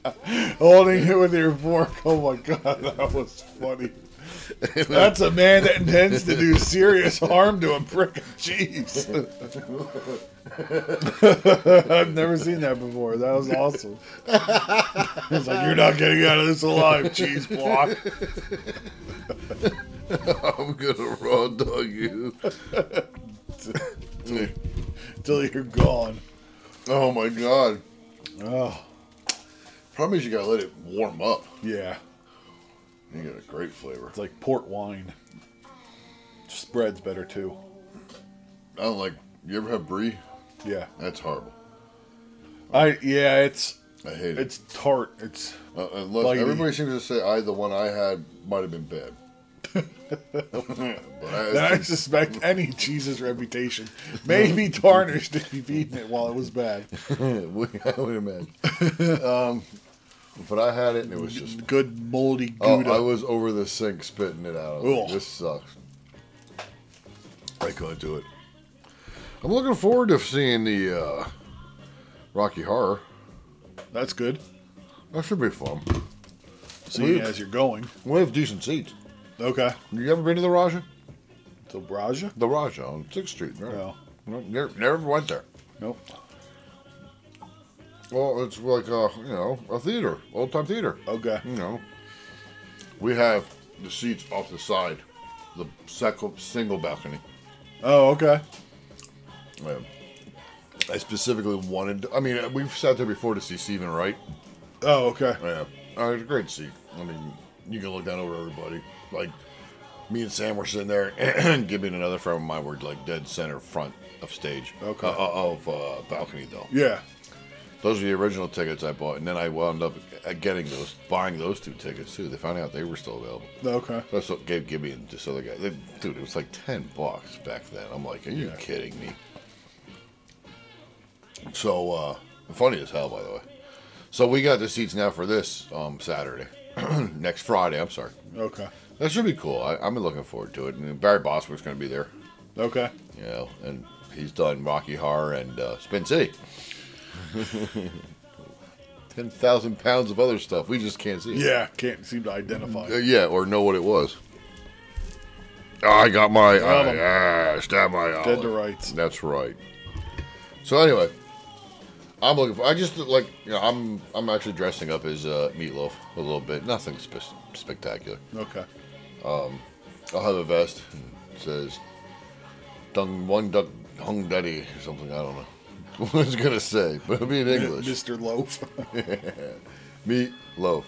Speaker 1: Holding it with your fork. Oh my god, that was funny. That's a man that intends to do serious harm to a brick of cheese. I've never seen that before. That was awesome. It's like, you're not getting out of this alive, cheese block.
Speaker 5: I'm gonna raw dog you.
Speaker 1: Until you're gone.
Speaker 5: oh my god.
Speaker 1: Oh,
Speaker 5: Problem is, you gotta let it warm up.
Speaker 1: yeah.
Speaker 5: You get a great flavor.
Speaker 1: It's like port wine. Spreads better too.
Speaker 5: I don't like. You ever have brie?
Speaker 1: Yeah.
Speaker 5: That's horrible.
Speaker 1: I yeah, it's
Speaker 5: I hate
Speaker 1: it's
Speaker 5: it.
Speaker 1: tart. It's
Speaker 5: Uh, unless
Speaker 1: bitey.
Speaker 5: everybody seems to say I the one I had might have been bad. but I,
Speaker 1: I suspect any cheese's reputation may be tarnished if you've eaten it while it was bad.
Speaker 5: I would imagine. um, but I had it and it was just.
Speaker 1: Good moldy
Speaker 5: Oh,
Speaker 1: gouda.
Speaker 5: I was over the sink spitting it out. I was like,
Speaker 1: Ugh.
Speaker 5: this sucks. I couldn't do it. I'm looking forward to seeing the uh, Rocky Horror.
Speaker 1: That's good.
Speaker 5: That should be fun.
Speaker 1: See as you're going.
Speaker 5: We have decent seats.
Speaker 1: Okay.
Speaker 5: You ever been to the Raja?
Speaker 1: So Braja?
Speaker 5: The Raja on Sixth Street, right?
Speaker 1: No.
Speaker 5: No, Never, never went there.
Speaker 1: Nope.
Speaker 5: Well, it's like a you know a theater, old time theater.
Speaker 1: Okay.
Speaker 5: You know, we have the seats off the side, the second single balcony.
Speaker 1: Oh, okay.
Speaker 5: Um, I specifically wanted. I mean, we've sat there before to see Stephen Wright.
Speaker 1: Oh, okay.
Speaker 5: Yeah, uh, it's a great seat. I mean, you can look down over everybody. Like me and Sam were sitting there, giving another friend of mine were like dead center front of stage.
Speaker 1: Okay.
Speaker 5: Uh, uh, of uh, balcony though.
Speaker 1: Yeah.
Speaker 5: Those are the original tickets I bought, and then I wound up getting those, buying those two tickets too. They found out they were still available.
Speaker 1: Okay.
Speaker 5: That's what gave Gibby and this other guy. They, dude, it was like ten bucks back then. I'm like, are you
Speaker 1: Yeah.
Speaker 5: kidding me? So uh, funny as hell, by the way. So we got the seats now for this um, Saturday, next Friday. I'm sorry.
Speaker 1: Okay.
Speaker 5: That should be cool. I, I'm looking forward to it. And Barry Bosworth's going to be there,
Speaker 1: Okay.
Speaker 5: you know, and he's done Rocky Horror and uh, Spin City. Ten thousand pounds of other stuff. We just can't see. it.
Speaker 1: Yeah, can't seem to identify.
Speaker 5: Uh, yeah, or know what it was. Oh, I got my
Speaker 1: Got him.
Speaker 5: eye. Ah, stab my eye.
Speaker 1: Dead to rights.
Speaker 5: That's right. So anyway, I'm looking for. I just like you know, I'm I'm actually dressing up as uh, meatloaf a little bit. Nothing spe- spectacular.
Speaker 1: Okay.
Speaker 5: I'll have a vest. It says "Dung One Duck Hung Daddy" or something. I don't know what it's gonna say, but it'll be in English.
Speaker 1: Mr. Loaf.
Speaker 5: Meat loaf.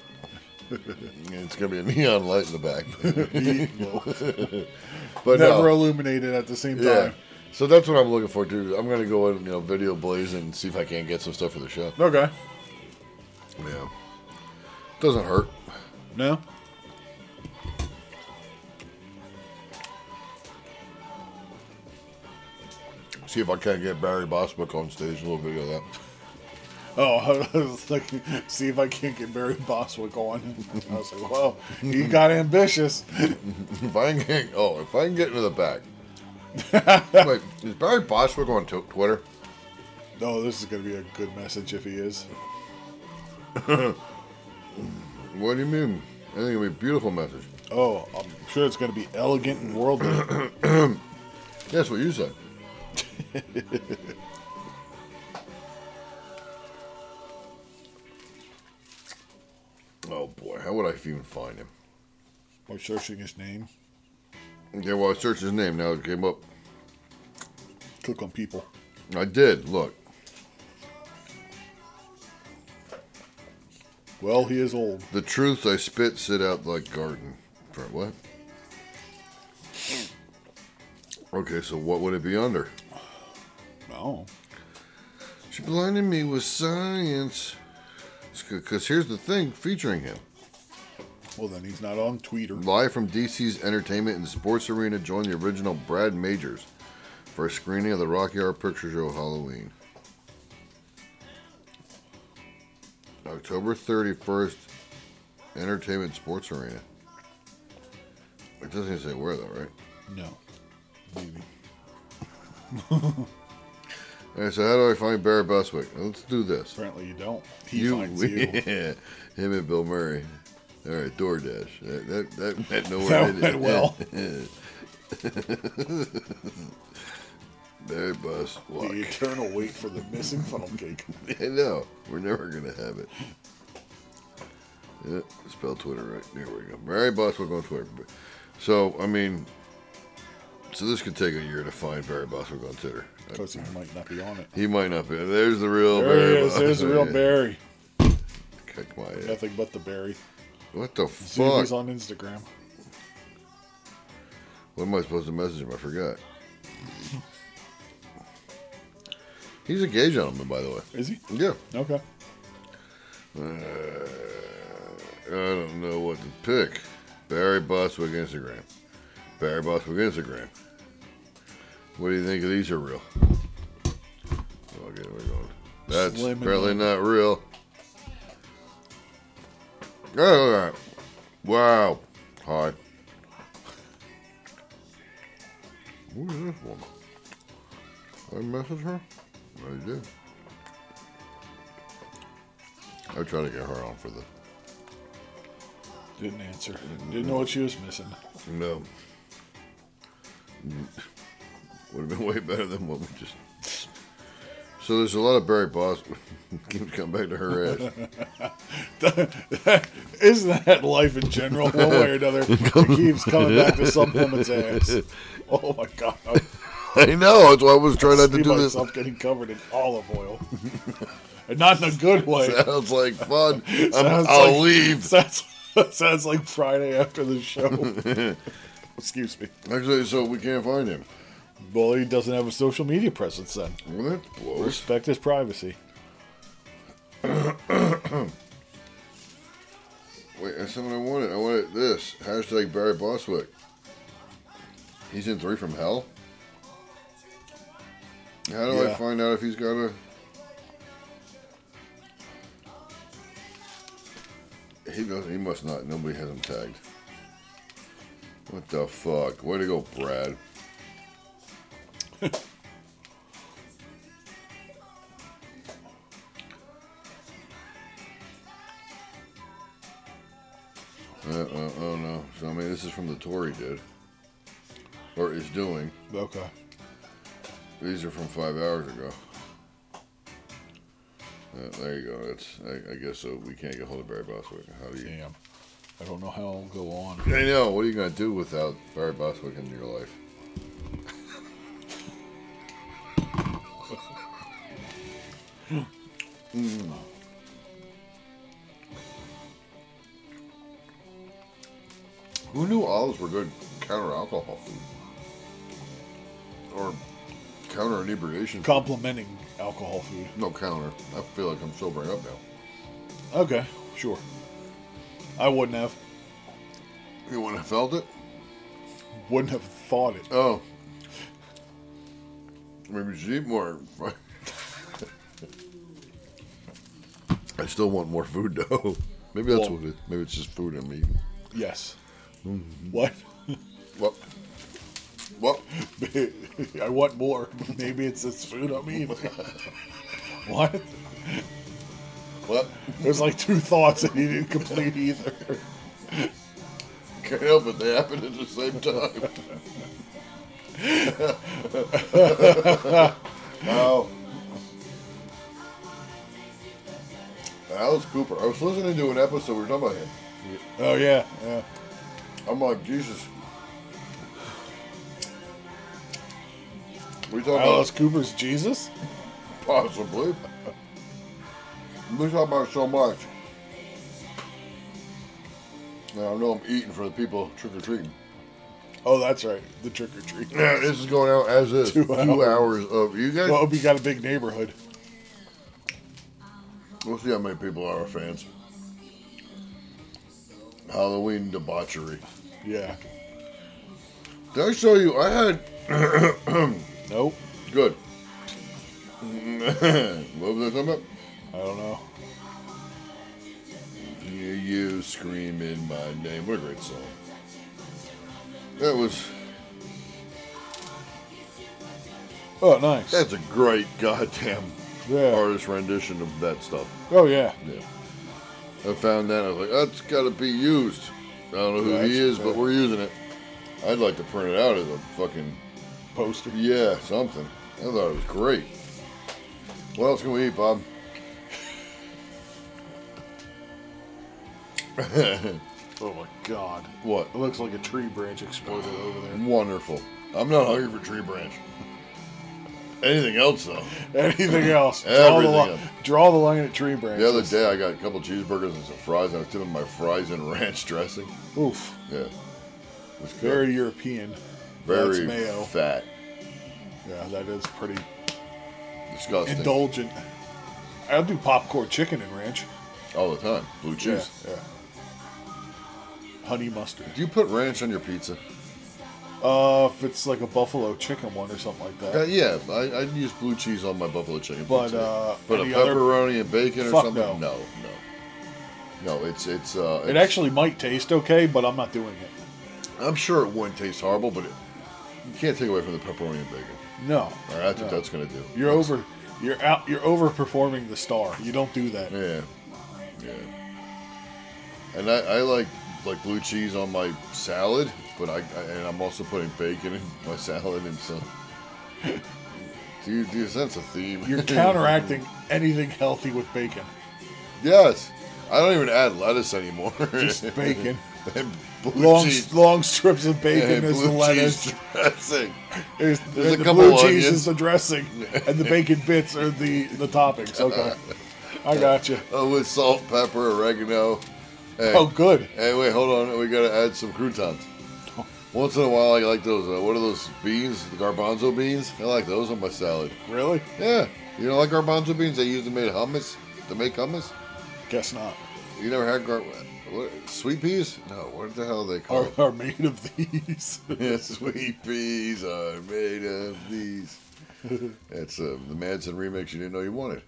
Speaker 5: it's gonna be a neon light in the back. but
Speaker 1: Never
Speaker 5: no,
Speaker 1: illuminated at the same time.
Speaker 5: yeah. So that's what I'm looking forward to. I'm gonna go in, you know, video blaze and see if I can get some stuff for the show.
Speaker 1: Okay.
Speaker 5: Yeah. Doesn't hurt.
Speaker 1: No?
Speaker 5: See if I can get Barry Boswick on stage. A little video of that.
Speaker 1: Oh, I was like, see if I can't get Barry Boswick on. I was like, whoa, he got ambitious.
Speaker 5: If I can get, oh, if I can get into the back. Wait, is Barry Boswick on t- Twitter?
Speaker 1: No, this is going to be a good message if he is.
Speaker 5: What do you mean? I think it'd be a beautiful message.
Speaker 1: Oh, I'm sure it's going to be elegant and worldly.
Speaker 5: That's what you said. oh boy, how would I even find him?
Speaker 1: I'm searching his name.
Speaker 5: Okay, well I searched his name. Now it came up.
Speaker 1: Click on people.
Speaker 5: I did. Look,
Speaker 1: Well, he is old.
Speaker 5: the truth I spit sit out like garden. For what? Okay, so what would it be under?
Speaker 1: Oh,
Speaker 5: She blinded me with science. Because here's the thing featuring him.
Speaker 1: well, then he's not on Twitter.
Speaker 5: Live from DC's Entertainment and Sports Arena, join the original Brad Majors for a screening of the Rocky Horror Picture Show Halloween. October 31st Entertainment Sports Arena. It doesn't even say where though, right?
Speaker 1: No. Maybe.
Speaker 5: All right, so how do I find Barry Buswick? Let's do this.
Speaker 1: Apparently you don't. He finds you.
Speaker 5: yeah, him and Bill Murray. All right, DoorDash. That that, that went
Speaker 1: That
Speaker 5: nowhere. did
Speaker 1: went
Speaker 5: it?
Speaker 1: well.
Speaker 5: Barry Buswick.
Speaker 1: The eternal wait for the missing funnel cake.
Speaker 5: I know. We're never going to have it. Yeah, spell Twitter right. There we go. Barry Boswick on Twitter. So, I mean, so this could take a year to find Barry Boswick on Twitter.
Speaker 1: Because he might not be on it.
Speaker 5: He might not be. There's the real
Speaker 1: There
Speaker 5: Barry
Speaker 1: he is. There's the real
Speaker 5: Boswick.
Speaker 1: Barry.
Speaker 5: Kick my ass.
Speaker 1: Nothing but the Barry.
Speaker 5: What the
Speaker 1: See if
Speaker 5: fuck?
Speaker 1: he's on Instagram.
Speaker 5: What am I supposed to message him? I forgot. He's a gay gentleman, by the way.
Speaker 1: Is he?
Speaker 5: Yeah.
Speaker 1: Okay.
Speaker 5: I don't know what to pick. Barry Boswick Instagram. Barry Boswick Instagram. What do you think of these are real? Okay, we're going. That's
Speaker 1: Slim and
Speaker 5: apparently not real. Oh, all right. Wow. Hi. Who is this woman? I messaged her? I did. I tried to get her on for the
Speaker 1: Didn't answer. Didn't know what she was missing.
Speaker 5: No. Would have Mm. been way better than what we just. So there's a lot of Barry Boss. Keeps coming back to her ass.
Speaker 1: Isn't that life in general, one way or another? It keeps coming back to some woman's ass. Oh my god! I
Speaker 5: I know. That's why I was trying not to
Speaker 1: see
Speaker 5: do this.
Speaker 1: myself getting covered in olive oil, and not in a good way.
Speaker 5: Sounds like fun. I'm,
Speaker 1: Sounds
Speaker 5: I'll
Speaker 1: like-
Speaker 5: leave.
Speaker 1: Sounds sounds like Friday after the show. Excuse me.
Speaker 5: Actually, so we can't find him.
Speaker 1: Well, he doesn't have a social media presence then.
Speaker 5: Well, that blows.
Speaker 1: Respect his privacy.
Speaker 5: Wait, that's not what I wanted. I wanted this hashtag Barry Boswick. He's in three from hell. How do I
Speaker 1: Yeah.
Speaker 5: find out if he's got a? He doesn't. He must not. Nobody has him tagged. What the fuck? Way to go, Brad. Uh, uh, oh no. So I mean, this is from the Tory dude, or is doing.
Speaker 1: Okay.
Speaker 5: These are from five hours ago. Uh, there you go. That's I, I guess so. We can't get hold of Barry Boswick. How do you?
Speaker 1: Damn. I don't know how I'll go on.
Speaker 5: I know. What are you gonna do without Barry Boswick in your life? Hmm. Who knew olives were good counter alcohol food or counter inebriation? food?
Speaker 1: Complimenting alcohol food.
Speaker 5: No counter. I feel like I'm sobering up now.
Speaker 1: Okay, sure. I wouldn't have.
Speaker 5: You wouldn't have felt it?
Speaker 1: Wouldn't have thought it.
Speaker 5: Oh. Maybe you should eat more. I still want more food though. Maybe that's
Speaker 1: Well-
Speaker 5: what it maybe it's just food I'm eating.
Speaker 1: Yes. What?
Speaker 5: What? What?
Speaker 1: I want more. Maybe it's this food I'm eating. what?
Speaker 5: What?
Speaker 1: There's like two thoughts and you didn't complete either.
Speaker 5: Can't help it, they happen at the same time. Now, Alice Cooper. I was listening to an episode we were talking about him.
Speaker 1: Oh yeah, yeah.
Speaker 5: I'm like, Jesus. We talk
Speaker 1: Alice
Speaker 5: about
Speaker 1: Cooper's Jesus.
Speaker 5: possibly. We talk about so much. Now I know I'm eating for the people trick or treating.
Speaker 1: Oh, that's right. The trick or treat.
Speaker 5: Yeah, this is going out as is.
Speaker 1: Two
Speaker 5: Two, hours. of you guys.
Speaker 1: Well, I hope you got a big neighborhood.
Speaker 5: we'll see how many people are our fans. Halloween debauchery.
Speaker 1: Yeah.
Speaker 5: Did I show you? I had
Speaker 1: Nope.
Speaker 5: good. what was I talking about?
Speaker 1: I don't know.
Speaker 5: Yeah, you screaming my name. What a great song. That was
Speaker 1: Oh, nice.
Speaker 5: that's a great goddamn
Speaker 1: Yeah.
Speaker 5: artist rendition of that stuff.
Speaker 1: Oh, yeah.
Speaker 5: Yeah. I found that. I was like, that's got to be used. I don't know who he
Speaker 1: That's-
Speaker 5: is, but we're using it. I'd like to print it out as a fucking,
Speaker 1: Poster.
Speaker 5: yeah, something. I thought it was great. What else can we eat, Bob?
Speaker 1: Oh, my God.
Speaker 5: What?
Speaker 1: It looks like a tree branch exploded over there.
Speaker 5: Wonderful. I'm not hungry for tree branch. Anything else, though?
Speaker 1: Anything else? Draw the,
Speaker 5: Everything
Speaker 1: line,
Speaker 5: else.
Speaker 1: draw the line at tree branches.
Speaker 5: The other day, I got a couple cheeseburgers and some fries, and I was dipping my fries in ranch dressing.
Speaker 1: Oof.
Speaker 5: Yeah. It was good.
Speaker 1: Very European. That's
Speaker 5: Very
Speaker 1: mayo.
Speaker 5: fat.
Speaker 1: Yeah, that is pretty
Speaker 5: Disgusting.
Speaker 1: indulgent. I'll do popcorn chicken and ranch.
Speaker 5: All the time. Blue
Speaker 1: Yeah,
Speaker 5: cheese.
Speaker 1: yeah. Honey mustard.
Speaker 5: Do you put ranch on your pizza?
Speaker 1: Uh, if it's like a buffalo chicken one or something like
Speaker 5: Uh,
Speaker 1: that.
Speaker 5: yeah, I, I'd use blue cheese on my buffalo chicken.
Speaker 1: But,
Speaker 5: pizza.
Speaker 1: uh,
Speaker 5: but a
Speaker 1: any other-
Speaker 5: pepperoni and bacon or
Speaker 1: Fuck
Speaker 5: something?
Speaker 1: no.
Speaker 5: no, no, No, It's it's. Uh,
Speaker 1: It
Speaker 5: it's-
Speaker 1: actually might taste okay, but I'm not doing it.
Speaker 5: I'm sure it wouldn't taste horrible, but it, you can't take away from the pepperoni and bacon.
Speaker 1: No.
Speaker 5: All right, I think
Speaker 1: no.
Speaker 5: that's gonna do.
Speaker 1: You're over. You're out. You're overperforming the star. You don't do that.
Speaker 5: Yeah, yeah. And I, I like like blue cheese on my salad, but I, I and I'm also putting bacon in my salad and so. Dude, dude, that's a theme.
Speaker 1: You're counteracting anything healthy with bacon.
Speaker 5: Yes. I don't even add lettuce anymore.
Speaker 1: Just bacon.
Speaker 5: and blue
Speaker 1: Long,
Speaker 5: cheese.
Speaker 1: long strips of bacon
Speaker 5: and
Speaker 1: is the
Speaker 5: blue
Speaker 1: lettuce.
Speaker 5: cheese dressing.
Speaker 1: Is,
Speaker 5: There's a
Speaker 1: the
Speaker 5: couple
Speaker 1: blue cheese
Speaker 5: onions.
Speaker 1: is the dressing, and the bacon bits are the the toppings.
Speaker 5: Uh-huh.
Speaker 1: Okay, I got you.
Speaker 5: Uh, with salt, pepper, oregano. Hey,
Speaker 1: Oh, good.
Speaker 5: hey, wait, hold on. We gotta add some croutons. Once in a while, I like those. Uh, what are those beans? The garbanzo beans. I like those on my salad.
Speaker 1: Really?
Speaker 5: Yeah. You don't like garbanzo beans? They use them made hummus to make hummus.
Speaker 1: Guess not.
Speaker 5: You never had gar- what, sweet peas? No. What the hell are they
Speaker 1: Are,
Speaker 5: called?
Speaker 1: are made of these.
Speaker 5: Yeah, Sweet peas are made of these. That's uh, the Madsen remix you didn't know you wanted.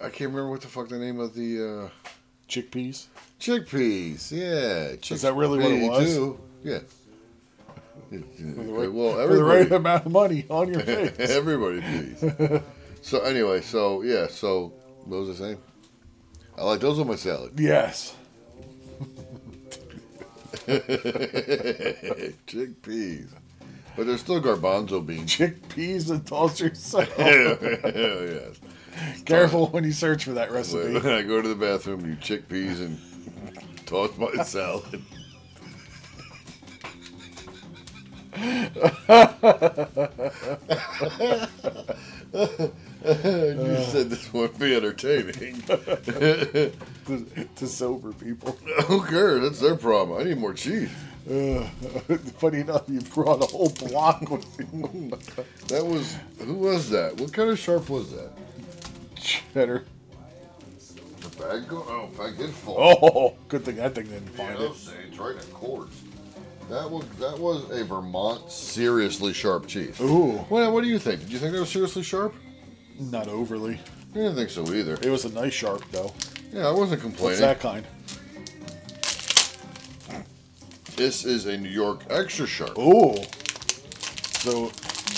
Speaker 5: I can't remember what the fuck the name of the uh,
Speaker 1: Chickpeas.
Speaker 5: chickpeas. Yeah, chickpeas
Speaker 1: that really what it was?
Speaker 5: Too. Yeah. It-
Speaker 1: For
Speaker 5: it-
Speaker 1: the right,
Speaker 5: well,
Speaker 1: for the right
Speaker 5: everybody,
Speaker 1: amount of money on your face.
Speaker 5: everybody peas. so anyway, so yeah, so what was I saying? I like those on my salad.
Speaker 1: yes.
Speaker 5: chickpeas, but they're still garbanzo beans.
Speaker 1: Chickpeas and toss yourself.
Speaker 5: Hell yes.
Speaker 1: Careful when you search for that
Speaker 5: When
Speaker 1: recipe.
Speaker 5: when I go to the bathroom, you chickpeas and toss my salad. you said this would be entertaining.
Speaker 1: to, to sober people.
Speaker 5: Who cares? That's their problem. I need more cheese.
Speaker 1: Uh, funny enough, you brought a whole block with you.
Speaker 5: That was who was that? What kind of sharp was that?
Speaker 1: cheddar.
Speaker 5: The bag go? Oh, bag did fall.
Speaker 1: Oh, good thing that thing didn't
Speaker 5: Yeah,
Speaker 1: find it.
Speaker 5: those things right in court. That was that was a Vermont seriously sharp cheese.
Speaker 1: Ooh,
Speaker 5: Well, what do you think? Did you think that was seriously sharp?
Speaker 1: not overly.
Speaker 5: I didn't think so either.
Speaker 1: It was a nice sharp though.
Speaker 5: Yeah, I
Speaker 1: What's
Speaker 5: wasn't complaining.
Speaker 1: that kind?
Speaker 5: This is a New York extra sharp.
Speaker 1: Ooh. So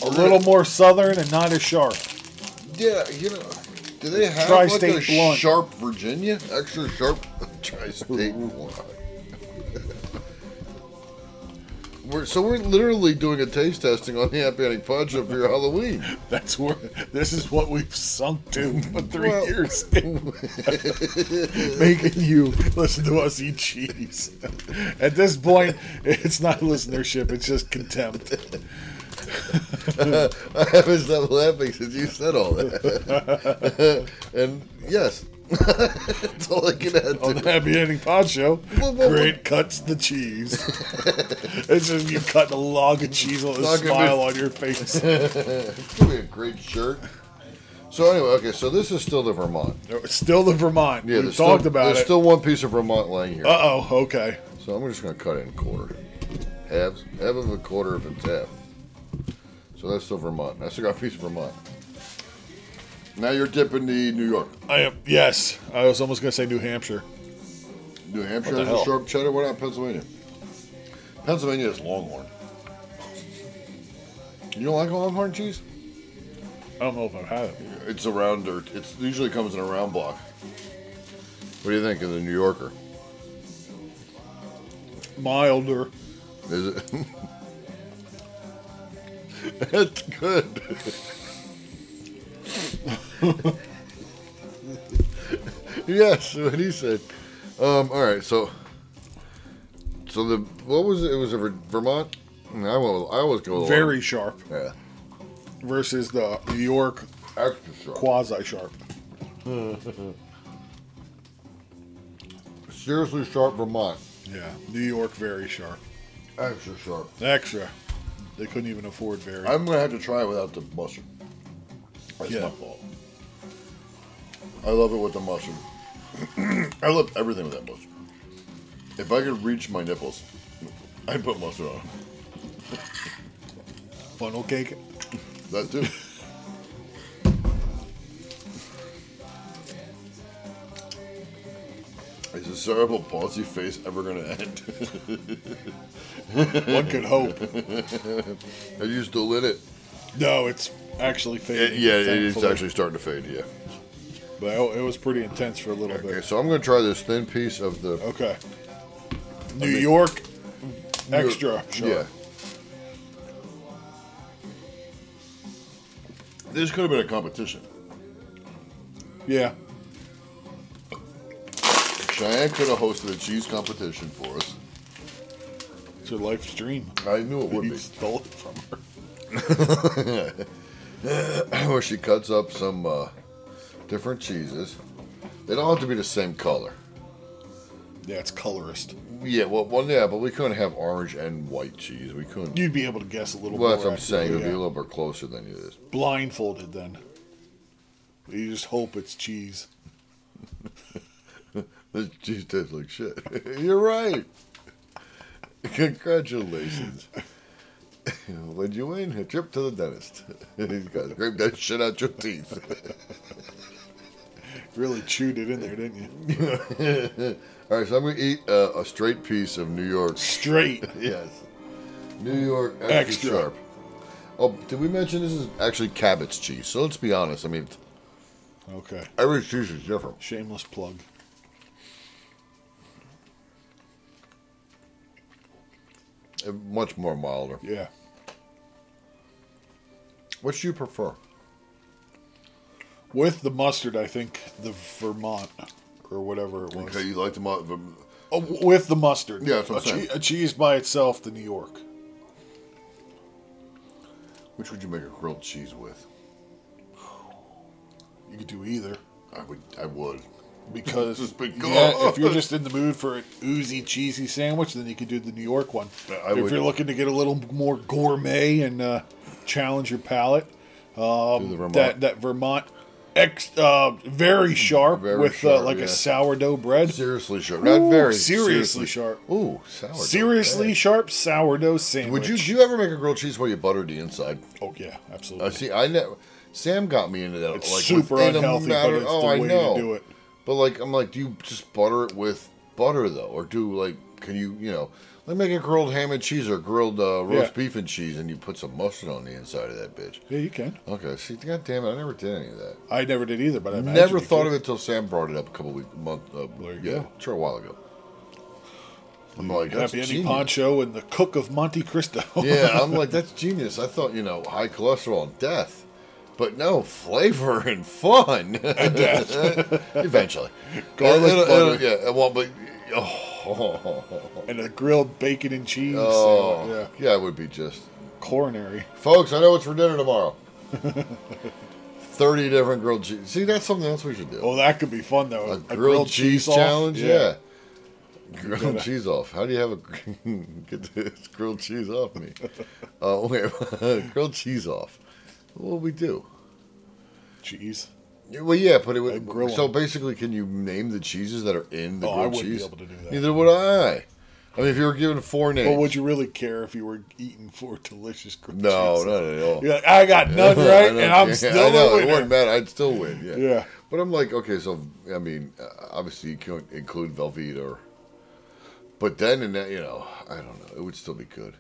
Speaker 1: a little more southern and not as sharp.
Speaker 5: Yeah, you know, do they have like
Speaker 1: Tri-state
Speaker 5: a
Speaker 1: blunt.
Speaker 5: sharp Virginia extra sharp tri-state blunt? We're, so we're literally doing a taste testing on the Happy Ending Pod Show for your Halloween.
Speaker 1: That's where this is what we've sunk to for three
Speaker 5: Well-
Speaker 1: years. Making you listen to us eat cheese. At this point, it's not listenership, it's just contempt.
Speaker 5: I haven't stopped laughing since you said all that. and yes, that's all I can add
Speaker 1: On the
Speaker 5: to.
Speaker 1: Happy Ending Pod Show,
Speaker 5: Whoa, whoa, whoa.
Speaker 1: Grant cuts the cheese. it's just you cutting a log of cheese with a
Speaker 5: Log of
Speaker 1: smile
Speaker 5: it.
Speaker 1: on your face.
Speaker 5: It's gonna be a great shirt. So anyway, okay, so this is still the Vermont.
Speaker 1: Still the Vermont.
Speaker 5: Yeah,
Speaker 1: We've
Speaker 5: there's
Speaker 1: talked
Speaker 5: still,
Speaker 1: about
Speaker 5: There's
Speaker 1: it.
Speaker 5: still one piece of Vermont laying here.
Speaker 1: Uh oh, okay.
Speaker 5: so I'm just gonna cut it in quarter, halves, half of a quarter of its half. So that's still Vermont. I still got a piece of Vermont. Now you're dipping the New York.
Speaker 1: I am yes. I was almost gonna say New Hampshire.
Speaker 5: New Hampshire
Speaker 1: the
Speaker 5: has
Speaker 1: hell?
Speaker 5: a sharp cheddar. What about Pennsylvania? Pennsylvania is Longhorn. You don't like Longhorn cheese?
Speaker 1: I don't know if I've had it.
Speaker 5: It's a round dirt. It usually comes in a round block. What do you think of the New Yorker?
Speaker 1: Milder.
Speaker 5: Is it? That's good. yes, what he said. Um, all right, so so the what was it? It was a Ver- Vermont. I will. I always go with the
Speaker 1: Very sharp
Speaker 5: long- yeah,
Speaker 1: versus the New York
Speaker 5: extra sharp.
Speaker 1: quasi sharp.
Speaker 5: Seriously sharp Vermont,
Speaker 1: Yeah. New York very sharp.
Speaker 5: extra sharp.
Speaker 1: Extra. They couldn't even afford very.
Speaker 5: I'm gonna have to try it without the mustard. That's
Speaker 1: Yeah.
Speaker 5: my fault. I love it with the mustard. I love everything with that mustard. If I could reach my nipples, I'd put mustard on 'em.
Speaker 1: funnel cake.
Speaker 5: That too. Is this cerebral palsy face ever gonna end?
Speaker 1: One could hope.
Speaker 5: Are you still in it?
Speaker 1: No, it's actually
Speaker 5: it
Speaker 1: fading.
Speaker 5: yeah, it's
Speaker 1: thankfully.
Speaker 5: actually starting to fade. Yeah.
Speaker 1: But it was pretty intense for a little
Speaker 5: Okay,
Speaker 1: bit.
Speaker 5: so I'm gonna try this thin piece of the
Speaker 1: Okay. New York extra sharp.
Speaker 5: Yeah. This could have been a competition.
Speaker 1: Yeah.
Speaker 5: Cheyenne could have hosted a cheese competition for us.
Speaker 1: It's her life's dream.
Speaker 5: I knew it would
Speaker 1: You
Speaker 5: be.
Speaker 1: stole it from her.
Speaker 5: Where she cuts up some uh, different cheeses. They don't have to be the same color.
Speaker 1: Yeah, it's colorist.
Speaker 5: Yeah, well, well, yeah, but we couldn't have orange and white cheese. We couldn't.
Speaker 1: You'd be able to guess a little more.
Speaker 5: well, that's what I'm
Speaker 1: accurately,
Speaker 5: saying. It would be a
Speaker 1: yeah.
Speaker 5: little bit closer than it is.
Speaker 1: blindfolded then. You just hope it's cheese.
Speaker 5: This cheese tastes like shit. You're right. Congratulations. What'd you win? A trip to the dentist. He's got to scrape that shit out your teeth.
Speaker 1: Really chewed it in there, didn't you?
Speaker 5: All right, so I'm going to eat uh, a straight piece of New York.
Speaker 1: Straight.
Speaker 5: Yes. New York extra,
Speaker 1: Extra.
Speaker 5: sharp. Oh, did we mention this is actually cabbage cheese? So let's be honest. I mean,
Speaker 1: Okay.
Speaker 5: every cheese is different.
Speaker 1: Shameless plug.
Speaker 5: Uh, Much more milder.
Speaker 1: Yeah.
Speaker 5: Which do you prefer?
Speaker 1: With the mustard, I think the Vermont or whatever it was.
Speaker 5: Okay, you like the. mo- the
Speaker 1: Oh, w- with the mustard.
Speaker 5: Yeah, that's what
Speaker 1: a,
Speaker 5: I'm saying.
Speaker 1: a cheese by itself, the New York.
Speaker 5: which would you make a grilled cheese with?
Speaker 1: You could do either
Speaker 5: I would. I would.
Speaker 1: because
Speaker 5: Just be
Speaker 1: yeah, if
Speaker 5: gone.
Speaker 1: you're just in the mood for an oozy cheesy sandwich, then you could do the New York one.
Speaker 5: I
Speaker 1: if
Speaker 5: would-
Speaker 1: you're looking to get a little more gourmet and uh, challenge your palate,
Speaker 5: Do the Vermont.
Speaker 1: Um, that that Vermont ex uh, very sharp
Speaker 5: Very
Speaker 1: with
Speaker 5: sharp,
Speaker 1: uh, like
Speaker 5: yeah.
Speaker 1: a sourdough bread.
Speaker 5: seriously sharp.
Speaker 1: Ooh,
Speaker 5: Not very
Speaker 1: seriously sharp.
Speaker 5: Ooh, sourdough.
Speaker 1: Seriously sharp sourdough sandwich.
Speaker 5: Would you do you ever make a grilled cheese where you buttered the inside?
Speaker 1: Oh yeah, absolutely.
Speaker 5: I see. I know. Sam got me into that.
Speaker 1: It's
Speaker 5: like,
Speaker 1: super
Speaker 5: within a
Speaker 1: unhealthy, but
Speaker 5: matter-
Speaker 1: it's
Speaker 5: oh,
Speaker 1: the
Speaker 5: I
Speaker 1: way to
Speaker 5: know.
Speaker 1: do it.
Speaker 5: But like, I'm like, do you just butter it with butter though, or do like, can you, you know, like make a grilled ham and cheese or grilled uh,
Speaker 1: Yeah.
Speaker 5: roast beef and cheese, and you put some mustard on the inside of that bitch.
Speaker 1: Yeah, you can.
Speaker 5: Okay. See, god damn it, I never did any of that.
Speaker 1: I never did either, but I imagine
Speaker 5: Never
Speaker 1: you
Speaker 5: thought
Speaker 1: could.
Speaker 5: of it till Sam brought it up a couple weeks, month, uh,
Speaker 1: There you
Speaker 5: yeah,
Speaker 1: go.
Speaker 5: sure, a while ago. I'm like, that's
Speaker 1: Happy Ending
Speaker 5: genius.
Speaker 1: Poncho and the Cook of Monte Cristo.
Speaker 5: yeah, I'm like, that's genius. I thought, you know, high cholesterol and death. But no, flavor and fun. And death. Eventually.
Speaker 1: Garlic
Speaker 5: It'll-
Speaker 1: butter.
Speaker 5: it'll- yeah, well, but. Oh,
Speaker 1: and a grilled bacon and cheese.
Speaker 5: oh,
Speaker 1: sandwich.
Speaker 5: yeah, it would be just.
Speaker 1: yeah, coronary.
Speaker 5: Folks, I know what's for dinner tomorrow. 30 different grilled cheese. See, that's something else we should do.
Speaker 1: Oh, that could be fun though.
Speaker 5: a, grilled cheese,
Speaker 1: off?
Speaker 5: challenge? Yeah.
Speaker 1: gotta-
Speaker 5: Grilled cheese off. How do you have a get this grilled cheese off me? Uh, wait, grilled cheese off. What would we do?
Speaker 1: cheese.
Speaker 5: Yeah, Well, yeah, but it
Speaker 1: Uh,
Speaker 5: would.
Speaker 1: grill
Speaker 5: so
Speaker 1: 'em.
Speaker 5: basically, can you name the cheeses that are in the
Speaker 1: Oh, I
Speaker 5: grilled
Speaker 1: wouldn't be
Speaker 5: cheese?
Speaker 1: able to do that.
Speaker 5: Neither would I. I mean, if you were given four names,
Speaker 1: Well, would you really care if you were eating four delicious grilled
Speaker 5: no,
Speaker 1: cheese?
Speaker 5: not at all.
Speaker 1: You're like, I got none
Speaker 5: I
Speaker 1: right,
Speaker 5: don't
Speaker 1: and I'm
Speaker 5: care.
Speaker 1: still
Speaker 5: I know,
Speaker 1: a
Speaker 5: It
Speaker 1: winner.
Speaker 5: wouldn't matter. I'd still win. Yeah.
Speaker 1: Yeah.
Speaker 5: But I'm like, okay, so I mean, uh, obviously you can't include Velveeta or But then, in that, you know, I don't know. It would still be good.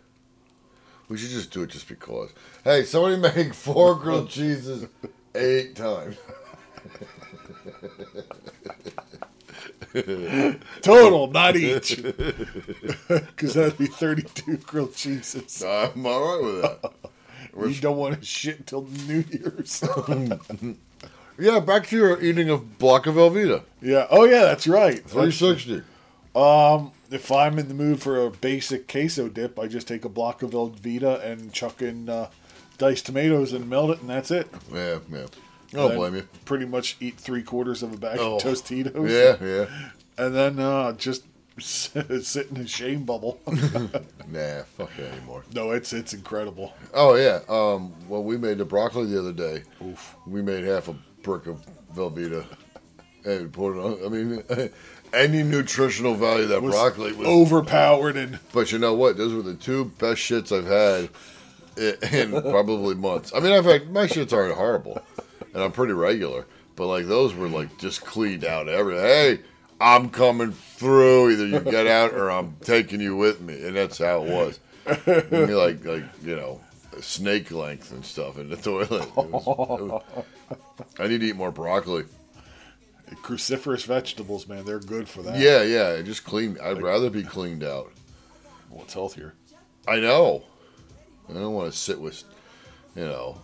Speaker 5: We should just do it just because. Hey, somebody make four grilled cheeses eight times.
Speaker 1: Total, not each. Because that'd be 32 grilled cheeses.
Speaker 5: I'm all right with that.
Speaker 1: You don't want to shit until New Year's.
Speaker 5: Yeah, back to your eating a block of Velveeta.
Speaker 1: yeah. Oh, yeah, that's right.
Speaker 5: 360.
Speaker 1: If I'm in the mood for a basic queso dip, I just take a block of Velveeta and chuck in uh, diced tomatoes and melt it, and that's it.
Speaker 5: Yeah, yeah. I don't
Speaker 1: Then
Speaker 5: blame you.
Speaker 1: Pretty much eat three quarters of a bag
Speaker 5: Oh.
Speaker 1: of Tostitos.
Speaker 5: Yeah, yeah.
Speaker 1: And then uh, just sit in a shame bubble.
Speaker 5: Nah, fuck that anymore.
Speaker 1: no, it's it's incredible.
Speaker 5: Oh yeah. Um, well, we made the broccoli the other day. We made half a brick of Velveeta and put it on. I mean, any nutritional value that broccoli was.
Speaker 1: overpowered and
Speaker 5: But you know what? Those were the two best shits I've had i- in probably months. I mean, I've had my shits aren't horrible, and I'm pretty regular. But like those were like just cleaned out. Every hey, I'm coming through. Either you get out or I'm taking you with me, and that's how it was. I mean, like like you know, snake length and stuff in the toilet. It was- it was- I need to eat more broccoli.
Speaker 1: cruciferous vegetables, man, they're good for that.
Speaker 5: Yeah, yeah. Just clean. I'd rather be cleaned out.
Speaker 1: Well, it's healthier.
Speaker 5: I know. I don't want to sit with, you know.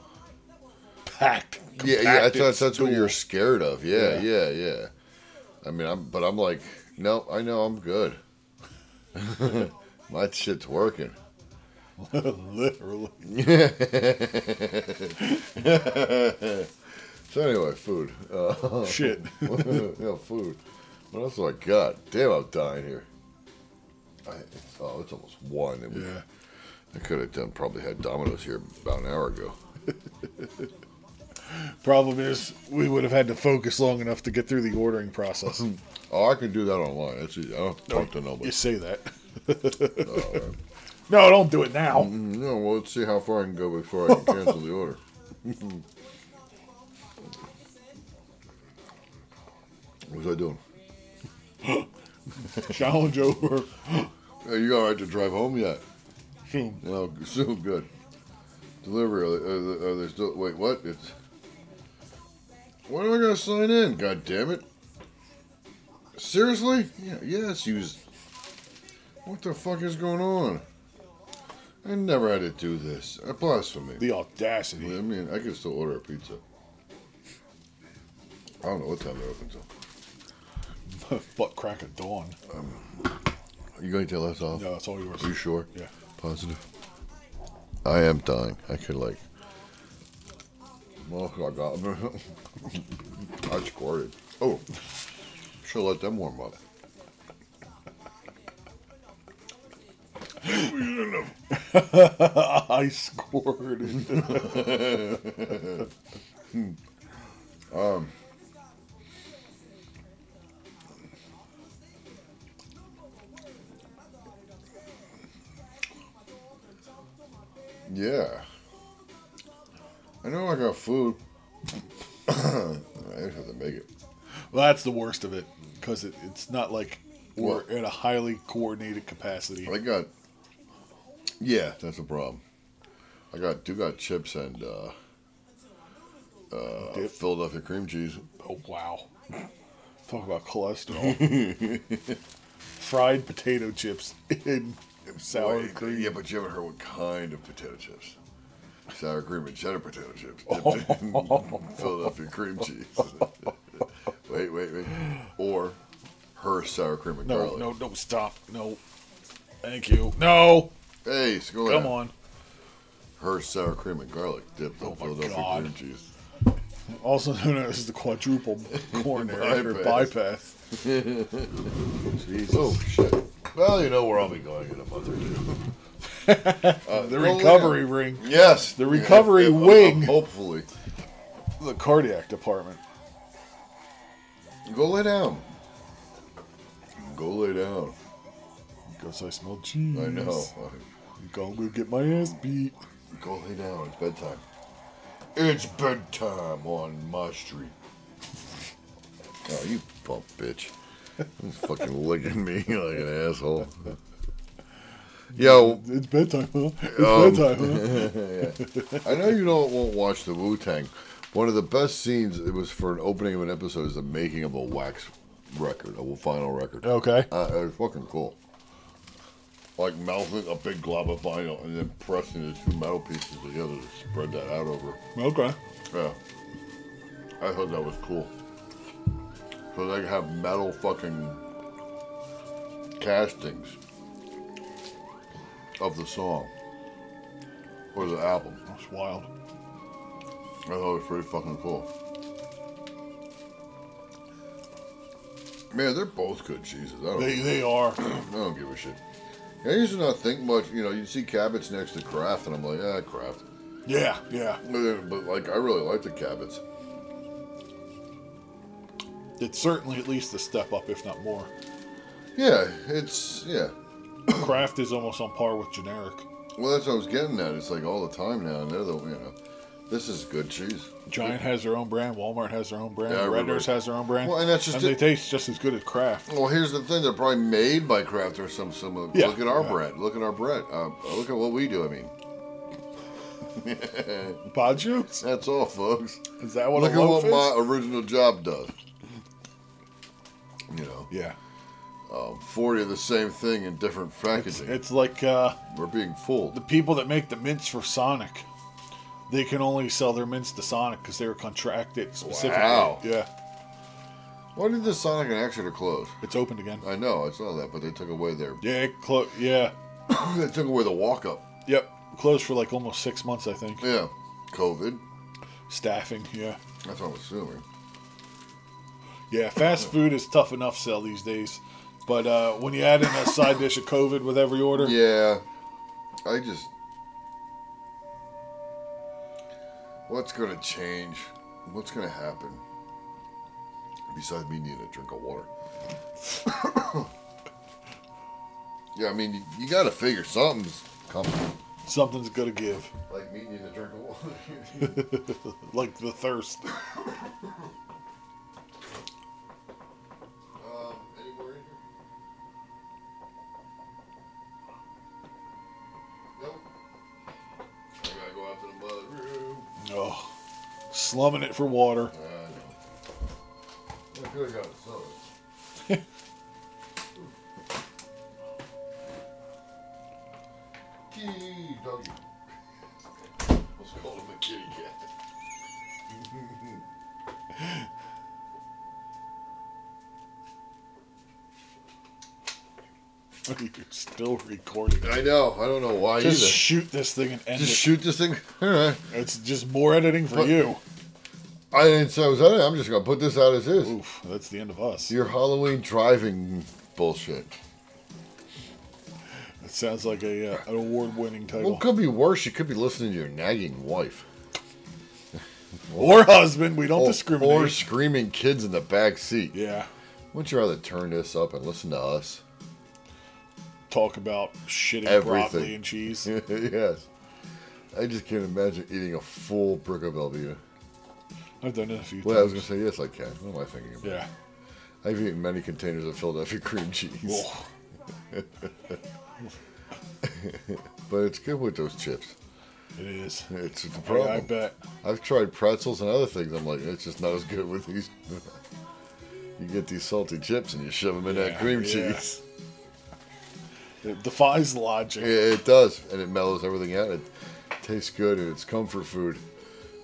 Speaker 1: Packed.
Speaker 5: Yeah, yeah.
Speaker 1: compacted
Speaker 5: That's, that's what
Speaker 1: stool.
Speaker 5: you're scared of. Yeah,
Speaker 1: Yeah.
Speaker 5: yeah, yeah, I mean, I'm, but I'm like, no, I know I'm good. My shit's working.
Speaker 1: Literally.
Speaker 5: So anyway, food. Uh,
Speaker 1: Shit.
Speaker 5: yeah, food. What else do I got? Damn, I'm dying here. I, oh, it's almost one. and we-
Speaker 1: Yeah.
Speaker 5: I could have done probably had Domino's here about an hour ago.
Speaker 1: Problem is, we would have had to focus long enough to get through the ordering process.
Speaker 5: Oh, I can do that online. That's easy. I don't have to talk to nobody.
Speaker 1: you say that.
Speaker 5: Uh,
Speaker 1: no, don't do it now.
Speaker 5: No, Mm, well, let's see how far I can go before I can cancel the order. what was I doing?
Speaker 1: Challenge over.
Speaker 5: Are you all right to drive home yet?
Speaker 1: Boom.
Speaker 5: No, so good. Delivery? Are they, are they still? Wait, what? It's. When am I gonna sign in? God damn it! Seriously? Yeah, yes, you. s- What the fuck is going on? I never had to do this. Uh, Blasphemy.
Speaker 1: The audacity.
Speaker 5: I mean, I could still order a pizza. I don't know what time they open till.
Speaker 1: Butt crack of dawn.
Speaker 5: Are you going to tell us off?
Speaker 1: No, that's all yours.
Speaker 5: Are Oh. you sure?
Speaker 1: Yeah.
Speaker 5: Positive. I am dying. I could like. Well, I got. I squirted. Oh, should let them warm up.
Speaker 1: I squirted.
Speaker 5: Yeah. I know I got food. I just have to make it.
Speaker 1: well, that's the worst of it because it, it's not like we're
Speaker 5: What?
Speaker 1: in a highly coordinated capacity.
Speaker 5: I got. Yeah, that's a problem. I got do got chips and uh,
Speaker 1: Dip.
Speaker 5: Philadelphia cream cheese.
Speaker 1: Oh wow! Talk about cholesterol. Fried potato chips in sour
Speaker 5: Wait,
Speaker 1: cream.
Speaker 5: Yeah, but you haven't heard what kind of potato chips. Sour cream and cheddar potato chips. dipped in Philadelphia cream cheese. wait, wait, wait. Or her sour cream and
Speaker 1: No,
Speaker 5: garlic.
Speaker 1: no, no! Stop! No, thank you. No,
Speaker 5: Hey, so go
Speaker 1: come
Speaker 5: ahead.
Speaker 1: on.
Speaker 5: Her sour cream and garlic dipped in
Speaker 1: Oh my
Speaker 5: Philadelphia
Speaker 1: God.
Speaker 5: cream cheese.
Speaker 1: Also known as the quadruple coronary or
Speaker 5: Bypass.
Speaker 1: bypass.
Speaker 5: Oh shit. Well, you know where I'll be going in a month or two.
Speaker 1: The
Speaker 5: Uh, Well,
Speaker 1: recovery
Speaker 5: yeah.
Speaker 1: ring,
Speaker 5: Yes,
Speaker 1: The recovery wing.
Speaker 5: Hopefully,
Speaker 1: the cardiac department.
Speaker 5: go lay down. Go lay down.
Speaker 1: Because I smell cheese.
Speaker 5: I know.
Speaker 1: I'm gonna go get my ass beat.
Speaker 5: Go lay down. It's bedtime. It's bedtime on my street. Oh, you bump bitch. fucking licking me like an asshole. Yo,
Speaker 1: It's bedtime, huh? It's
Speaker 5: Um,
Speaker 1: bedtime, huh?
Speaker 5: I know you don't won't watch the Wu Tang. One of the best scenes it was for an opening of an episode is the making of a wax record, a final record.
Speaker 1: Okay.
Speaker 5: Uh, it was fucking cool. Like melting a big glob of vinyl and then pressing the two metal pieces together to spread that out over.
Speaker 1: Okay.
Speaker 5: Yeah. I thought that was cool. So they have metal fucking castings of the song or the album.
Speaker 1: That's wild.
Speaker 5: I thought it was pretty fucking cool. Man, they're both good cheeses. I don't,
Speaker 1: They they are.
Speaker 5: I don't give a shit. I used to not think much. You know, you see Cabot's next to Kraft, and I'm like, ah, Kraft.
Speaker 1: Yeah, yeah.
Speaker 5: But, but, like, I really like the Cabot's.
Speaker 1: It's certainly at least a step up, if not more.
Speaker 5: Yeah, it's yeah.
Speaker 1: Craft is almost on par with generic.
Speaker 5: Well, that's what I was getting at. It's like all the time now, and they're the you know, this is good cheese.
Speaker 1: Giant has their own brand. Walmart has their own brand.
Speaker 5: Yeah, I remember.
Speaker 1: Redner's has their own brand.
Speaker 5: Well, and that's just
Speaker 1: they
Speaker 5: it.
Speaker 1: taste just as good as Kraft.
Speaker 5: Well, here's the thing. They're probably made by Kraft or some some. of
Speaker 1: Yeah,
Speaker 5: look at our
Speaker 1: yeah.
Speaker 5: bread. Look at our bread. Uh, look at what we do. I mean,
Speaker 1: Bajus?
Speaker 5: that's all, folks.
Speaker 1: Is that what
Speaker 5: look
Speaker 1: a
Speaker 5: at
Speaker 1: loaf
Speaker 5: what
Speaker 1: is?
Speaker 5: my original job does. You know,
Speaker 1: Yeah.
Speaker 5: forty of the same thing in different packaging.
Speaker 1: It's like uh,
Speaker 5: We're being fooled.
Speaker 1: the people that make the mints for Sonic. They can only sell their mints to Sonic because they were contracted specifically.
Speaker 5: Wow.
Speaker 1: Yeah.
Speaker 5: Why did the Sonic and Exeter close?
Speaker 1: It's opened again.
Speaker 5: I know I saw that, but they took away their
Speaker 1: Yeah, it clo- yeah.
Speaker 5: they took away the walk up.
Speaker 1: Yep. Closed for like almost six months, I think.
Speaker 5: Yeah, COVID.
Speaker 1: Staffing, yeah.
Speaker 5: That's what I'm assuming.
Speaker 1: Yeah, fast food is tough enough sell these days. But uh, when you add in a side dish of COVID with every order,
Speaker 5: Yeah. I just. What's going to change? What's going to happen? Besides me needing a drink of water. yeah, I mean, you, you got to figure something's coming.
Speaker 1: something's gonna give.
Speaker 5: Like me needing a drink of water.
Speaker 1: Like the thirst.
Speaker 5: um, any more in here? Nope. I got to go out to the mudroom.
Speaker 1: Oh, slumming it for water.
Speaker 5: I know. I could have got a soda. Kitty doggy. Let's call him a kitty cat.
Speaker 1: You're still recording.
Speaker 5: I know. I don't know why
Speaker 1: Just
Speaker 5: either.
Speaker 1: shoot this thing and end
Speaker 5: Just
Speaker 1: it.
Speaker 5: shoot this thing. All right.
Speaker 1: It's just more editing for
Speaker 5: What?
Speaker 1: you.
Speaker 5: I didn't say I was on it. I'm just gonna put this out as is.
Speaker 1: Oof, that's the end of us.
Speaker 5: Your Halloween driving bullshit.
Speaker 1: It sounds like a uh, an award-winning
Speaker 5: Well,
Speaker 1: title.
Speaker 5: it could be worse. You could be listening to your nagging wife.
Speaker 1: or husband, we don't
Speaker 5: Or-
Speaker 1: discriminate.
Speaker 5: Or screaming kids in the back seat.
Speaker 1: yeah,
Speaker 5: Wouldn't you rather turn this up and listen to us?
Speaker 1: talk about shitting
Speaker 5: Everything.
Speaker 1: broccoli and cheese.
Speaker 5: yes. I just can't imagine eating a full brick of Velveeta.
Speaker 1: I've done it a few
Speaker 5: Well, I was gonna
Speaker 1: times.
Speaker 5: say yes, I can. What am I thinking about?
Speaker 1: yeah.
Speaker 5: I've eaten many containers of Philadelphia cream cheese,
Speaker 1: Well,
Speaker 5: but it's good with those chips.
Speaker 1: it is.
Speaker 5: It's the
Speaker 1: Yeah,
Speaker 5: problem.
Speaker 1: I bet.
Speaker 5: I've tried pretzels and other things. I'm like, it's just not as good with these. you get these salty chips and you shove them in that
Speaker 1: Yeah,
Speaker 5: cream
Speaker 1: yeah.
Speaker 5: cheese.
Speaker 1: It defies logic.
Speaker 5: It, it does, and it mellows everything out. It tastes good, and it's comfort food,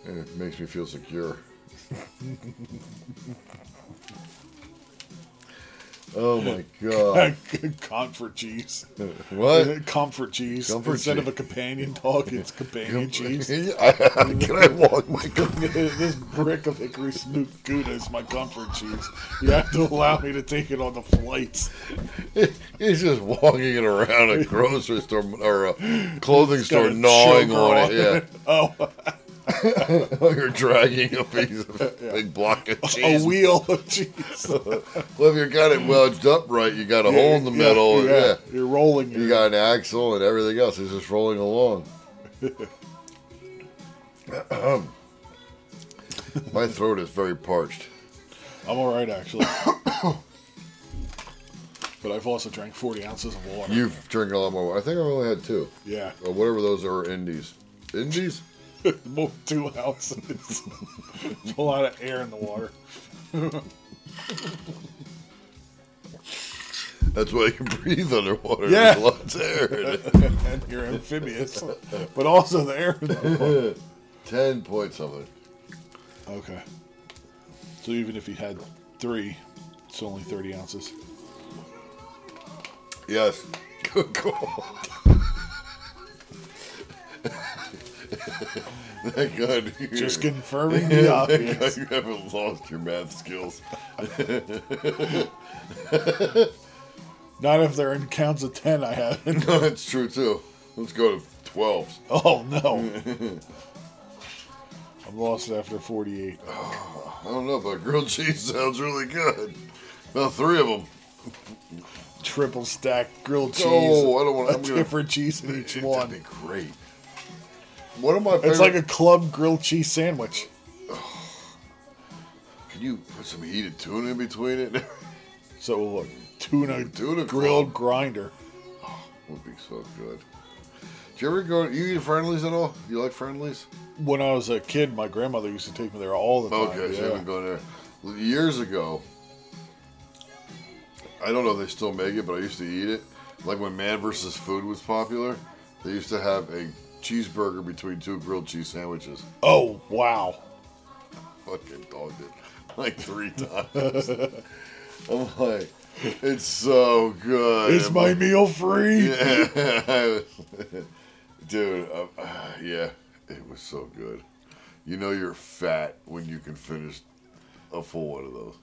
Speaker 5: and it makes me feel secure. oh my god!
Speaker 1: comfort cheese.
Speaker 5: What?
Speaker 1: comfort cheese.
Speaker 5: Comfort
Speaker 1: Instead of
Speaker 5: cheese.
Speaker 1: a companion dog, it's companion cheese.
Speaker 5: Can I walk my company?
Speaker 1: this brick of hickory snoop gouda is my comfort cheese. You have to allow me to take it on the flights.
Speaker 5: He's just walking it around a grocery store or a clothing store,
Speaker 1: Got a
Speaker 5: gnawing
Speaker 1: choker
Speaker 5: on it. Yeah,
Speaker 1: Oh,
Speaker 5: you're dragging a piece of big block of cheese.
Speaker 1: a wheel of cheese.
Speaker 5: Well, if you got it wedged up right, you got a hole in the middle. Yeah,
Speaker 1: You're rolling.
Speaker 5: you got an axle and everything else. It's just rolling along. Ahem. my throat is very parched.
Speaker 1: I'm all right, actually. but I've also drank 40 ounces of water.
Speaker 5: You've drank a lot more. water. I think I've only had two.
Speaker 1: yeah,
Speaker 5: Or whatever those are, indies. Indies?
Speaker 1: more two ounces. There's a lot of air in the water.
Speaker 5: That's why you can breathe underwater.
Speaker 1: Yeah.
Speaker 5: There's lots of air in it.
Speaker 1: And you're amphibious, but also the air in the water.
Speaker 5: Ten point something.
Speaker 1: Okay. So even if you had three, it's only 30 ounces.
Speaker 5: Yes. Good call. Thank God. you-
Speaker 1: Just confirming the
Speaker 5: Thank God
Speaker 1: obvious.
Speaker 5: you haven't lost your math skills.
Speaker 1: Not if they're in counts of 10, I haven't.
Speaker 5: No, that's true too. Let's go to twelves.
Speaker 1: Oh, no. I'm lost after 48.
Speaker 5: I don't know, but grilled cheese sounds really good. About three of them.
Speaker 1: Triple stacked grilled cheese.
Speaker 5: Oh, I don't want.
Speaker 1: a
Speaker 5: I'm gonna.
Speaker 1: different cheese in each
Speaker 5: That'd
Speaker 1: one.
Speaker 5: be great. One of my favorite.
Speaker 1: It's like a club grilled cheese sandwich.
Speaker 5: Can you put some heated tuna in between it?
Speaker 1: So look, tuna,
Speaker 5: Tuna
Speaker 1: grilled grinder.
Speaker 5: would be so good. Do you ever go? You eat friendlies at all? You like friendlies?
Speaker 1: When I was a kid, my grandmother used to take me there all the time.
Speaker 5: Oh, Okay, so you
Speaker 1: Uh, yeah.
Speaker 5: haven't gone there. Well, Years ago, I don't know if they still make it, but I used to eat it. Like when Man vs. Food was popular, they used to have a cheeseburger between two grilled cheese sandwiches.
Speaker 1: Oh wow!
Speaker 5: Fucking dogged it like three times. I'm like, it's so good.
Speaker 1: Is my meal free?
Speaker 5: Yeah. Dude, uh, uh, yeah, it was so good. You know you're fat when you can finish a full one of those.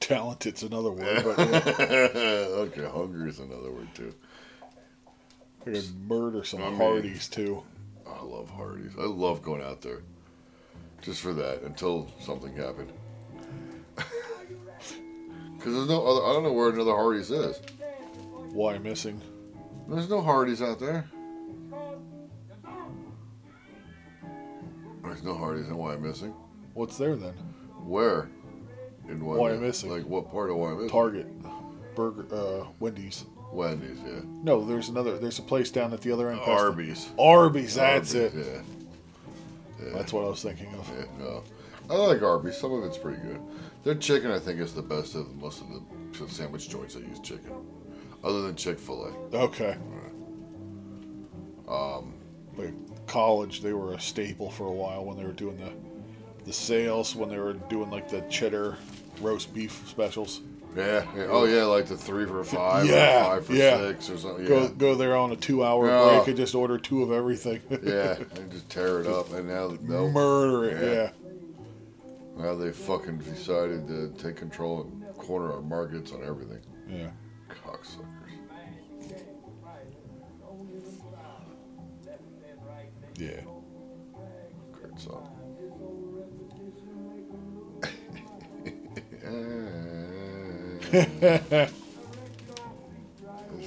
Speaker 1: Talented's another word, but yeah,
Speaker 5: okay, hunger is another word too.
Speaker 1: I could murder some
Speaker 5: I mean-
Speaker 1: Hardee's too.
Speaker 5: I love Hardee's. I love going out there just for that until something happened. Because there's no other, I don't know where another Hardee's is.
Speaker 1: Why missing?
Speaker 5: There's no Hardee's out there. There's no Hardee's in Why Missing.
Speaker 1: What's there then?
Speaker 5: Where? In what?
Speaker 1: Why Missing.
Speaker 5: Like what part of why missing?
Speaker 1: Target, Burger, uh, Wendy's.
Speaker 5: Wendy's, yeah.
Speaker 1: No, there's another. There's a place down at the other end. past-
Speaker 5: Arby's.
Speaker 1: Arby's. That's
Speaker 5: Arby's,
Speaker 1: it.
Speaker 5: Yeah.
Speaker 1: That's what I was thinking of.
Speaker 5: yeah, no. uh, I like Arby's. Some of it's pretty good. Their chicken, I think, is the best of most of the sandwich joints that use chicken, other than Chick Fil A.
Speaker 1: Okay.
Speaker 5: Um,
Speaker 1: like college, they were a staple for a while when they were doing the the sales when they were doing like the cheddar roast beef specials.
Speaker 5: Yeah, yeah. Oh yeah, like the three for five,
Speaker 1: Yeah,
Speaker 5: or five for
Speaker 1: yeah.
Speaker 5: six, or something. Yeah.
Speaker 1: Go go there on a two hour
Speaker 5: Yeah.
Speaker 1: break and just order two of everything.
Speaker 5: yeah, and just tear it up, and now no,
Speaker 1: Murder it, yeah.
Speaker 5: now they fucking decided to take control and corner our markets on everything.
Speaker 1: yeah.
Speaker 5: Cocksuckers.
Speaker 1: Yeah.
Speaker 5: Great song. this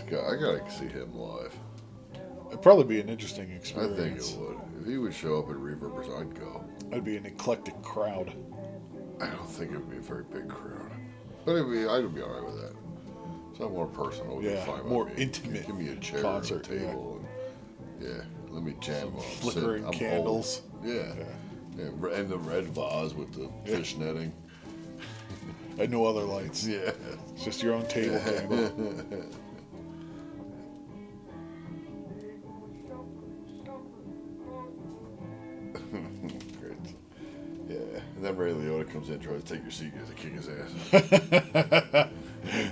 Speaker 5: guy, I gotta see him live.
Speaker 1: It'd probably be an interesting
Speaker 5: I
Speaker 1: experience.
Speaker 5: think it would. If he would show up at Reverbers, I'd go.
Speaker 1: It'd be an eclectic crowd.
Speaker 5: I don't think it would be a very big crowd, but it'd be, I'd be alright with that. It's not more personal. it'd be
Speaker 1: Yeah,
Speaker 5: fine by
Speaker 1: more
Speaker 5: me.
Speaker 1: intimate
Speaker 5: Give me a chair,
Speaker 1: concert,
Speaker 5: and
Speaker 1: yeah.
Speaker 5: a table, and yeah, let me jam. while I'm sitting.
Speaker 1: Flickering
Speaker 5: I'm old.
Speaker 1: candles.
Speaker 5: Yeah. yeah, re- and the red vase with the fish netting.
Speaker 1: And no other lights.
Speaker 5: Yeah.
Speaker 1: It's just your own table candle.
Speaker 5: Great. Yeah. And then Ray Liotta comes in, tries to take your seat, goes to kick his ass.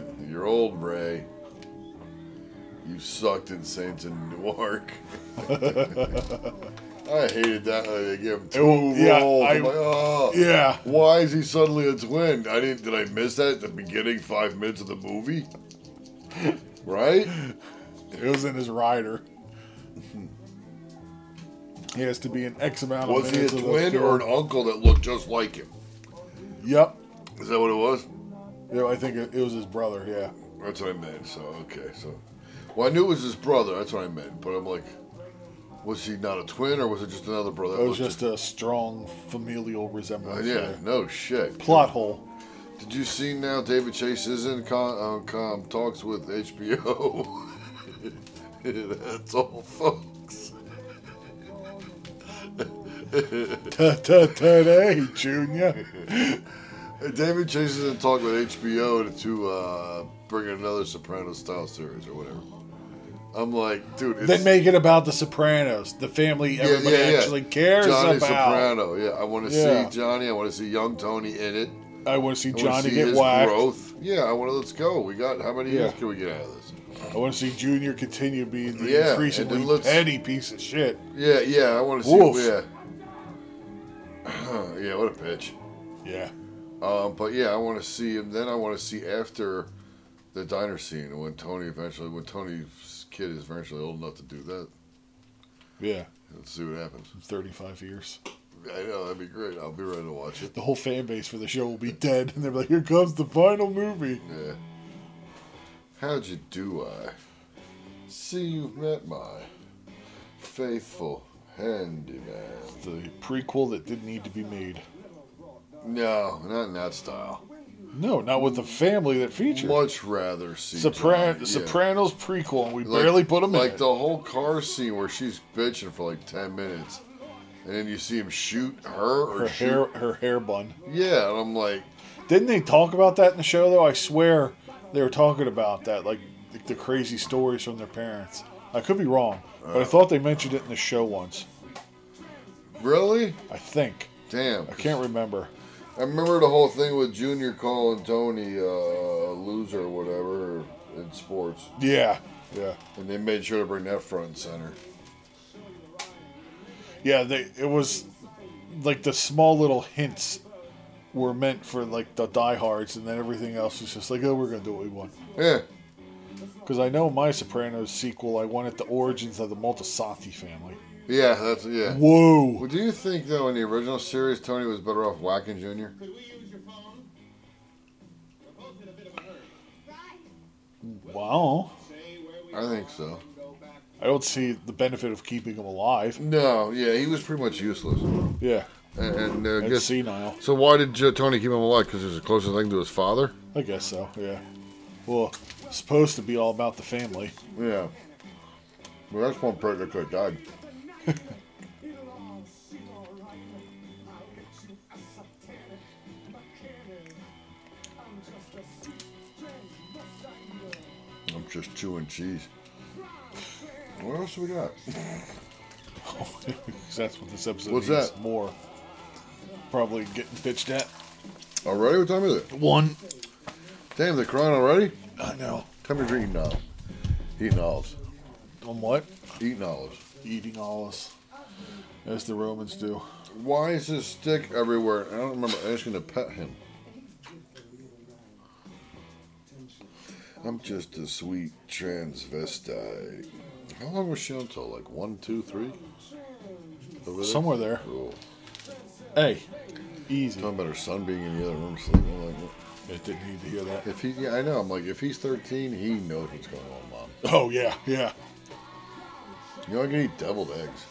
Speaker 5: You're old, Ray. You sucked in Saints in Newark. I hated that. when They gave him two
Speaker 1: wa- yeah,
Speaker 5: roles.
Speaker 1: I-
Speaker 5: I'm like, oh,
Speaker 1: yeah.
Speaker 5: Why is he suddenly a twin? I didn't. Did I miss that at the beginning, five minutes of the movie? right?
Speaker 1: It was in his rider. He has to be an X amount of
Speaker 5: Was he a
Speaker 1: minutes of the
Speaker 5: twin or
Speaker 1: film.
Speaker 5: an uncle that looked just like him?
Speaker 1: Yep.
Speaker 5: Is that what it was?
Speaker 1: Yeah, I think it, it was his brother. Yeah.
Speaker 5: That's what I meant. So okay, so well, I knew it was his brother. That's what I meant. But I'm like, was he not a twin or was it just another brother?
Speaker 1: It was
Speaker 5: That
Speaker 1: just a strong familial
Speaker 5: looked
Speaker 1: resemblance.
Speaker 5: just- yeah.
Speaker 1: there.
Speaker 5: No shit.
Speaker 1: Plot hole.
Speaker 5: Did you see now David Chase is in con- uh, com talks with HBO? That's all, folks.
Speaker 1: Ta- ta- Today, Junior.
Speaker 5: David Chase is in talk with HBO to uh, bring another Soprano style series or whatever. I'm like, dude, it's,
Speaker 1: Then make it about the Sopranos, the family everybody actually cares
Speaker 5: Johnny
Speaker 1: about.
Speaker 5: Soprano. Yeah, I want to
Speaker 1: Yeah.
Speaker 5: see Johnny. I want to see young Tony in it.
Speaker 1: I want to see
Speaker 5: I want
Speaker 1: Johnny
Speaker 5: to see
Speaker 1: get
Speaker 5: his
Speaker 1: whacked.
Speaker 5: growth. Yeah, I want to. Let's go. We got how many years
Speaker 1: Yeah.
Speaker 5: can we get out of this?
Speaker 1: I want to see Junior continue being the
Speaker 5: Yeah, and it
Speaker 1: increasingly
Speaker 5: looks-
Speaker 1: petty piece of shit.
Speaker 5: Yeah, yeah. I want to see.
Speaker 1: Wolf.
Speaker 5: Yeah. yeah. What a pitch.
Speaker 1: Yeah.
Speaker 5: Um, but yeah, I want to see him. Then I want to see after the diner scene when Tony eventually, when Tony's kid is eventually old enough to do that.
Speaker 1: Yeah.
Speaker 5: Let's see what happens.
Speaker 1: 35 years.
Speaker 5: I know that'd be great. I'll be ready to watch it.
Speaker 1: The whole fan base for the show will be dead, and they're like, here comes the final movie.
Speaker 5: Yeah. How'd you do, I? See, you've met my faithful handyman.
Speaker 1: The prequel that didn't need to be made.
Speaker 5: No, not in that style.
Speaker 1: No, not with the family that featured.
Speaker 5: Much rather see
Speaker 1: Sopran-
Speaker 5: Johnny, yeah.
Speaker 1: Sopranos prequel, and we barely put him
Speaker 5: like
Speaker 1: in. it.
Speaker 5: the whole car scene where she's bitching for like ten minutes, and then you see him shoot her or
Speaker 1: her
Speaker 5: shoot.
Speaker 1: hair, her hair bun.
Speaker 5: Yeah, and I'm like,
Speaker 1: Didn't they talk about that in the show though? I swear they were talking about that, like the, the crazy stories from their parents. I could be wrong, but I thought they mentioned it in the show once.
Speaker 5: really?
Speaker 1: I think
Speaker 5: Damn.
Speaker 1: I can't remember.
Speaker 5: I remember the whole thing with Junior calling Tony uh, a loser or whatever in sports,
Speaker 1: Yeah, yeah,
Speaker 5: and they made sure to bring that front and center.
Speaker 1: yeah. They it was like the small little hints were meant for like the diehards, and then everything else was just like, oh, we're gonna do what we want.
Speaker 5: Yeah.
Speaker 1: Because I know my Sopranos sequel, I wanted the origins of the Multisanti family.
Speaker 5: Yeah, that's yeah.
Speaker 1: Whoa.
Speaker 5: Well, do you think though in the original series Tony was better off whacking Junior?
Speaker 1: Wow.
Speaker 5: I think so.
Speaker 1: I don't see the benefit of keeping him alive.
Speaker 5: No, yeah, he was pretty much useless.
Speaker 1: Yeah.
Speaker 5: And, and uh, I
Speaker 1: And
Speaker 5: guess
Speaker 1: senile.
Speaker 5: so. Why did Jo- Tony keep him alive? Because it was the closest thing to his father.
Speaker 1: I guess so, yeah. Well, it's supposed to be all about the family.
Speaker 5: Yeah. Well, that's one part that could have died. I'm just chewing cheese. What else we got?
Speaker 1: 'Cause that's what this episode
Speaker 5: What's
Speaker 1: needs
Speaker 5: that?
Speaker 1: more. Probably getting pitched at.
Speaker 5: Already? What time is it?
Speaker 1: One.
Speaker 5: Damn, they're crying already?
Speaker 1: I know.
Speaker 5: Time to drink now. Eating olives.
Speaker 1: On what?
Speaker 5: Eating olives.
Speaker 1: Eating olives. As the Romans do.
Speaker 5: Why is his stick everywhere? I don't remember asking to pet him. I'm just a sweet transvestite. How long was she until? Like one, two, three? Over there?
Speaker 1: Somewhere there.
Speaker 5: Oh,
Speaker 1: Hey. Easy.
Speaker 5: talking about her son being in the other room sleeping. I'm like,
Speaker 1: I didn't need to hear that.
Speaker 5: if he, yeah, I know. I'm like, if he's 13, he knows what's going on, mom.
Speaker 1: Oh, yeah, yeah.
Speaker 5: You know, I can eat deviled eggs.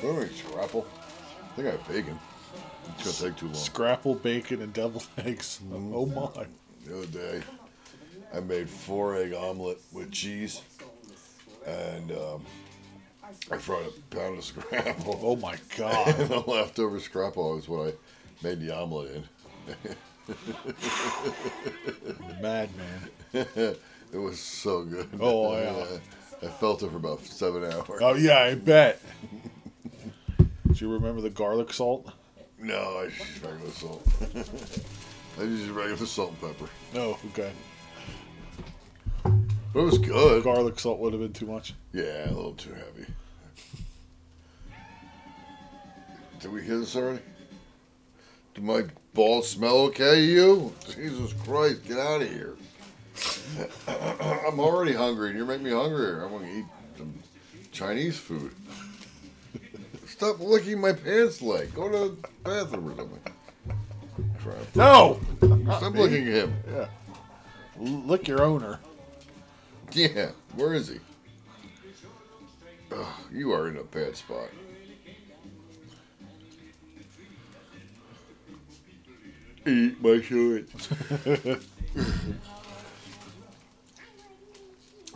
Speaker 5: What do I eat, scrapple? I think I have bacon. It's gonna take too long.
Speaker 1: Scrapple, bacon, and deviled eggs. Oh, my.
Speaker 5: The other day, I made four egg omelet with cheese, and um, I fried a pound of scrapple.
Speaker 1: Oh, my God.
Speaker 5: and the leftover scrapple is what I made the omelet in.
Speaker 1: Madman.
Speaker 5: It was so good.
Speaker 1: Oh, yeah.
Speaker 5: I felt it for about seven hours.
Speaker 1: Oh yeah, I bet. Do you remember the garlic salt?
Speaker 5: No, I just used regular salt. I just used regular salt and pepper.
Speaker 1: No, okay.
Speaker 5: But it was good.
Speaker 1: Garlic salt would have been too much.
Speaker 5: Yeah, a little too heavy. Did we hear this already? Do my balls smell okay, you? Jesus Christ, get out of here. I'm already hungry, and you're making me hungrier. I want to eat some Chinese food. Stop licking my pants leg. Go to the bathroom or something. Crap.
Speaker 1: No,
Speaker 5: Stop licking him.
Speaker 1: lick your owner.
Speaker 5: Yeah, where is he? Ugh, you are in a bad spot. Eat my shorts.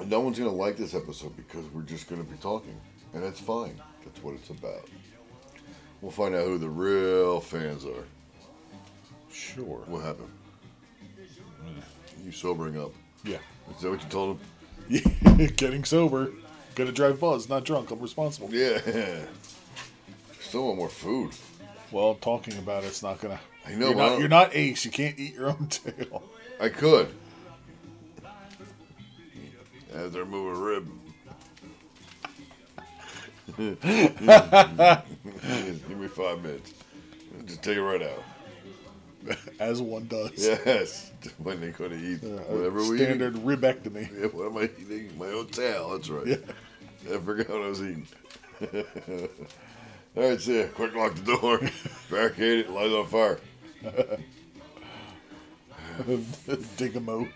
Speaker 5: no one's gonna like this episode because we're just gonna be talking, and that's fine. That's what it's about. We'll find out who the real fans are.
Speaker 1: Sure.
Speaker 5: What happened? You sobering up?
Speaker 1: Yeah.
Speaker 5: Is that what you told him?
Speaker 1: Getting sober. Gotta drive buzz, not drunk. I'm responsible.
Speaker 5: Yeah. Still want more food.
Speaker 1: Well, talking about it's not gonna.
Speaker 5: I know,
Speaker 1: You're
Speaker 5: but I
Speaker 1: not,
Speaker 5: don't-
Speaker 1: you're not ace. You can't eat your own tail.
Speaker 5: I could. As they're moving rib. Give me five minutes. Just take it right out.
Speaker 1: As one does.
Speaker 5: Yes. When they're going to eat
Speaker 1: A
Speaker 5: whatever we
Speaker 1: uh, Standard
Speaker 5: eat.
Speaker 1: ribectomy.
Speaker 5: Yeah, what am I eating? My own tail. That's right. I forgot what I was eating. All right, see ya. Quick lock the door. Barricade it. Light it on fire.
Speaker 1: Digamo.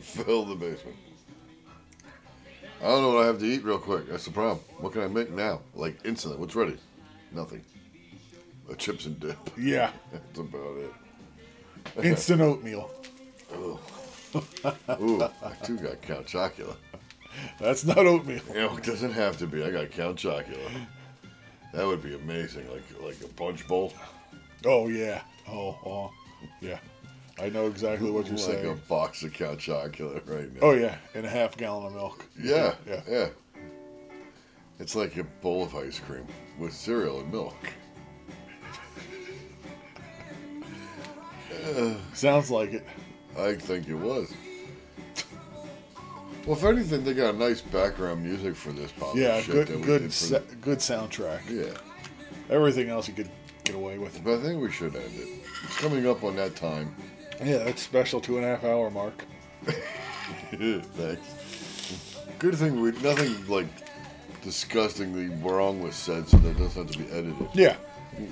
Speaker 5: Fill the basement. I don't know what I have to eat real quick. That's the problem. What can I make now? Like instantly. What's ready? Nothing. A chips and dip.
Speaker 1: Yeah.
Speaker 5: That's about it.
Speaker 1: Instant oatmeal.
Speaker 5: Ooh, I too got Count Chocula.
Speaker 1: That's not oatmeal.
Speaker 5: You know, it doesn't have to be. I got Count Chocula. That would be amazing. Like like a punch bowl.
Speaker 1: Oh yeah. Oh, oh. yeah. I know exactly what you're
Speaker 5: like a
Speaker 1: saying.
Speaker 5: box of Count Chocula right now.
Speaker 1: Oh yeah, and a half gallon of milk.
Speaker 5: yeah, yeah,
Speaker 1: Yeah.
Speaker 5: yeah. It's like a bowl of ice cream with cereal and milk.
Speaker 1: Sounds like it.
Speaker 5: I think it was. Well, if anything, they got nice background music for this pop.
Speaker 1: Yeah,
Speaker 5: Oh, shit
Speaker 1: good
Speaker 5: that we
Speaker 1: good
Speaker 5: did for-
Speaker 1: sa- good soundtrack.
Speaker 5: yeah,
Speaker 1: Everything else you could get away with.
Speaker 5: but I think we should end it. It's coming up on that time.
Speaker 1: Yeah, that's special two and a half hour mark.
Speaker 5: Thanks. Good thing we nothing like disgustingly wrong was said, so that doesn't have to be edited.
Speaker 1: Yeah,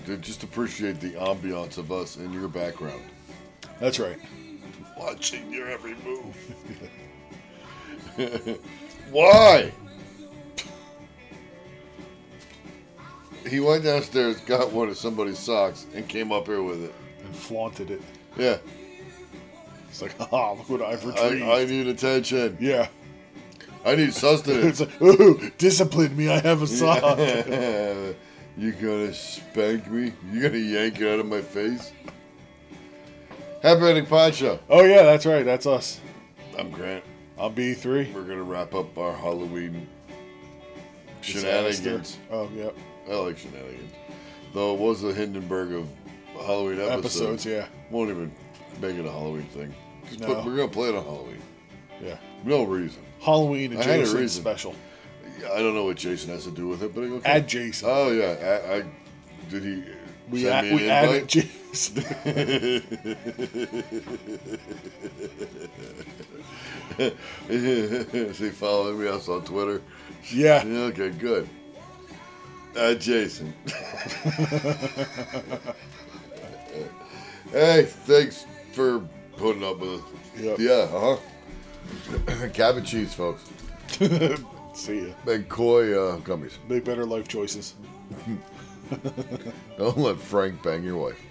Speaker 5: They just appreciate the ambiance of us in your background,
Speaker 1: that's right.
Speaker 5: watching your every move. Why? He went downstairs, got one of somebody's socks, and came up here with it.
Speaker 1: And flaunted it.
Speaker 5: Yeah,
Speaker 1: It's like, ah, look what I've retrieved.
Speaker 5: I, I need attention.
Speaker 1: yeah.
Speaker 5: I need
Speaker 1: It's
Speaker 5: sustenance.
Speaker 1: like, ooh, discipline me, I have a sock.
Speaker 5: you gonna spank me? You gonna yank it out of my face? Happy Ending Pod Show.
Speaker 1: Oh yeah, that's right, that's us.
Speaker 5: I'm Grant.
Speaker 1: I'm B three.
Speaker 5: We're gonna wrap up our Halloween shenanigans.
Speaker 1: Oh yeah.
Speaker 5: I like shenanigans. Though it was the Hindenburg of Halloween episodes.
Speaker 1: Episodes, yeah.
Speaker 5: Won't even make it a Halloween thing. Just
Speaker 1: No.
Speaker 5: put, we're gonna play it on Halloween.
Speaker 1: Yeah.
Speaker 5: No reason.
Speaker 1: Halloween
Speaker 5: I had a
Speaker 1: adjacent
Speaker 5: reason.
Speaker 1: special.
Speaker 5: I don't know what Jason has to do with it, but okay.
Speaker 1: Adjacent.
Speaker 5: Oh yeah. I, I did he
Speaker 1: we
Speaker 5: send
Speaker 1: add,
Speaker 5: me an
Speaker 1: we added
Speaker 5: invite?
Speaker 1: Jason.
Speaker 5: Is he following me else on Twitter?
Speaker 1: Yeah.
Speaker 5: Yeah, Okay, good. Uh, Jason. hey, thanks for putting up with us.
Speaker 1: Yep.
Speaker 5: Yeah, uh huh. Cabbage cheese, folks.
Speaker 1: See ya.
Speaker 5: And koi uh, gummies.
Speaker 1: Make better life choices.
Speaker 5: Don't let Frank bang your wife.